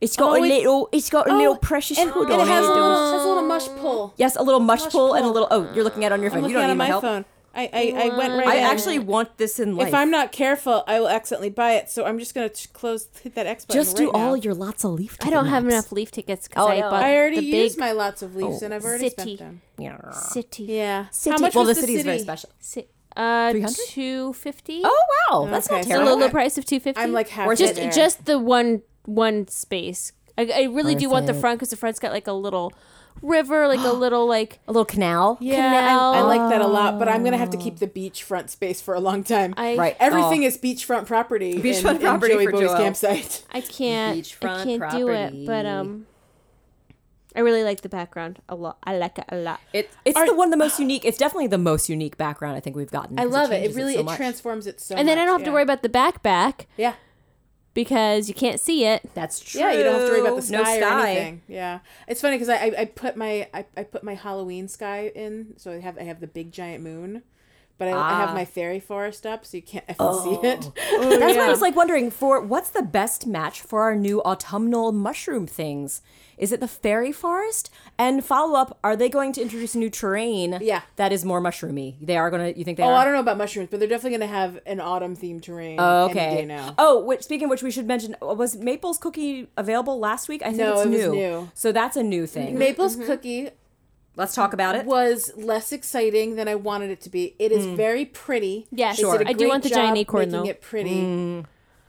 S2: It's got
S3: Oh,
S2: a
S3: it-
S2: little it's got a little precious
S3: and,
S2: hood
S3: and
S2: on
S3: it has a,
S2: it.
S3: little, has a little mush pull.
S2: Yes, a little mush,
S3: Mush
S2: pull, and a
S3: pull.
S2: little oh, you're looking at it on your
S3: I'm
S2: phone. You
S3: looking
S2: don't
S3: at it
S2: need my
S3: on my
S2: help.
S3: phone. I, I, I went right.
S2: I
S3: in.
S2: actually want this in life.
S3: If I'm not careful, I will accidentally buy it. So I'm just gonna t- close hit that X button.
S2: just do
S3: right now.
S2: all your lots of leaf.
S1: I don't have
S2: tickets.
S1: enough leaf tickets because
S2: Oh,
S1: I
S2: no.
S1: bought
S3: I already
S1: the
S3: used
S1: big
S3: my lots of leaves, and I've already
S1: city.
S3: spent them.
S2: Yeah.
S1: city.
S3: Yeah.
S1: City.
S3: How much
S2: Well, the
S3: was
S2: city is very special.
S1: Si- uh,
S2: 300?
S1: two fifty.
S2: Oh wow, that's
S3: Okay,
S2: not
S3: so
S1: the
S2: terrible.
S1: low,
S3: I-
S1: low price of two fifty.
S3: I'm like halfway
S1: just
S3: there.
S1: just the one one space. I, I really do want the front because the front's got like a little river, like a little like.
S2: a little canal.
S3: Yeah,
S1: Canal.
S3: I, I like that a lot, but I'm gonna have to keep the beachfront space for a long time.
S1: I
S2: Right.
S3: Everything is beachfront property. in-
S2: Oh. Beachfront
S3: in
S2: property
S3: Joey
S2: for
S3: Boy's
S2: Joel.
S3: campsite.
S1: I can't. I
S2: Beachfront
S1: can't do it. But
S2: property.
S1: um, I really like the background a lot. I like it a lot.
S2: It, it's the one the most unique. It's definitely the most unique background I think we've gotten.
S3: I
S2: 'cause
S3: love it. It
S2: changes
S3: really
S2: so
S3: it
S2: much.
S3: transforms it so.
S1: and then I don't have to worry about the back back
S3: Yeah.
S1: because you can't see it.
S2: That's true.
S3: Yeah, you don't have to worry about the sky,
S2: No
S3: or anything. Yeah, it's funny because I, I I put my I, I put my Halloween sky in, so I have I have the big giant moon, but I, I
S2: Ah.
S3: have my fairy forest up, so you can't I can see it.
S2: That's why I was like wondering for what's the best match for our new autumnal mushroom things? Is it the fairy forest? And follow up, are they going to introduce a new terrain?
S3: Yeah.
S2: that is more mushroomy. They are gonna. You think they
S3: Oh,
S2: are?
S3: I don't know about mushrooms, but they're definitely going to have an autumn themed terrain.
S2: Oh,
S3: Any
S2: okay.
S3: day now.
S2: Oh, which, speaking of which, we should mention was Maple's cookie available last week? I think
S3: No,
S2: it's
S3: it was
S2: new.
S3: new.
S2: So that's a new thing.
S3: Maple's cookie
S2: Let's talk about it. Hmm.
S3: was less exciting than I wanted it to be. It is very pretty.
S1: Yes,
S3: They did
S1: sure.
S3: a
S1: I do
S3: great
S1: want the giant
S3: job
S1: acorn,
S3: making
S1: though.
S3: It pretty.
S2: Hmm.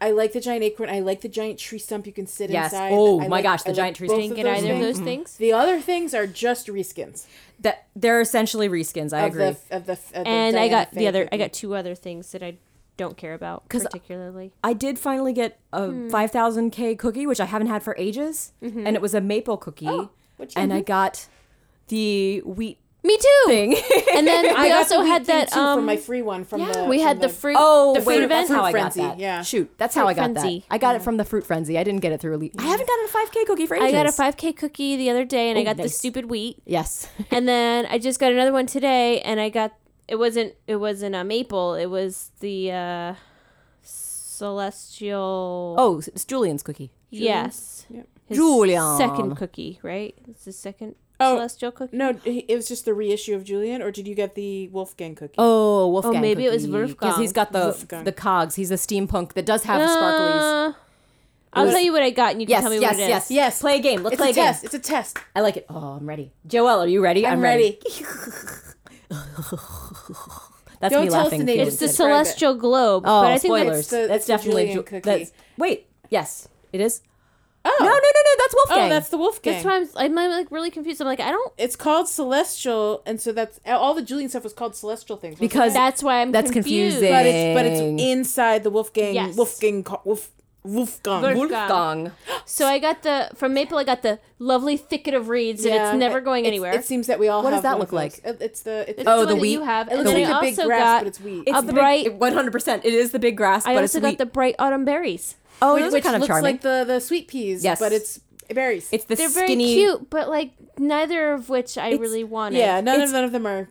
S3: I like the giant acorn. I like the giant tree stump you can sit
S2: Yes.
S3: inside.
S2: Oh,
S3: I
S2: my
S3: like-
S2: gosh, the
S3: I like
S2: giant tree
S3: both
S2: stump.
S1: Didn't
S3: of
S1: get
S3: those
S1: either of
S3: things. Hmm.
S1: those things.
S3: The other things are just reskins
S2: That they're essentially reskins. I
S3: of
S2: agree.
S3: the of the. Of the
S1: and I
S3: Diana
S1: got
S3: Faye
S1: the other. I
S3: cookie.
S1: got two other things that I don't care about
S2: 'Cause-
S1: particularly.
S2: I did finally get a
S1: Hmm.
S2: 5000K cookie, which I haven't had for ages.
S1: Mm-hmm.
S2: And it was a maple cookie.
S1: Oh,
S3: what'd you
S2: and
S3: get?
S2: I got the wheat
S1: Me too.
S2: thing.
S1: And then we
S3: I got
S1: also
S3: the
S1: had
S3: wheat thing,
S1: that.
S3: too,
S1: Um,
S3: from my free one from
S1: yeah,
S3: the
S1: we
S3: from
S1: had the,
S3: the
S1: fruit.
S2: oh,
S1: the
S2: wait,
S1: fruit
S2: that's
S1: event.
S2: how I got
S3: Frenzy,
S2: that.
S3: yeah.
S2: Shoot, that's how
S1: Fruit
S2: I got
S1: frenzy.
S2: that. I got it from the Fruit Frenzy. I didn't get it through Elite. I haven't gotten a 5K cookie for ages.
S1: I got a 5K cookie the other day, and I
S2: Oh,
S1: got the
S2: nice.
S1: stupid wheat.
S2: Yes.
S1: And then I just got another one today, and I got it wasn't it wasn't a maple. It was the uh, celestial.
S2: Oh, it's Julian's cookie.
S1: yes,
S3: Yep.
S1: His
S2: Julian.
S1: Second cookie, right? It's the second
S3: Oh,
S1: celestial cookie.
S3: No, he- it was just the reissue of Julian, or did you get the Wolfgang cookie?
S2: Oh, Wolfgang.
S1: maybe it was
S2: Because
S1: Wolfgang.
S2: he's got the
S3: Wolfgang.
S2: the cogs. He's a steampunk that does have sparklies.
S1: Uh, I'll tell you what I got, and you can
S2: Yes,
S1: tell Ah, me
S2: yes,
S1: what it is.
S2: yes, yes. Play a game. Let's
S3: it's
S2: play
S3: a
S2: a game.
S3: test. It's a test.
S2: I like it. Oh, I'm ready. Joelle, are you ready?
S3: I'm ready.
S2: That's
S3: Don't
S2: me
S3: tell us
S2: laughing.
S3: the
S2: if
S3: name.
S2: you
S1: It's the
S2: didn't.
S3: Describe it.
S1: celestial globe,
S2: Oh,
S1: but I think
S2: spoilers.
S1: that's
S3: It's the-
S2: that's
S3: it's the
S2: definitely
S3: Julian
S2: Ju-
S3: cookie.
S2: That's, wait, yes, it is.
S3: Oh
S2: No, no, no, no. That's Wolfgang.
S3: Oh, that's the Wolfgang.
S1: that's why I'm, I'm like really confused. I'm like I don't.
S3: It's called Celestial, and so that's all the Julian stuff was called Celestial things wasn't
S2: Because-
S3: it?
S1: That's why I'm
S2: That's
S1: confused.
S2: confusing.
S3: but it's but it's
S2: Dang.
S3: inside the Wolfgang
S1: Yes.
S3: Wolfgang co- Wolf Wolfgang.
S1: Wolf-
S2: Wolfgang.
S1: So I got the from Maple. I got the lovely thicket of reeds, and
S3: Yeah,
S1: it's never
S3: it-
S1: going
S3: it's-
S1: anywhere.
S3: It seems that we all.
S2: What does
S3: have
S2: that
S3: one
S2: look
S3: of those. It- it's the it's
S1: It's
S2: Oh,
S1: the,
S2: the
S1: one that you
S2: wheat.
S1: have. And
S3: It
S1: then
S3: looks
S1: I
S3: like a big
S1: also
S3: grass,
S1: got
S3: but it's wheat.
S2: It's
S1: a
S2: the
S1: bright.
S2: One hundred percent. It is the big grass.
S1: I
S2: but
S1: also
S2: it's
S1: got the bright autumn berries.
S2: Oh,
S3: which,
S2: those are
S3: which
S2: kind of
S3: looks
S2: charming.
S3: like the the sweet peas.
S2: Yes.
S3: but it's berries.
S2: it's the
S1: They're very
S2: skinny.
S1: cute, but like neither of which I really wanted.
S3: yeah, none of
S2: it's-
S3: none of them are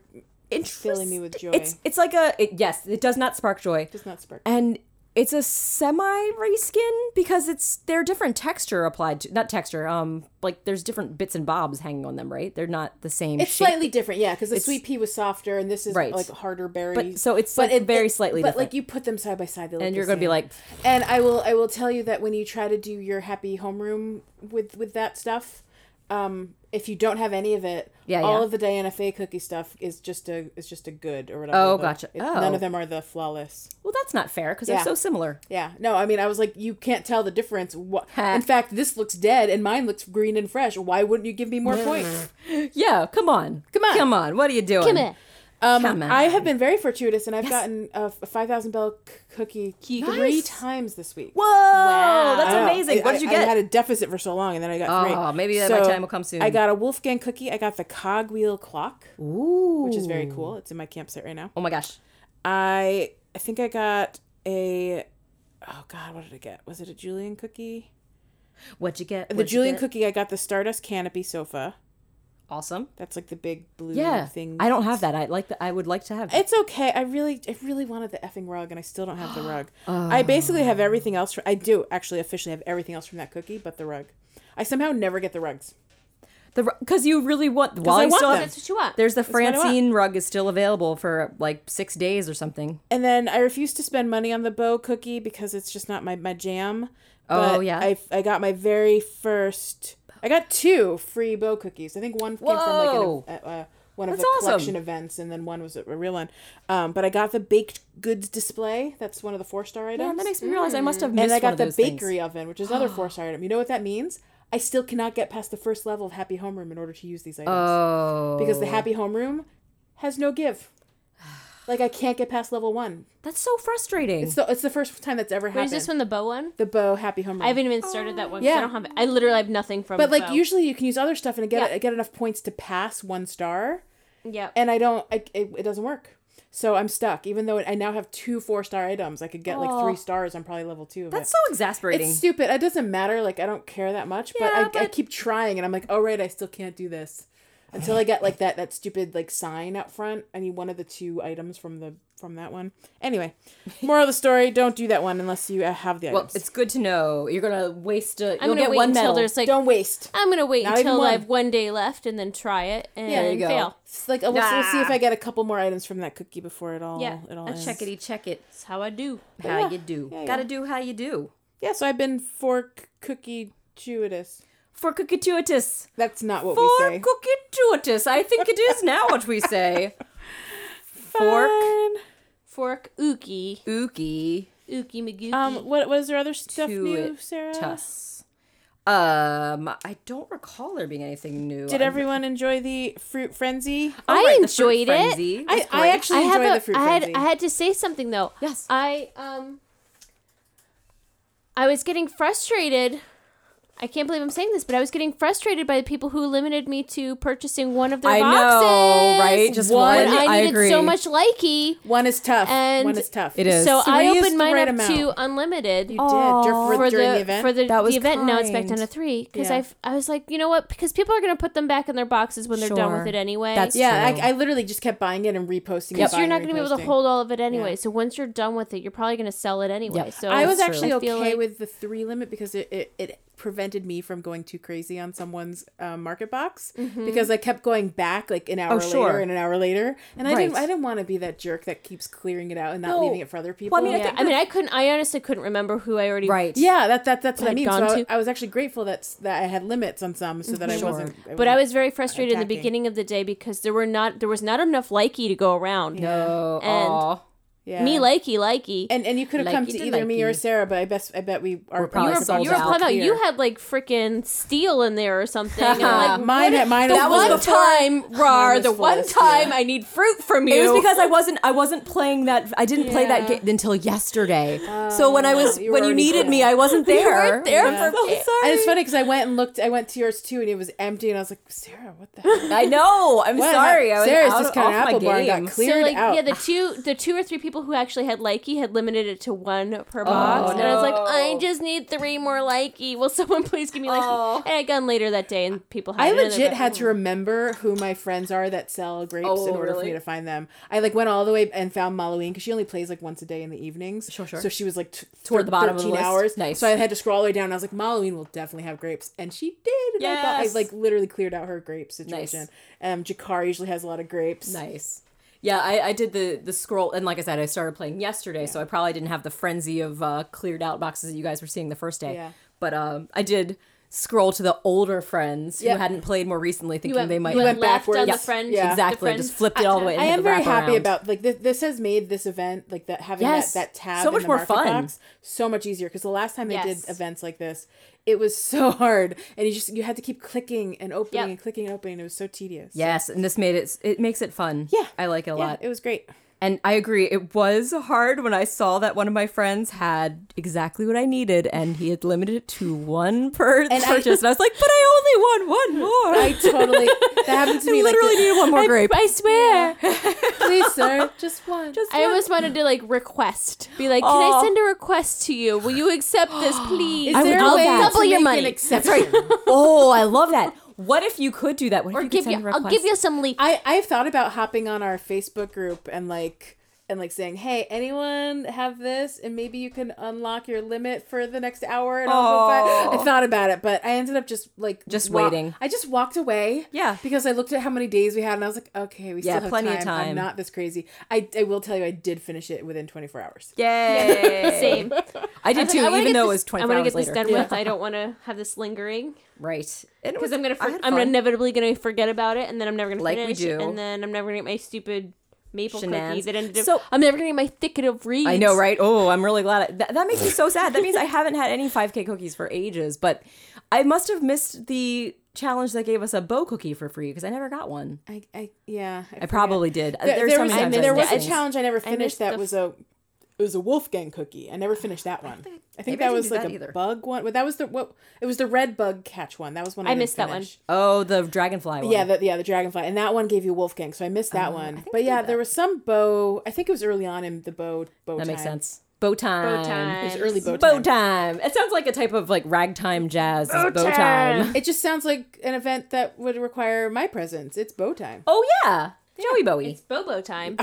S2: interest.
S3: Filling me with joy.
S2: It's it's like a it, yes, it does not spark joy,
S3: Does not spark.
S2: and it's a semi reskin because it's they're different texture applied to not texture. Um, like there's different bits and bobs hanging on them, right? They're not the same.
S3: It's
S2: shape.
S3: slightly different, yeah, because the sweet pea was softer, and this is
S2: Right.
S3: like harder berry.
S2: But- so it's, like, very slightly
S3: But
S2: different.
S3: like you put them side by side, they look
S2: and
S3: the
S2: you're gonna be
S3: same.
S2: like,
S3: and I will, I will tell you that when you try to do your happy homeroom with with that stuff, um, if you don't have any of it,
S2: Yeah,
S3: all
S2: yeah.
S3: of the Diana Faye cookie stuff is just a is just a good or whatever.
S2: Oh,
S3: the-
S2: gotcha.
S3: it- None
S2: Oh.
S3: of them are the flawless.
S2: well, that's not fair because
S3: Yeah.
S2: they're so similar.
S3: Yeah, no, I mean, I was like, you can't tell the difference. What? In fact, this looks dead, and mine looks green and fresh. Why wouldn't you give me more points?
S2: Yeah, come on, come
S3: on.
S2: come on. What are you doing?
S1: Come on.
S3: Um,
S2: Come
S3: I have been very fortuitous, and I've gotten a, a five thousand bell c- cookie three times this week.
S2: Whoa, that's
S3: I know.
S2: amazing.
S3: I-
S2: what did you
S3: I-
S2: get?
S3: I had a deficit for so long, and then I got three.
S2: Oh, maybe that- my time will come soon.
S3: I got a Wolfgang cookie. I got the cogwheel clock,
S2: Ooh,
S3: which is very cool. It's in my campsite right now.
S2: Oh my gosh.
S3: I I think I got a. Oh God, what did I get? Was it a Julian cookie?
S2: What'd you get?
S3: the Julian cookie. I got the Stardust canopy sofa.
S2: Awesome.
S3: That's like the big blue
S2: Yeah.
S3: thing.
S2: I don't have that. I like that. I would like to have. That.
S3: It's okay. I really, I really wanted the effing rug, and I still don't have the rug.
S2: Oh.
S3: I basically have everything else. From, I do actually officially have everything else from that cookie, but the rug. I somehow never get the rugs.
S2: The because you really want. While
S3: I
S2: you
S3: want
S2: still
S3: them.
S2: have,
S1: That's what you want.
S2: there's the
S3: what I want.
S2: Francine rug is still available for like six days or something.
S3: And then I refuse to spend money on the bow cookie because it's just not my my jam.
S2: Oh,
S3: But
S2: yeah.
S3: I I got my very first. I got two free bow cookies. I think one came
S2: Whoa.
S3: from like an, uh, uh, one of
S2: That's
S3: the
S2: awesome.
S3: collection events, and then one was a, a real one. Um, but I got the baked goods display. That's one of the four star items.
S2: Yeah, that makes me realize I must have missed
S3: and I
S2: one
S3: got
S2: of
S3: the
S2: those
S3: bakery
S2: Things.
S3: oven, which is another four star item. You know what that means? I still cannot get past the first level of Happy Homeroom in order to use these items
S2: Oh,
S3: because the Happy Homeroom has no give. Like I can't get past level one.
S2: that's so frustrating.
S3: It's the it's the first time that's ever
S1: Where's
S3: happened.
S1: this one? The bow one?
S3: The bow Happy Homeroom.
S1: I haven't even started that one. 'cause
S3: Yeah.
S1: I don't have. I literally have nothing from.
S3: but
S1: the
S3: like
S1: bow.
S3: usually you can use other stuff and get
S1: Yeah.
S3: get enough points to pass one star,
S1: yeah.
S3: and I don't. I, it, it doesn't work. So I'm stuck. Even though I now have two four star items, I could get like three stars. I'm probably level two. Of it.
S2: that's so exasperating.
S3: It's stupid. It doesn't matter. Like I don't care that much, but, I,
S2: Yeah,
S3: I
S2: but-
S3: keep trying, and I'm like, oh right, I still can't do this until I get like that that stupid like sign out front. I need one of the two items from the from that one. Anyway, moral of the story: don't do that one unless you have the
S2: well,
S3: items.
S2: it's good to know. You're gonna waste. A,
S1: I'm
S2: you'll
S1: gonna
S2: get
S1: wait
S2: one
S1: until
S2: medal.
S1: there's like.
S3: don't waste.
S1: I'm gonna wait
S3: Not even
S1: until
S3: one.
S1: I have one day left and then try it and
S3: there
S2: you go.
S1: fail.
S3: It's like oh, we'll, we'll see if I get a couple more items from that cookie before it all
S1: Yeah,
S3: it all
S2: A
S3: ends.
S2: checkity check it.
S1: That's how I do.
S2: How
S3: yeah.
S2: you do?
S3: Yeah, yeah.
S2: Gotta do how you do.
S1: e-
S3: Yeah, so I've been fork cookie chewitous.
S2: For cookituitous.
S3: That's not what we
S2: For
S3: say.
S2: cookituitous. I think it is now what we say. Fork
S3: Fine.
S1: Fork ookie
S2: ookie
S1: ookie magookie.
S3: Um, what was there other stuff
S2: To
S3: new,
S2: it
S3: Sarah?
S2: tuss. Um, I don't recall there being anything new.
S3: Did
S2: I'm-
S3: everyone enjoy the fruit frenzy?
S2: Oh,
S1: I
S2: right, the fruit
S1: enjoyed it.
S2: frenzy was
S3: I, I
S2: great.
S3: actually
S1: have
S3: enjoy
S1: a-
S3: the fruit
S1: I had,
S3: frenzy.
S1: I had to say something though.
S2: Yes.
S1: I um I was getting frustrated. I can't believe I'm saying this, but I was getting frustrated by the people who limited me to purchasing one of their
S2: I know,
S1: boxes.
S2: right? Just
S1: When
S2: one,
S1: I
S2: I
S1: needed
S2: agree.
S1: so much likey.
S3: One is tough.
S1: And
S3: One is tough.
S2: It is.
S1: So I
S3: Three is
S1: opened
S3: the
S1: mine
S3: right
S1: up to
S3: amount.
S1: unlimited.
S3: You did dur- for,
S1: for the,
S3: during the event.
S1: for the,
S2: That was
S1: the event, now it's back
S2: kind.
S1: down to three because
S3: Yeah.
S1: I've I was like, you know what? Because people are gonna put them back in their boxes when they're done with
S2: Sure.
S1: it anyway.
S2: That's
S3: yeah,
S2: true.
S3: I, I literally just kept buying it and
S1: because
S3: reposting. it,
S1: you're
S3: buying
S1: not
S3: and
S1: going to be able to
S3: reposting.
S1: hold all of it anyway. So once you're done with it, you're probably going to sell it anyway.
S2: Yeah.
S1: So
S3: I was
S2: That's true.
S3: actually
S1: I feel
S3: okay
S1: like-
S3: with the three limit because it, it, it prevented me from going too crazy on someone's uh, market box because I kept going back like
S1: Oh,
S3: an hour
S2: sure.
S3: later and an hour later, and I didn't
S2: Right.
S3: I didn't want to be that jerk that keeps clearing it out and not
S2: No.
S3: leaving it for other people.
S2: mean, I
S1: Yeah, I mean, I couldn't. I honestly couldn't remember who I already.
S2: right.
S3: Yeah, that, that that's what I
S1: Had
S3: mean.
S1: gone
S3: So I,
S1: to.
S3: I was actually grateful that that I had limits on some, so that I
S2: Sure.
S3: wasn't.
S1: But I was very frustrated in
S3: Attacking.
S1: the beginning of the day because there were not there was not enough likey to go around.
S2: No.
S1: And-
S2: aw.
S3: yeah.
S1: Me likey likey.
S3: and and you could have come
S2: Likey
S3: to
S2: to
S3: either me or
S2: likey.
S3: Sarah, but I best I bet we are
S2: probably
S3: you were-
S2: sold
S3: you
S1: you
S3: were
S1: were
S2: out.
S1: talking about
S3: clear.
S1: you had like freaking steel in there or something. and I'm like,
S3: mine. had- Mine.
S1: the
S3: had
S1: one
S3: full.
S1: time, rar,
S3: was
S1: the
S3: full
S1: one
S3: of steel.
S1: time I need fruit from you.
S2: It was because I wasn't I wasn't playing that I didn't play that game until yesterday. so when I was
S3: Um, you were
S2: when you
S3: already
S2: needed
S3: playing.
S2: me, I wasn't there.
S1: weren't there
S2: I'm
S1: for
S2: so
S1: it.
S2: sorry.
S3: And it's funny because I went and looked. I went to yours too, and it was empty. And I was like, Sarah, what the hell?
S2: I know. I'm
S3: What
S2: sorry. I was
S3: Sarah's
S2: out
S3: just kinda
S2: off my
S3: apple bar and got
S2: game.
S3: cleared
S1: so like
S3: out.
S1: yeah the two the two or three people people who actually had likey had limited it to one
S3: Oh,
S1: per box, and I was like, I just need three more likey. Will someone please give me likey?
S4: Oh.
S1: And I got 'em later that day, and people had
S3: I
S1: it, and
S3: legit
S1: got-
S3: had to remember who my friends are that sell grapes in
S2: Oh,
S3: order for
S2: really?
S3: me to find them. I like went all the way and found Malouine because she only plays like once a day in the evenings.
S2: Sure, sure.
S3: So she was like t-
S2: Toward the bottom of the
S3: 13
S2: list.
S3: hours.
S2: Nice.
S3: So I had to scroll all the way down. And I was like, Malouine will definitely have grapes, and she did. And I, thought, I
S4: Yes.
S3: like literally cleared out her grape situation.
S2: Nice.
S3: Um, Jakar usually has a lot of grapes.
S2: Nice. Yeah, I, I did the the scroll, and like I said, I started playing yesterday, so I probably didn't have the frenzy of uh, cleared out boxes that you guys were seeing the first day.
S3: Yeah.
S2: But um, I did scroll to the older friends
S3: Yep.
S2: who hadn't played more recently, thinking
S1: You went,
S2: they might.
S1: you went
S3: went
S1: left on the
S3: backwards.
S1: friend.
S3: Yeah.
S1: the
S2: exactly,
S1: friend-
S2: just flipped it all the way.
S1: I-
S2: into
S3: I am
S2: the
S3: very happy
S2: wraparound.
S3: about like this. This has made this event like that having
S2: Yes.
S3: that, that tab
S2: So
S3: in
S2: much
S3: the
S2: more
S3: market
S2: fun.
S3: box so much easier because the last time they
S1: Yes.
S3: did events like this, it was so hard and you just you had to keep clicking and opening
S1: Yep.
S3: and clicking and opening. It was so tedious.
S2: Yes, and this made it. It makes it fun.
S3: Yeah.
S2: I like it a
S3: yeah,
S2: lot.
S3: it was great.
S2: And I agree, it was hard when I saw that one of my friends had exactly what I needed, and he had limited it to one per
S3: And I-
S2: purchase. and I was like, "But I only want one more."
S3: I totally that happened to
S2: I
S3: me like
S2: literally needed one more grape.
S1: I swear.
S3: please sir, just one. Just
S1: I almost wanted to like request, be like, "Can I
S2: Oh.
S1: send a request to you? Will you accept this, please?"
S3: is there
S2: love
S3: a way
S2: that.
S3: to
S1: double your
S3: make
S1: money?
S3: an exception?
S2: oh, I love that. What if you could do that? What if
S1: or
S2: you
S1: give
S2: could send
S1: you,
S2: a
S1: I'll give
S2: request?
S1: you some leaf.
S3: I I've thought about hopping on our Facebook group and like and like saying, "Hey, anyone have this?" And maybe you can unlock your limit for the next hour. And I'll go buy. I thought about it, but I ended up just like
S2: Just
S3: wa-
S2: waiting.
S3: I just walked away.
S2: Yeah.
S3: because I looked at how many days we had, and I was like, "Okay, we
S2: Yeah,
S3: still have
S2: plenty of
S3: time. I'm
S2: time.
S3: not this crazy." I I will tell you, I did finish it within 24 hours.
S2: Yay!
S1: Same.
S2: I did too,
S1: I wanna
S2: even
S1: get
S2: though
S1: this-
S2: it was
S1: I
S2: twenty-four
S1: wanna
S2: hours
S1: get
S2: later.
S1: this done with. I don't want to have this lingering
S2: Right?
S1: because I'm gonna. For-
S2: I had
S1: I'm gonna
S2: fun.
S1: inevitably gonna forget about it, and then I'm never gonna
S2: Like we
S1: finish.
S2: do.
S1: and then I'm never gonna get my stupid maple cookie
S2: Shenan's.
S1: that ended. up-
S2: So-
S1: I'm never gonna get my thicket of reeds.
S2: I know, right? Oh, I'm really glad. I, that, that makes me so sad. That means I haven't had any 5K cookies for ages, but I must have missed the challenge that gave us a bow cookie for free because I never got one.
S3: I, I yeah, I,
S2: I
S3: forget.
S2: probably did.
S3: there,
S2: There's
S3: there
S2: so
S3: was
S2: many times
S1: I
S3: there
S2: I've
S3: was
S2: missed
S3: a
S2: things.
S3: challenge I never
S1: missed
S3: finished that
S1: the-
S3: was a it was a Wolfgang cookie. I never finished that one. I think
S2: maybe I
S3: that
S2: didn't
S3: was
S2: do
S3: like
S2: that
S3: a
S2: either.
S3: bug one. But that was the what it was the red bug catch one. That was one I,
S1: I
S3: didn't
S1: missed that one.
S3: finish.
S2: Oh, the dragonfly one.
S3: Yeah, the, yeah, the dragonfly, and that one gave you Wolfgang, so I missed that one. But yeah, there was some bow. I think it was early on in the bow. bow
S2: that makes
S3: time.
S2: sense. Bow time.
S1: Bow
S3: It was
S1: time.
S3: early bow
S2: Bow
S3: time.
S2: time. It sounds like a type of like ragtime jazz. is Bow, time.
S3: It just sounds like an event that would require my presence. It's bow time.
S2: Oh yeah, Joey Bowie.
S1: It's Bobo time.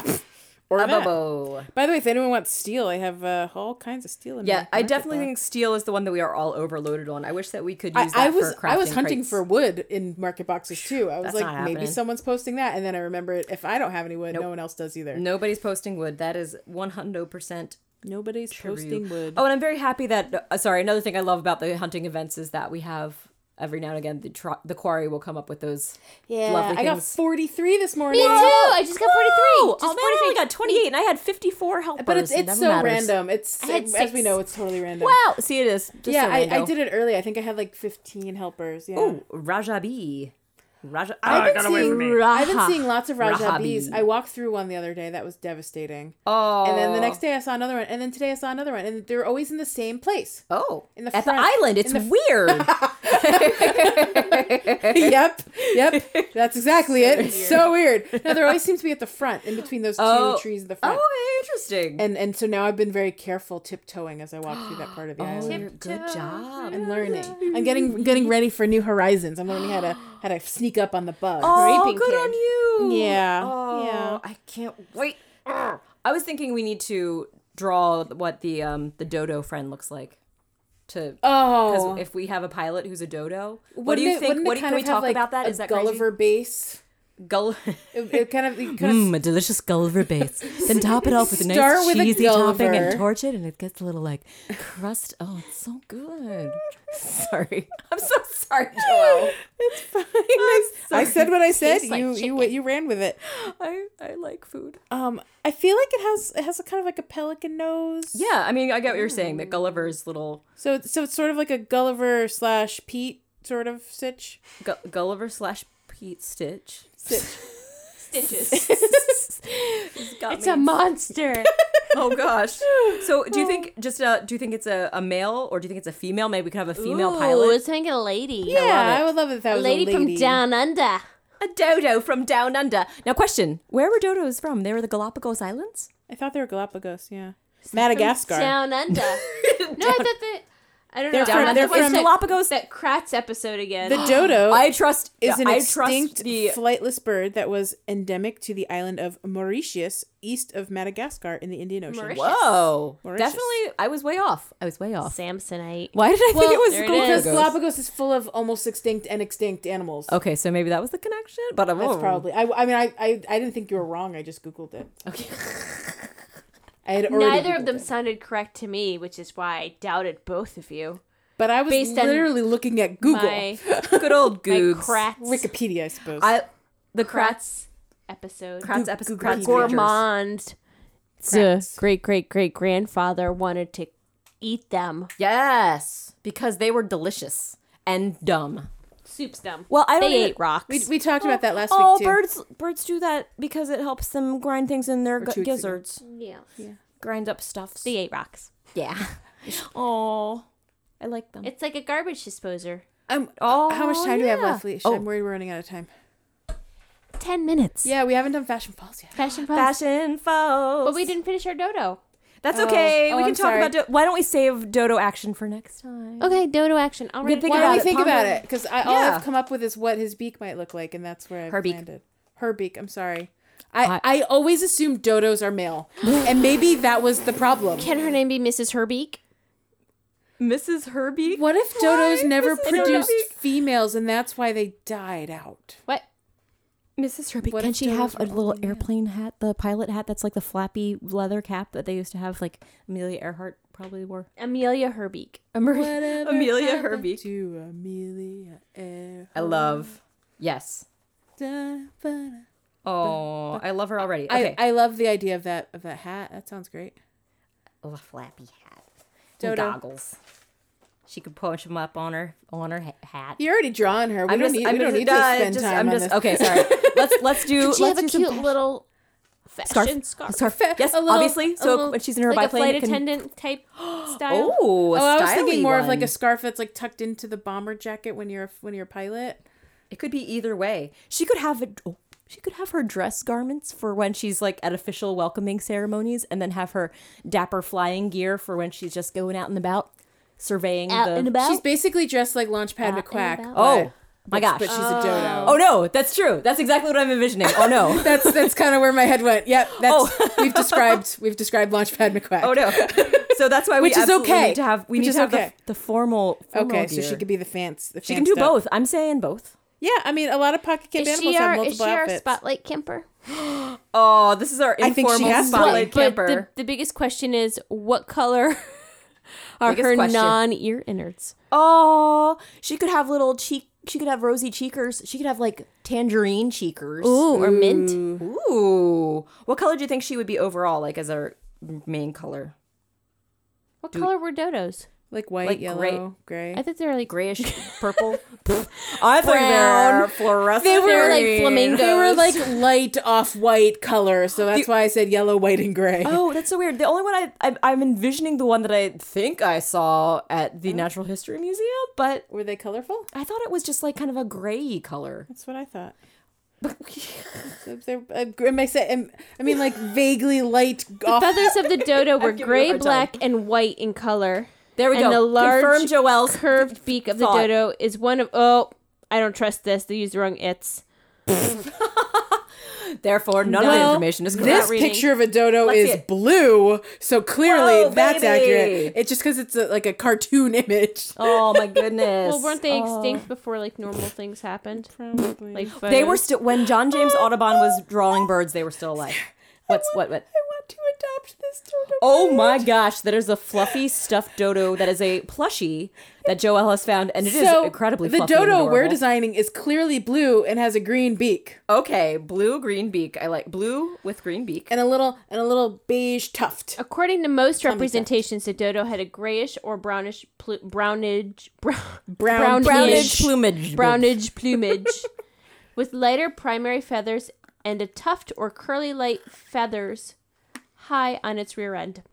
S3: Or
S2: A
S3: that.
S2: Bobo.
S3: Ah, By the way, if anyone wants steel, I have uh, all kinds of steel in my
S2: Yeah, I
S3: market
S2: definitely
S3: bar.
S2: think steel is the one that we are all overloaded on. I wish that we could
S3: I,
S2: use that
S3: I was
S2: for crafting
S3: I was hunting
S2: crates.
S3: for wood in market boxes too. I was
S2: That's
S3: like,
S2: not
S3: maybe
S2: happening.
S3: someone's posting that, and then I remembered if I don't have any wood, no one else does either.
S2: Nobody's posting wood. That is 100%
S3: Nobody's
S2: true.
S3: posting wood.
S2: Oh, and I'm very happy that. Uh, sorry, another thing I love about the hunting events is that we have every now and again the tr- the quarry will come up with those
S3: yeah,
S2: lovely
S3: I got
S2: things.
S3: forty three this morning.
S1: Me too. I just got 43.
S2: Oh,
S1: Just
S2: oh man,
S1: 43.
S2: I only got 28 and I had 54 helpers.
S3: But it's
S2: It
S3: it's
S2: never
S3: so
S2: matters.
S3: random. It's
S1: I had
S3: as we
S1: six.
S3: know, it's totally random.
S2: Wow. See, it is. Just
S3: yeah,
S2: so
S3: I, I
S2: rando.
S3: did it early. I think I had like fifteen helpers. Yeah.
S2: Oh, Rajabi. Raja.
S3: I've been,
S5: Oh, away
S3: seeing,
S5: from me.
S3: I've been seeing lots of Raja
S2: Rahabi.
S3: bees. I walked through one the other day. That was devastating.
S2: Oh.
S3: And then the next day I saw another one. And then today I saw another one. And they're always in the same place.
S2: Oh,
S3: In the
S2: at
S3: front.
S2: the island. It's weird.
S3: yep, yep. That's exactly it. It's so weird. Now there always seems to be at the front, in between those two
S2: Oh.
S3: trees at the front.
S2: oh, interesting.
S3: And and so now I've been very careful tiptoeing as I walk through that part
S2: Oh,
S3: of the island.
S2: good job.
S3: I'm learning. I'm getting getting ready for new horizons. I'm learning how to how to sneak up on the bugs.
S2: Oh,
S1: Creeping
S2: good
S1: kid.
S2: on you.
S3: Yeah,
S2: Oh,
S3: yeah.
S2: I can't wait. Arr. I was thinking we need to draw what the um the dodo friend looks like. To
S3: Oh,
S2: because if we have a pilot who's a dodo, what do you
S3: Wouldn't it-
S2: think?
S3: wouldn't it
S2: What do,
S3: kind
S2: can we
S3: of have,
S2: talk
S3: like,
S2: about that?
S3: a
S2: Is that
S3: Gulliver base?
S2: crazy? Gull-
S3: It, it kind of you kind of
S2: Mm.
S6: Mmm, a delicious Gulliver base. then top it off with a
S3: Start
S6: nice
S3: with a
S6: cheesy topping
S3: Gulliver.
S6: and torch it, and it gets a little like crust. Oh, it's so good.
S2: sorry, I'm so sorry, Joel.
S3: I said what I said.
S1: Tastes like
S3: you you you ran with it.
S2: I I like food.
S3: Um, I feel like it has it has a kind of like a pelican nose.
S2: Yeah, I mean, I get what you're saying. That Gulliver's little
S3: So it's- so it's sort of like a Gulliver slash Pete sort of sitch.
S2: Gu- Gulliver slash Pete Stitch.
S1: Stitches.
S2: Got
S1: It's
S2: me.
S1: a monster.
S2: oh gosh. So do you think just uh, do you think it's a, a male or do you think it's a female? Maybe we could have a female
S1: Ooh,
S2: pilot.
S1: it's like a lady.
S3: Yeah, I, would love it if that
S1: A
S3: was
S1: lady,
S3: a
S1: from
S3: lady
S1: down under.
S2: A dodo from down under. Now question: Where were dodos from? They were the Galapagos Islands.
S3: I thought they were Galapagos. Yeah, Madagascar.
S1: From Down under. no, I thought that. I don't know.
S3: They're from-
S1: I
S3: they're
S1: thought it was
S3: from-
S1: that-
S2: Galapagos-
S1: That Kratz episode again.
S3: the
S1: Oh.
S3: dodo
S2: I trust.
S3: is an
S2: I
S3: extinct
S2: trust the
S3: flightless bird that was endemic to the island of Mauritius, east of Madagascar in the Indian Ocean.
S1: Mauritius.
S2: whoa.
S3: Mauritius.
S2: Definitely, I was way off. I was way off.
S1: Samsonite.
S2: Why did I
S1: Well,
S2: think it was
S1: there it is.
S3: Because
S2: Galapagos? Oh.
S3: Galapagos is full of almost extinct and extinct animals.
S2: okay, so maybe that was the connection.
S1: uh,
S2: But I'm
S3: That's probably. I, I mean, I, I I didn't think you were wrong. I just googled it.
S2: okay.
S3: I had already
S1: Neither of
S3: Googled
S1: them
S3: it.
S1: sounded correct to me, which is why I doubted both of you.
S3: But I was
S1: based on
S3: literally looking at Google,
S1: My,
S2: Good old
S1: my
S2: Googs.
S1: Kratz.
S3: Wikipedia, I suppose.
S2: I the Kratz
S1: Kratz episode.
S2: Kratz episode.
S3: Google
S2: Kratz
S3: Gourmet.
S2: Rangers.
S1: Gourmand.
S3: Kratz.
S1: Great great great grandfather wanted to eat them.
S2: Yes, because they were delicious and dumb.
S1: Soup's them.
S2: Well, I don't
S1: They
S2: even-
S1: ate rocks.
S3: we, we talked about that last
S4: oh,
S3: week too.
S4: birds birds do that because it helps them grind things in their
S3: two
S4: gu-
S3: weeks ago.
S4: gizzards.
S1: yeah.
S4: Grind up stuff.
S1: They ate rocks.
S2: Yeah.
S4: Oh, I like them.
S1: It's like a garbage disposer.
S3: Um,
S4: oh,
S3: how much time do we have
S4: yeah.
S3: left, Leash? I'm worried we're running out of time.
S1: Ten minutes.
S3: Yeah, we haven't done fashion falls yet.
S1: Fashion pros.
S4: Fashion foes.
S1: But we didn't finish our dodo.
S4: That's
S3: Oh.
S4: okay.
S3: Oh,
S4: we can
S3: I'm
S4: talk
S3: sorry.
S4: about. Do- Why don't we save Dodo action for next time?
S1: Okay, dodo action. I'll
S4: can
S1: write it
S4: think
S1: down.
S3: Why don't we
S4: it,
S3: think about
S4: ponder-
S3: it? Because all
S4: Yeah.
S3: I've come up with is what his beak might look like, and that's where I've
S2: Her beak.
S3: landed. Her beak. I'm sorry. I, I always assume dodos are male, and maybe that was the problem.
S1: Can her name be Mrs. Herbeek?
S2: Mrs. Herbie.
S3: What if dodos never
S2: Mrs.
S3: produced
S2: Herbie?
S3: females, and that's why they died out?
S1: What?
S4: Mrs. Herbie,
S3: What
S4: can
S3: if
S4: she
S3: Dodo's
S4: have a
S3: were
S4: little
S3: only male?
S4: airplane hat, the pilot hat that's like the flappy leather cap that they used to have, like Amelia Earhart probably wore?
S1: Amelia Herbeek.
S3: Whatever
S2: Amelia
S3: happened
S2: Herbie.
S3: To Amelia Earhart.
S2: I love. Yes.
S3: Da, ba, da.
S2: Oh, I love her already.
S3: I,
S2: Okay.
S3: I love the idea of that of that hat. That sounds great.
S2: oh, a flappy hat.
S3: Dodo.
S2: And goggles. She could push them up on her on her ha- hat.
S3: You're already drawing her. We don't need, we don't need to
S2: no,
S3: spend
S2: just-
S3: time
S2: I'm
S3: on
S2: just,
S3: this.
S2: Okay, sorry. Let's let's do.
S1: She
S2: let's
S1: have a
S2: do some
S1: cute
S2: fashion.
S1: little fashion scarf.
S2: scarf.
S3: Fa-
S2: Yes,
S3: a little-
S2: obviously.
S1: A
S2: So
S1: little-
S2: when she's in her
S1: like a
S2: biplane,
S1: flight
S2: it can-
S1: attendant type style.
S2: Oh, a
S3: Oh, I was
S2: styly
S3: thinking more of like
S2: one.
S3: a scarf that's like tucked into the bomber jacket when you're a, when you're a pilot.
S2: It could be either way.
S4: She could have a. Oh, she could have her dress garments for when she's like at official welcoming ceremonies, and then have her dapper flying gear for when she's just going out and about, surveying
S1: Out
S4: the.
S1: and about.
S3: She's basically dressed like Launchpad McQuack.
S1: about.
S2: Oh my
S3: but,
S2: gosh!
S3: but she's a dodo.
S2: oh no, that's true. That's exactly what I'm envisioning. Oh no!
S3: That's that's kind of where my head went. Yep, that's we've described we've described Launchpad McQuack.
S2: oh no! So that's why we
S3: Which is
S2: absolutely
S3: okay.
S2: need to have we
S3: Which
S2: need
S3: is
S2: to have the-
S3: okay.
S4: the formal, formal
S2: Oh,
S3: Okay, so
S4: gear.
S3: she could be the fans. The
S4: She
S3: fan
S4: can do
S3: stuff.
S4: both. I'm saying both.
S3: Yeah, I mean, a lot of pocket camp
S1: is
S3: animals
S1: she,
S3: have
S1: our, is she
S3: multiple
S1: our
S3: outfits.
S1: spotlight camper?
S2: Oh, this is our
S3: I think she
S2: informal
S3: has to
S2: spotlight
S3: be.
S2: camper.
S1: the, the biggest question is what color are
S2: Biggest
S1: her
S2: question.
S1: non ear innards?
S4: Oh, she could have little cheek. She could have rosy cheekers. She could have like tangerine cheekers.
S1: Ooh, or mint?
S2: Ooh, what color do you think she would be overall? Like as our main color,
S1: What
S2: Mm.
S1: color were dodos?
S3: like white,
S2: like gray-
S3: yellow, gray.
S1: I thought they were like
S2: grayish purple. I think they're fluorescent.
S1: they were like flamingos.
S3: They were like light off white color, so that's why I said yellow, white, and gray.
S2: Oh, that's so weird. The only one I, I I'm envisioning the one that I think I saw at
S1: Oh.
S2: the Natural History Museum, but
S3: Were they colorful?
S2: I thought it was just like kind of a grayy color.
S3: That's what I thought. So they're, uh, gr- am I, say, am, I mean, like vaguely light off.
S1: feathers of the dodo were
S2: giving you a
S1: gray,
S2: hard
S1: black, and white in color.
S2: There we
S1: and
S2: go.
S1: the large
S2: Confirm Joelle's
S1: curved beak of the
S2: thought.
S1: dodo is one of oh, I don't trust this. They used the wrong its.
S2: Therefore, none of the
S3: Well,
S2: information is correct.
S3: This picture of a dodo
S2: Let's see
S3: is
S2: it.
S3: blue, so clearly
S2: Whoa,
S3: that's
S2: baby.
S3: accurate. It's just because it's a, like a cartoon image.
S2: Oh my goodness.
S1: Well, weren't they
S2: Oh.
S1: extinct before like normal things happened?
S3: Probably.
S1: Like
S2: They were
S1: photos?
S2: still when John James
S1: Oh.
S2: Audubon was drawing birds. They were still alive. What's what what?
S3: I want to adopt this dodo.
S2: Oh my gosh! That is a fluffy stuffed dodo. That is a plushie that Joelle has found, and it is incredibly
S3: the
S2: fluffy and
S3: dodo we're
S2: adorable.
S3: designing is clearly blue and has a green beak
S2: Okay, blue green beak. I like blue with green beak.
S3: and a little and a little beige tuft.
S1: According to most representations, the dodo had a grayish or brownish plu- brownage brown,
S3: Brown-
S2: Brownage plumage.
S1: brownage plumage with lighter primary feathers and a tuft or curly light feathers high on its rear end.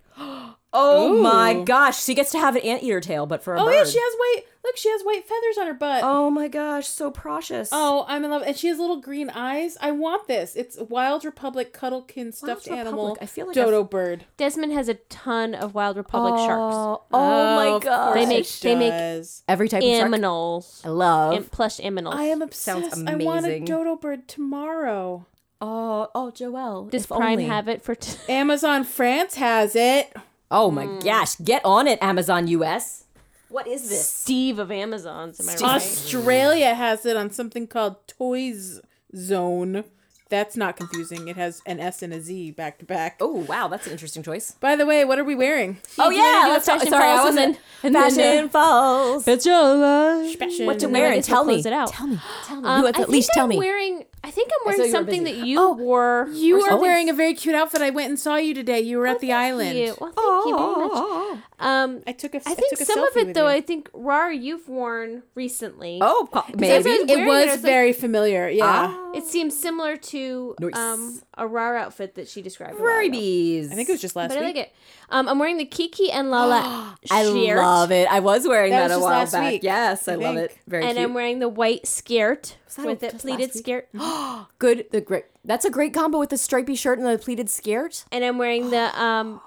S2: Oh my
S3: Ooh.
S2: gosh, she gets to have an anteater tail, but for a
S3: Oh
S2: bird.
S3: yeah, she has white. Look, she has white feathers on her butt.
S2: oh my gosh, so precious.
S3: Oh, I'm in love. And she has little green eyes. I want this. It's Wild Republic cuddlekin stuffed animal
S2: Republic. I feel like
S3: dodo
S2: I've-
S3: bird.
S1: Desmond has a ton of Wild Republic sharks.
S2: Oh, oh my gosh.
S1: They make- they make-
S2: every type of shark.
S1: Aminals.
S2: I love.
S1: Am- plush aminals.
S3: I am obsessed.
S2: Sounds
S3: I want a
S2: amazing.
S3: dodo bird tomorrow.
S2: oh, oh, Joelle.
S1: Does
S2: if
S1: Prime
S2: only.
S1: have it for? T-
S3: Amazon France has it.
S2: Oh my gosh, get on it, Amazon US. What is this?
S1: Steve of Amazon's. Am I right?
S3: Australia has it on something called Toys Zone. That's not confusing. It has an S and a Z back to back.
S2: Oh wow, that's an interesting choice.
S3: By the way, what are we wearing?
S2: Oh
S1: do you wanna
S2: yeah,
S1: do a
S2: let's talk.
S1: fashion
S2: Sorry, I
S1: falls and
S2: wasn't.
S1: then- and
S2: fashion
S1: then,
S2: falls.
S1: It's your life.
S3: Fashion.
S2: What to
S1: And then I
S2: wear?
S1: guess we'll
S2: Tell me.
S1: close it out.
S2: Tell me. Tell me.
S1: Um,
S2: you
S1: I
S2: have to at
S1: think
S2: least tell
S1: I'm
S2: me.
S1: Wearing, I think I'm wearing
S2: you were
S1: something
S2: busy. Oh,
S1: that you wore.
S3: You
S1: or
S3: are
S1: something.
S3: wearing a very cute outfit. I went and saw you today. Oh, You were at the island.
S1: You. Well, thank you very
S2: Oh,
S1: much. Um,
S3: I took a.
S1: I think
S3: took a
S1: some of
S3: selfie
S1: it
S3: with
S1: though.
S3: you.
S1: I think Rara, you've worn recently.
S2: Oh, po- maybe.
S1: I was
S3: it
S1: wearing
S3: was
S1: it, I was like-
S3: very familiar. Yeah.
S1: It seems similar to
S2: Nice.
S1: um, a Rara outfit that she described. a while ago.
S2: Rubies.
S3: I think it was just last
S1: but I
S3: week.
S1: like it. Um, I'm wearing the Kiki and Lala
S2: I
S1: shirt,
S2: love it. I was wearing that,
S3: That was
S2: a
S3: just
S2: while
S3: last
S2: back.
S3: week,
S2: yes,
S3: I
S2: I, love
S3: think.
S2: it. Very
S1: and
S2: cute.
S1: I'm wearing the white skirt
S2: that
S1: with
S2: just
S1: that
S2: last week?
S1: pleated skirt,
S2: Good. The great. That's a great combo with the stripy shirt and the pleated skirt.
S1: and I'm wearing the um,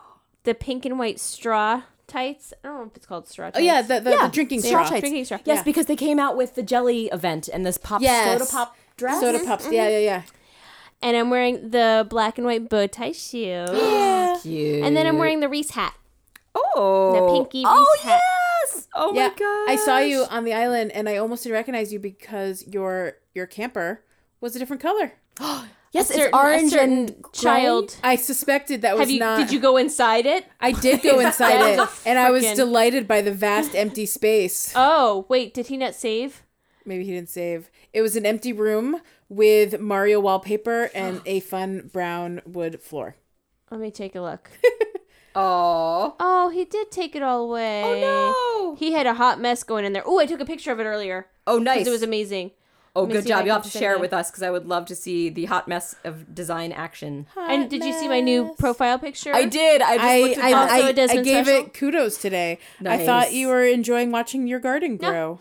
S1: the pink and white straw tights. I don't know if it's called straw. Tights.
S3: Oh yeah, the, the, the drinking
S2: Straw
S3: straw.
S2: tights.
S1: Drinking straw.
S2: Yes,
S1: Yeah.
S2: because they came out with the jelly event and this pop
S3: Yes.
S2: soda pop dress.
S3: Soda
S1: mm-hmm.
S3: pops. Yeah, yeah, yeah.
S1: and I'm wearing the black and white bow tie shoe.
S2: Cute.
S1: And then I'm wearing the Reese hat.
S2: oh
S1: the pinky
S2: Oh
S1: Reese hat.
S2: yes. Oh
S3: yeah.
S2: my god.
S3: I saw you on the island, and I almost didn't recognize you because your your camper was a different color.
S2: Yes,
S1: Certain-
S2: it's
S1: a
S2: orange
S1: certain
S2: and
S1: child.
S3: I suspected that was
S1: Have you?
S3: not.
S1: Did you go inside it?
S3: I did go inside
S1: That
S3: it,
S1: was a
S3: and I was
S1: frickin-
S3: delighted by the vast empty space.
S1: Oh wait, did he not save?
S3: Maybe he didn't save. It was an empty room with Mario wallpaper and a fun brown wood floor.
S1: Let me take a look.
S2: Oh.
S1: Oh, he did take it all away.
S2: Oh no.
S1: He had a hot mess going in there. Oh, I took a picture of it earlier.
S2: Oh
S1: 'cause
S2: nice.
S1: It was amazing.
S2: oh
S1: me
S2: good
S1: see if I
S2: job. You'll have
S1: can
S2: to
S1: send
S2: share it
S1: it.
S2: with us because I would love to see the hot mess of design action.
S1: and did you see my new profile picture?
S2: I did. I just
S3: I
S2: looked at
S3: I,
S2: that.
S1: Also a
S3: I, I
S1: Desmond
S3: gave
S1: special?
S3: it kudos today. I
S2: Nice.
S3: thought you were enjoying watching your garden grow.
S1: No.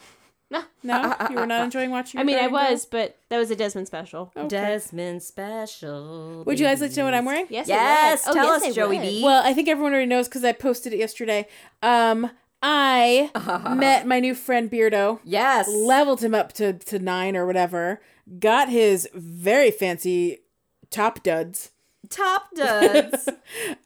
S2: Uh,
S3: No, you were not enjoying watching. Your
S1: I mean, I
S3: garden grow?
S1: was, but that was a Desmond special.
S2: Oh. Desmond special.
S3: Would you guys like to know what I'm wearing?
S1: Yes.
S2: Yes,
S1: I would.
S2: tell
S1: yes,
S2: us,
S1: I
S2: Joey
S1: would.
S2: B.
S3: Well, I think everyone already knows because I posted it yesterday. Um, I met my new friend Beardo.
S2: Yes.
S3: leveled him up to, to nine or whatever, got his very fancy top duds.
S2: Top duds.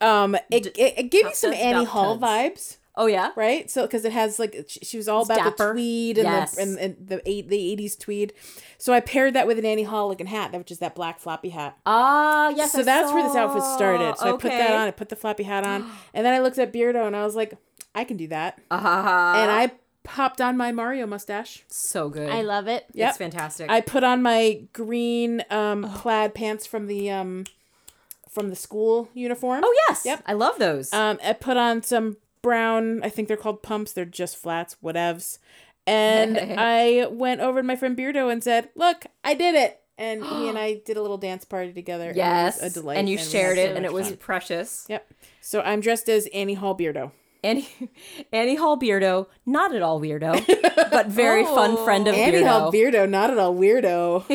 S3: Um, it, it, it gave me
S2: top
S3: some
S2: duds,
S3: Annie
S2: top
S3: Hall vibes,
S2: oh yeah.
S3: right? So because it has like she, she was all about the
S2: dapper.
S3: tweed and,
S2: Yes.
S3: the, and, and the eight the eighties tweed, so I paired that with an Annie Hall looking hat, which is that black floppy hat.
S2: Ah yes.
S3: so
S2: I
S3: that's where this
S2: saw.
S3: outfit started. So I put that
S2: Okay.
S3: on, I put the floppy hat on, and then I looked at Beardo and I was like, I can do that,
S2: Ah,
S3: and I popped on my Mario mustache.
S2: so good.
S1: I love it.
S3: Yep.
S2: It's fantastic.
S3: I put on my green
S2: Oh.
S3: um, plaid pants from the um, from the school uniform.
S2: oh yes.
S3: Yep.
S2: I love those.
S3: Um, I put on some brown. I think they're called pumps. They're just flats, whatevs. And I went over to my friend Beardo and said, "Look, I did it." And he and I did a little dance party together. and it
S2: yes.
S3: was a delight.
S2: and you
S3: we had
S2: shared
S3: so
S2: it, and
S3: much
S2: it was
S3: fun.
S2: precious.
S3: Yep. So I'm dressed as Annie Hall Beardo.
S2: Annie, Annie Hall Beardo, not at all weirdo, but very fun friend of
S3: Oh. Annie
S2: Beardo.
S3: Hall Beardo, not at all weirdo.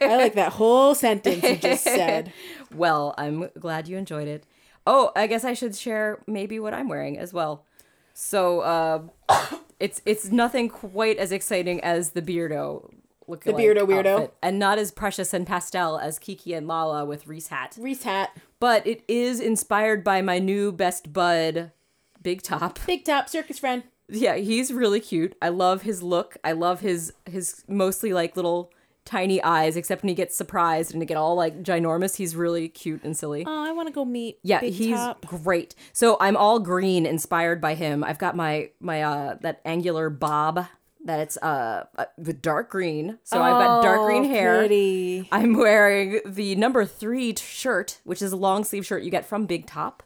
S3: I like that whole sentence you just said.
S2: well, I'm glad you enjoyed it. Oh, I guess I should share maybe what I'm wearing as well. So uh, it's it's nothing quite as exciting as the Beardo. The
S3: Beardo weirdo.
S2: and not as precious and pastel as Kiki and Lala with Reese hat,
S3: Reese hat.
S2: but it is inspired by my new best bud, Big Top.
S3: Big top circus friend.
S2: yeah he's really cute i love his look i love his his mostly like little tiny eyes except when he gets surprised and to get all like ginormous he's really cute and silly
S3: Oh, I want to go meet.
S2: yeah
S3: Big
S2: he's
S3: Top.
S2: great so i'm all green inspired by him i've got my my uh that angular bob that it's uh uh, the dark green so i've got dark green hair
S3: Oh, pretty.
S2: i'm wearing the number three t- shirt which is a long sleeve shirt you get from big top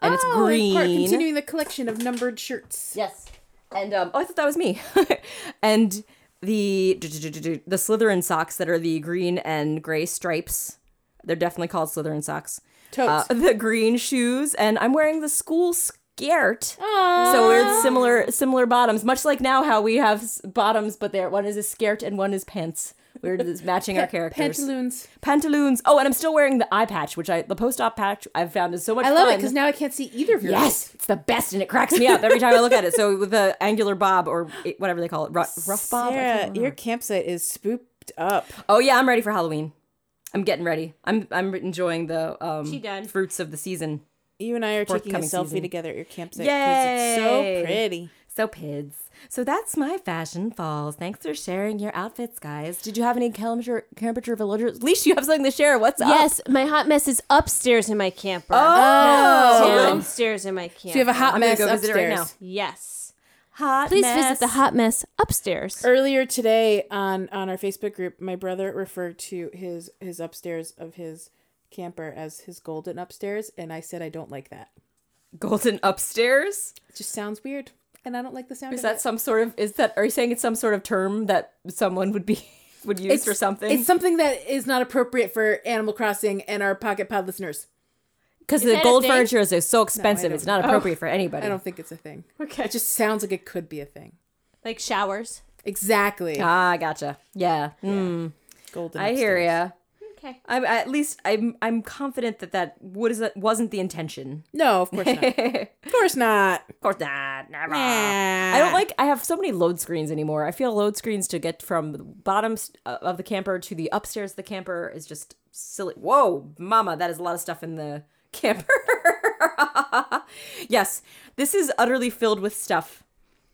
S2: and it's
S3: Oh, in
S2: green
S3: part continuing the collection of numbered shirts.
S2: Yes. And um, oh, I thought that was me. and the the Slytherin socks that are the green and gray stripes. They're definitely called Slytherin socks. uh,
S3: Totes.
S2: the green shoes, and I'm wearing the school skirt. So we're similar similar bottoms, much like now how we have s- bottoms, but there one is a skirt and one is pants. We're just matching our characters.
S3: Pantaloons.
S2: Pantaloons. Oh, and I'm still wearing the eye patch, which I the post op patch I've found is so much
S3: I love it
S2: fun.
S3: because now I can't see either of yours.
S2: Yes, it's the best, and it cracks me up every time I look at it. So with the angular bob or it- whatever they call it, rough, rough bob. I can't
S3: Sarah,
S2: remember.
S3: your campsite is spooped up.
S2: Oh yeah, I'm ready for Halloween. I'm getting ready. I'm I'm enjoying the um
S1: She done.
S2: fruits of the season.
S3: You and I are taking a
S2: Forthcoming
S3: selfie
S2: season.
S3: together at your campsite because it's so
S2: Yay.
S3: pretty.
S2: So pids. So that's my fashion falls. Thanks for sharing your outfits, guys. Did you have any Calameter Calameter villagers? At least you have something to share. What's up?
S1: Yes, my hot mess is upstairs in my camper.
S2: Oh.
S1: downstairs in my camper.
S3: So you have a hot
S2: I'm gonna
S3: mess
S2: go
S3: upstairs.
S2: visit it right now.
S1: yes.
S2: Hot
S1: Please
S2: mess.
S1: visit the hot mess Er, upstairs.
S3: Earlier today on on our Facebook group, my brother referred to his his upstairs of his camper as his golden upstairs, and I said I don't like that.
S2: golden upstairs.
S3: It just sounds weird, and I don't like the sound.
S2: Is
S3: of
S2: that
S3: it.
S2: some sort of? Is that? Are you saying it's some sort of term that someone would be would use for something?
S3: It's something that is not appropriate for Animal Crossing and our Pocket Pod listeners.
S2: Because
S1: that
S2: the
S1: a
S2: gold
S1: thing?
S2: furniture is so expensive,
S3: don't
S2: it's not appropriate for anybody.
S3: I don't think it's a thing.
S1: Okay.
S3: It just sounds like it could be a thing.
S1: Like showers.
S3: Exactly.
S2: Ah, gotcha. Yeah. Mm.
S3: Golden.
S2: I hear
S3: upstairs.
S2: ya.
S1: Okay.
S2: I'm at least I'm I'm confident that that was wasn't the intention.
S3: No, of course not. of course not.
S2: Of course not. Never. I don't like. I have so many load screens anymore. I feel load screens to get from the bottom s- uh, of the camper to the upstairs of the camper is just silly. Whoa, mama, that is a lot of stuff in the camper. yes, this is utterly filled with stuff.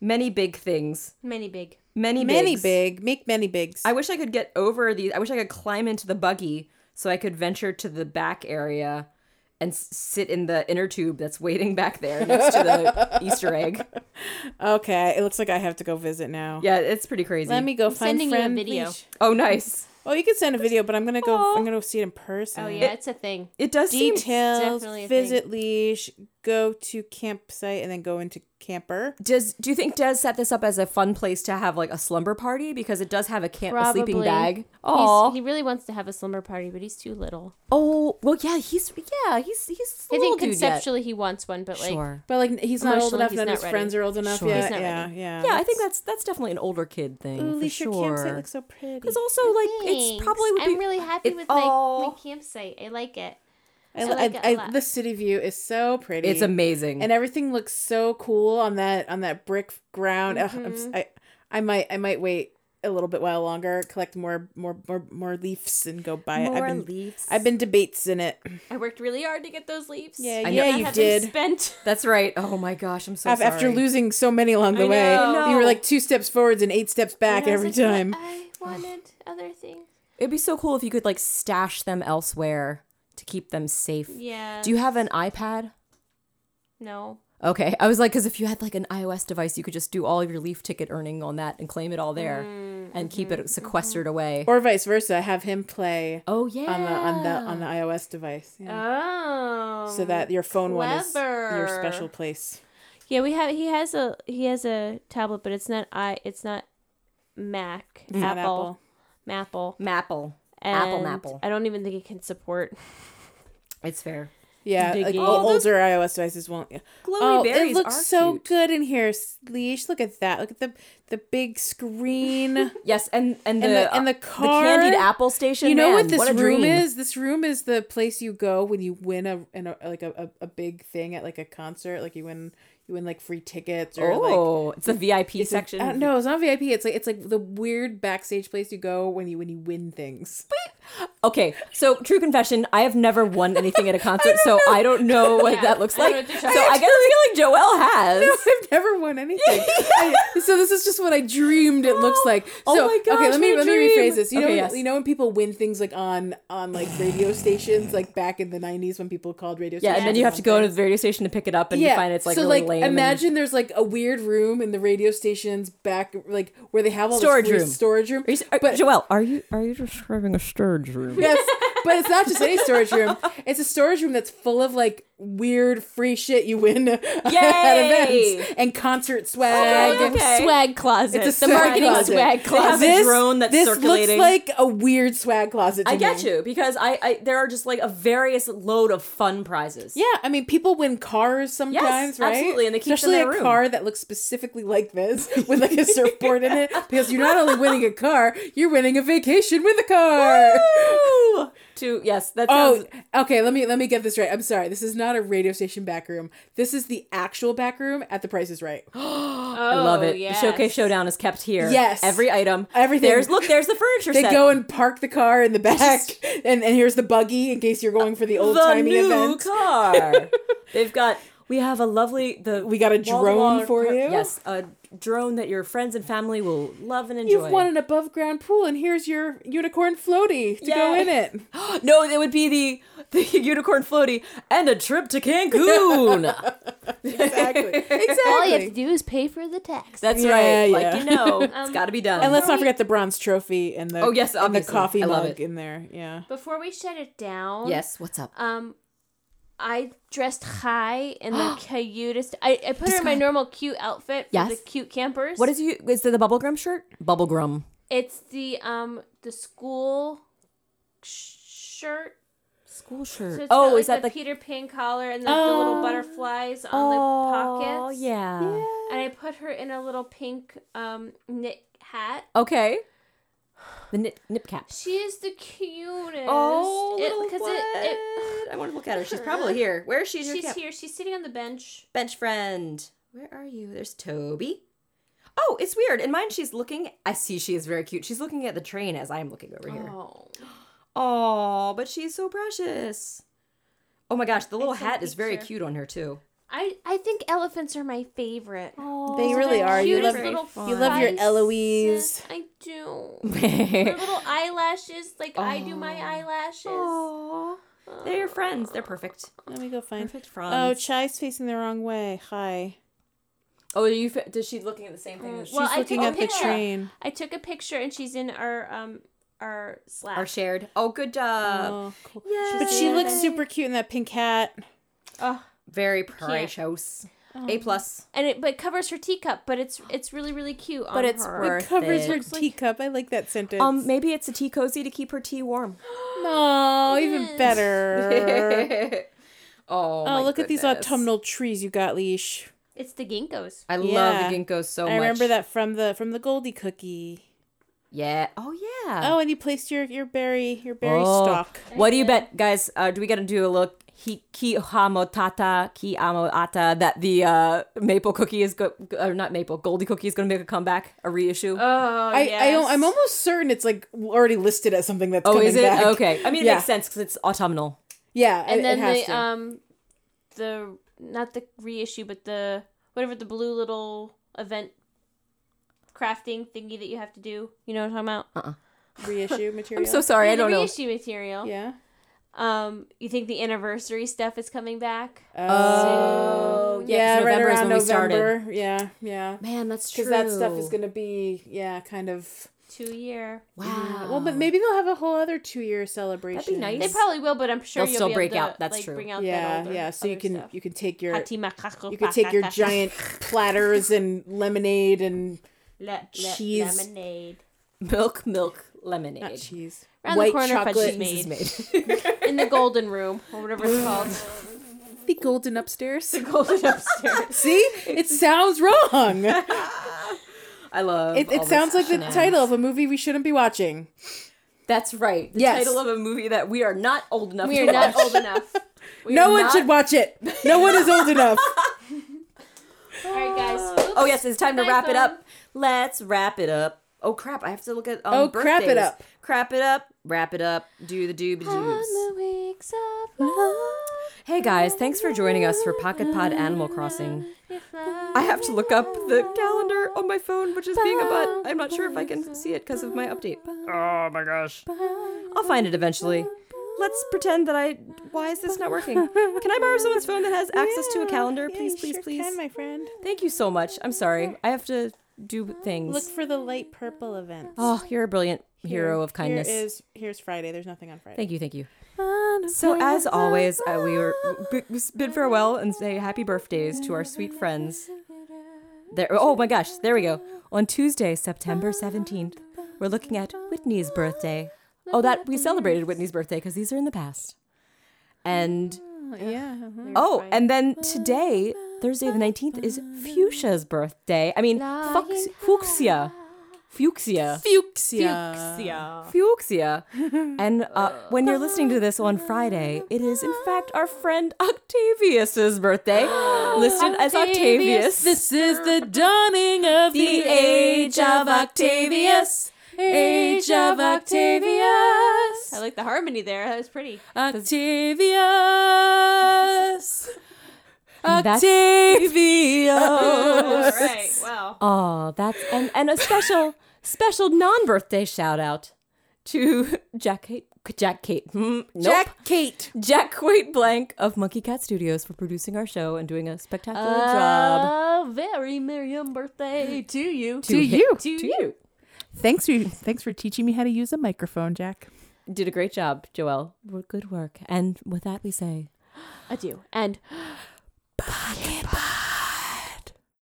S2: Many big things.
S1: Many big.
S2: Many
S3: Many
S2: bigs.
S3: big, make many bigs.
S2: I wish I could get over the. I wish I could climb into the buggy so I could venture to the back area and s- sit in the inner tube that's waiting back there next to the Easter egg.
S3: okay, it looks like I have to go visit now.
S2: Yeah, it's pretty crazy.
S3: Let me go find
S1: sending you a
S3: friend
S1: video.
S3: leash.
S2: oh, nice.
S3: Oh, you can send a video, but I'm gonna go. I'm gonna see it in person.
S1: Oh yeah, it's a thing.
S2: It does seem.
S3: Details.
S1: definitely a
S3: Visit leash. Go to campsite and then go into camper.
S2: Does do you think Des set this up as a fun place to have like a slumber party because it does have a camp a sleeping
S1: Probably.
S2: bag?
S1: He's,
S2: Oh,
S1: he really wants to have a slumber party, but he's too little.
S2: oh, well, yeah, he's yeah, he's he's. a
S1: I
S2: little
S1: think
S2: dude yet.
S1: conceptually he wants one, but like
S7: Sure.
S3: But like he's not old
S1: Emotionally,
S3: enough.
S1: he's
S3: None of
S1: not
S3: his
S1: ready.
S3: friends are old enough
S7: Sure.
S3: yet.
S1: He's not
S3: yeah,
S1: ready.
S3: yeah,
S2: Yeah, I think that's that's definitely an older kid thing
S3: Ooh,
S2: for
S3: leash
S2: sure.
S3: your campsite looks so pretty.
S2: it's also like it's
S1: Thanks.
S2: probably would be.
S1: I'm really happy
S2: it-
S1: with my, my
S2: Aw.
S1: campsite. I like it.
S3: I,
S1: I like it a
S3: I-
S1: lot.
S3: the city view is so pretty.
S2: It's amazing.
S3: and everything looks so cool on that on that brick ground. Ugh, I'm
S1: Mm-hmm.
S3: s- I, I might I might wait a little bit while longer, collect more more more more leaves and go buy it. I've been
S2: leaves.
S3: I've been debates in it.
S1: I worked really hard to get those leaves.
S3: Yeah,
S2: know.
S3: yeah,
S2: I
S3: you
S1: Have
S3: did.
S1: Them spent.
S2: That's right. Oh my gosh, I'm so
S3: Af-
S2: sorry.
S3: After losing so many along the
S1: I
S3: way,
S1: know.
S3: you were like two steps forwards and eight steps back
S1: And I was
S3: every
S1: like,
S3: time.
S1: "But I wanted other things.
S2: It'd be so cool if you could like stash them elsewhere to keep them safe.
S1: Yeah.
S2: Do you have an iPad?
S1: No.
S2: Okay, I was like, because if you had like an iOS device, you could just do all of your leaf ticket earning on that and claim it all there and keep it sequestered away.
S3: Mm-hmm. Or vice versa, have him play
S2: oh yeah,
S3: on the on the on the iOS device. yeah.
S1: Oh.
S3: so that your phone one is your
S1: clever.
S3: special place.
S1: Yeah, we have. He has a he has a tablet, but it's not i. It's not Mac. Apple.
S3: Not Apple.
S1: Maple.
S2: Maple.
S1: And
S2: Maple.
S1: I don't even think it can support.
S2: It's fair.
S3: Yeah, like
S1: Digging.
S3: o-
S1: Oh,
S3: older iOS devices won't. yeah.
S2: Glowy
S3: oh, it
S2: berries
S3: looks
S2: are
S3: so
S2: cute.
S3: good in here, Leash. Look at that. Look at the the big screen.
S2: Yes, and and the
S3: And the- and the car-
S2: candied apple station.
S3: you know
S2: man,
S3: what this
S2: a
S3: room
S2: dream.
S3: is? This room is the place you go when you win a, an, a like a, a, a big thing at like a concert. Like you win you win like free tickets or like
S2: Oh, it's the VIP
S3: it's a-
S2: section.
S3: I don't know. It's not VIP. It's like it's like the weird backstage place you go when you when you win things.
S2: Okay, so true confession, I have never won anything at a concert, so I don't know what that looks like. so I guess feel like Joelle has.
S3: I've never won anything. I- so this is just what I dreamed it looks like. So,
S2: Oh my gosh,
S3: okay, let me
S2: what
S3: let
S2: a
S3: me
S2: dream.
S3: rephrase this. You know
S2: Okay,
S3: when-
S2: yes.
S3: you know when people win things like on on like radio stations like back in the 90s when people called radio
S2: yeah,
S3: stations.
S2: and then you have to go
S3: to
S2: to the radio station to pick it up, and you find it's like
S3: so
S2: really
S3: like
S2: lame. and-
S3: imagine there's like a weird room in the radio station's back like where they have all
S2: Storage
S3: this free
S2: room.
S3: storage room
S2: Are you, are,
S3: but
S2: Joelle, are you are you describing a storage room?
S3: yes But it's not just any storage room. It's a storage room that's full of like weird free shit you win at
S2: Yay!
S3: events and concert swag.
S2: Okay.
S1: Swag closet.
S3: It's a
S1: the
S3: swag
S1: marketing
S3: closet.
S1: swag closet.
S2: have a drone that's
S3: this
S2: circulating.
S3: looks like a weird swag closet. To
S2: I get
S3: me.
S2: you because I, I there are just like a various load of fun prizes.
S3: Yeah, I mean, people win cars sometimes, right?
S2: absolutely, and they keep them in
S3: especially
S2: their
S3: a
S2: room.
S3: car that looks specifically like this with like a surfboard in it, because you're not only winning a car, you're winning a vacation with a car.
S2: Woo! to yes, that sounds
S3: Oh, okay. Let me let me get this right. I'm sorry. This is not a radio station back room. This is the actual back room at The Price Is Right.
S2: I love
S1: Oh,
S2: it.
S1: yes.
S2: The showcase showdown is kept here.
S3: Yes.
S2: Every item.
S3: Everything.
S2: There's look, there's the furniture
S3: They
S2: set.
S3: go and park the car in the back, and, and here's the buggy in case you're going for the old
S2: the
S3: timey
S2: new
S3: event.
S2: car. They've got we have a lovely the
S3: We got a
S2: wall-to-wall
S3: drone for
S2: car-
S3: you.
S2: Yes, a drone that your friends and family will love and enjoy.
S3: You've won an above ground pool, and here's your unicorn floaty to go
S2: Yay.
S3: in it.
S2: No, it would be the the unicorn floaty and a trip to Cancun.
S3: Exactly. exactly.
S8: All you have to do is pay for the tax.
S2: That's
S3: Yeah,
S2: right. Like
S3: yeah.
S2: you know,
S1: Um,
S2: it's got to be done.
S3: And let's not forget the bronze trophy and the
S2: Oh, yes,
S3: and the
S2: obviously.
S3: coffee
S2: I love it.
S3: mug in there. Yeah.
S1: Before we shut it down,
S2: yes.
S9: What's up?
S1: um, I dressed high in the cutest. I, I put her in my normal cute outfit for
S9: Yes.
S1: the cute campers.
S9: What is you? Is it the bubblegum shirt? Bubblegum.
S1: It's the um the school sh- shirt.
S9: School shirt.
S1: So it's
S2: Oh,
S1: got, like,
S2: is that
S1: the,
S2: the-
S1: Peter Pan collar and like, the little butterflies on the
S9: Oh
S1: pockets?
S9: yeah.
S1: And I put her in a little pink um knit hat.
S2: Okay.
S9: The nip, nip cap.
S1: She is the cutest.
S2: Oh,
S1: It-
S2: little
S1: 'cause
S2: what? I want to look at her. She's probably here. Where is she? She's
S1: she's here. She's sitting on the bench.
S2: Bench friend. Where are you? There's Toby. Oh, it's weird. In mine, she's looking. I see she is very cute. She's looking at the train as I'm looking over here.
S1: Oh,
S2: Oh, but she's so precious. Oh my gosh, the little
S1: saw a
S2: hat is very
S1: picture.
S2: cute on her too.
S1: I I think elephants are my favorite.
S3: Oh, They really
S1: They're
S3: are. You
S1: cute as
S3: love
S1: little
S3: you love your
S1: fuzzies.
S3: Eloise.
S1: I do. Her little eyelashes, like I do my eyelashes.
S2: Oh, they're your friends. They're perfect.
S3: Let me go find.
S2: Perfect
S3: Oh,
S2: friends.
S3: Chai's facing the wrong way. Hi.
S2: Oh, are you? Fa- does she looking at the same thing? as
S1: Well,
S3: She's
S1: I
S3: looking
S1: took a
S3: at the
S1: picture.
S3: train.
S1: I took a picture and she's in our um our Slack.
S2: Are shared. Oh, good job.
S3: Oh, cool. But she looks super cute in that pink hat.
S2: Very precious. A plus.
S1: and it but it covers her teacup, but it's it's really really cute. But
S2: it's
S1: her.
S2: worth-
S3: Covers
S2: it.
S3: her
S2: Looks
S3: teacup. I like that sentence.
S10: Um, maybe it's a tea cozy to keep her tea warm.
S3: oh, even better.
S2: Oh,
S3: oh,
S2: my
S3: look at these
S2: goodness.
S3: autumnal trees you got, Leash.
S1: it's the ginkgos.
S2: I
S3: Yeah.
S2: love the ginkgo so
S3: I
S2: much.
S3: remember that from the from the Goldie cookie.
S2: Yeah. Oh yeah.
S3: Oh, and you placed your your berry your berry
S10: Oh.
S3: stalk.
S10: What do you bet, guys? Uh, do we got to do a look? Hi, ki amo tata, ki amo ata. That the uh, maple cookie is go- or not maple, Goldie cookie is going to make a comeback, a reissue.
S1: Oh,
S3: I, I don't- I'm almost certain it's like already listed as something that's
S10: oh,
S3: coming
S10: is it
S3: back.
S10: okay? I mean, it
S3: Yeah.
S10: makes sense because it's autumnal.
S3: Yeah, it-
S1: and then
S3: it has
S1: the
S3: to.
S10: uh,
S1: um the not the reissue, but the whatever the blue little event crafting thingy that you have to do. You know what I'm talking about?
S3: reissue material.
S10: So sorry, I
S1: the
S10: don't know.
S1: reissue material.
S3: yeah.
S1: Um, you think the anniversary stuff is coming back?
S3: Oh, Uh,
S10: Uh,
S3: yeah,
S10: 'cause
S3: right
S10: November is
S3: around
S10: when we started.
S3: November. Yeah, yeah.
S9: Man, that's true.
S3: Because that stuff is gonna be, yeah, kind of.
S1: Two year.
S9: Wow.
S3: Well, but maybe they'll have a whole other two-year celebration.
S10: Uh, nice.
S1: They probably will, but I'm sure
S10: They'll
S1: you'll
S10: still
S1: be
S10: break
S1: able to,
S10: out, that's
S1: like,
S10: true.
S1: Bring out
S3: Yeah,
S1: that older,
S3: yeah. So you
S1: other
S3: can
S1: stuff.
S3: you can take your
S1: Hatima
S3: you can take your giant platters and lemonade and cheese-
S1: lemonade.
S10: Milk, milk, lemonade.
S3: not cheese,
S1: Around the
S3: white
S1: corner,
S3: chocolate.
S1: fudge is made. in the golden room or whatever it's called.
S3: The golden upstairs.
S1: golden upstairs.
S3: See, it sounds wrong. It,
S2: I love. all
S3: it
S2: this
S3: sounds like the
S2: shenanigans.
S3: title of a movie we shouldn't be watching.
S2: That's right. The
S3: Yes.
S2: title of a movie that we are not old enough.
S1: We are
S2: to
S1: not
S2: watch.
S1: old enough.
S3: no one should watch it. No one is old enough.
S1: All right, guys. Oops.
S2: Oh yes, it's time to
S1: Nice
S2: wrap it
S1: one.
S2: up. Let's wrap it up. Oh crap! I have to look at. Um,
S3: Oh, crap it
S2: birthdays.
S3: up.
S2: Crap it up. Wrap it up. Do the doobie doos.
S10: Hey guys, thanks for joining us for Pocket Pod Animal Crossing.
S2: I have to look up the calendar on my phone, which is being a butt. I'm not sure if I can see it because of my update.
S11: Oh my gosh.
S2: I'll find it eventually. Let's pretend that I. Why is this not working? Can I borrow someone's phone that has access to a calendar, please, please, please?
S3: my friend.
S2: Thank you so much. I'm sorry. I have to do things.
S3: Look for the light purple event.
S2: Oh, you're a brilliant hero of kindness.
S3: Here is here's Friday. There's nothing on Friday.
S2: Thank you, thank you. So as always, uh, we were b- b- bid farewell and say happy birthdays to our sweet friends. There, oh my gosh, there we go. On Tuesday, September seventeenth, we're looking at Whitney's birthday. Oh, that we celebrated Whitney's birthday because these are in the past. And
S3: yeah. uh-huh.
S2: oh, and then today, Thursday the nineteenth, is Fuchsia's birthday. I mean, Fux- Fuchsia, Fuchsia.
S3: Fuchsia.
S2: Fuchsia. And uh, when you're listening to this on Friday, it is in fact our friend Octavius's birthday, listed as Octavius.
S6: This is the dawning of the age of Octavius. Age of Octavius.
S1: I like the harmony there. That was pretty.
S6: Octavius.
S2: That's-
S6: Octavius.
S1: All right. Wow.
S2: Aw, Oh, that's and, and a special special non-birthday shout out to Jack Kate. Jack Kate. Hmm, nope.
S3: Jack Kate.
S2: Jack Quaid Blank of Monkey Cat Studios for producing our show and doing a spectacular job.
S1: A very Miriam birthday Uh, to you.
S2: To hi-
S3: you.
S2: To you.
S3: Thanks for thanks for teaching me how to use a microphone, Jack.
S2: Did a great job, Joelle. Good work. And with that, we say.
S1: Adieu. And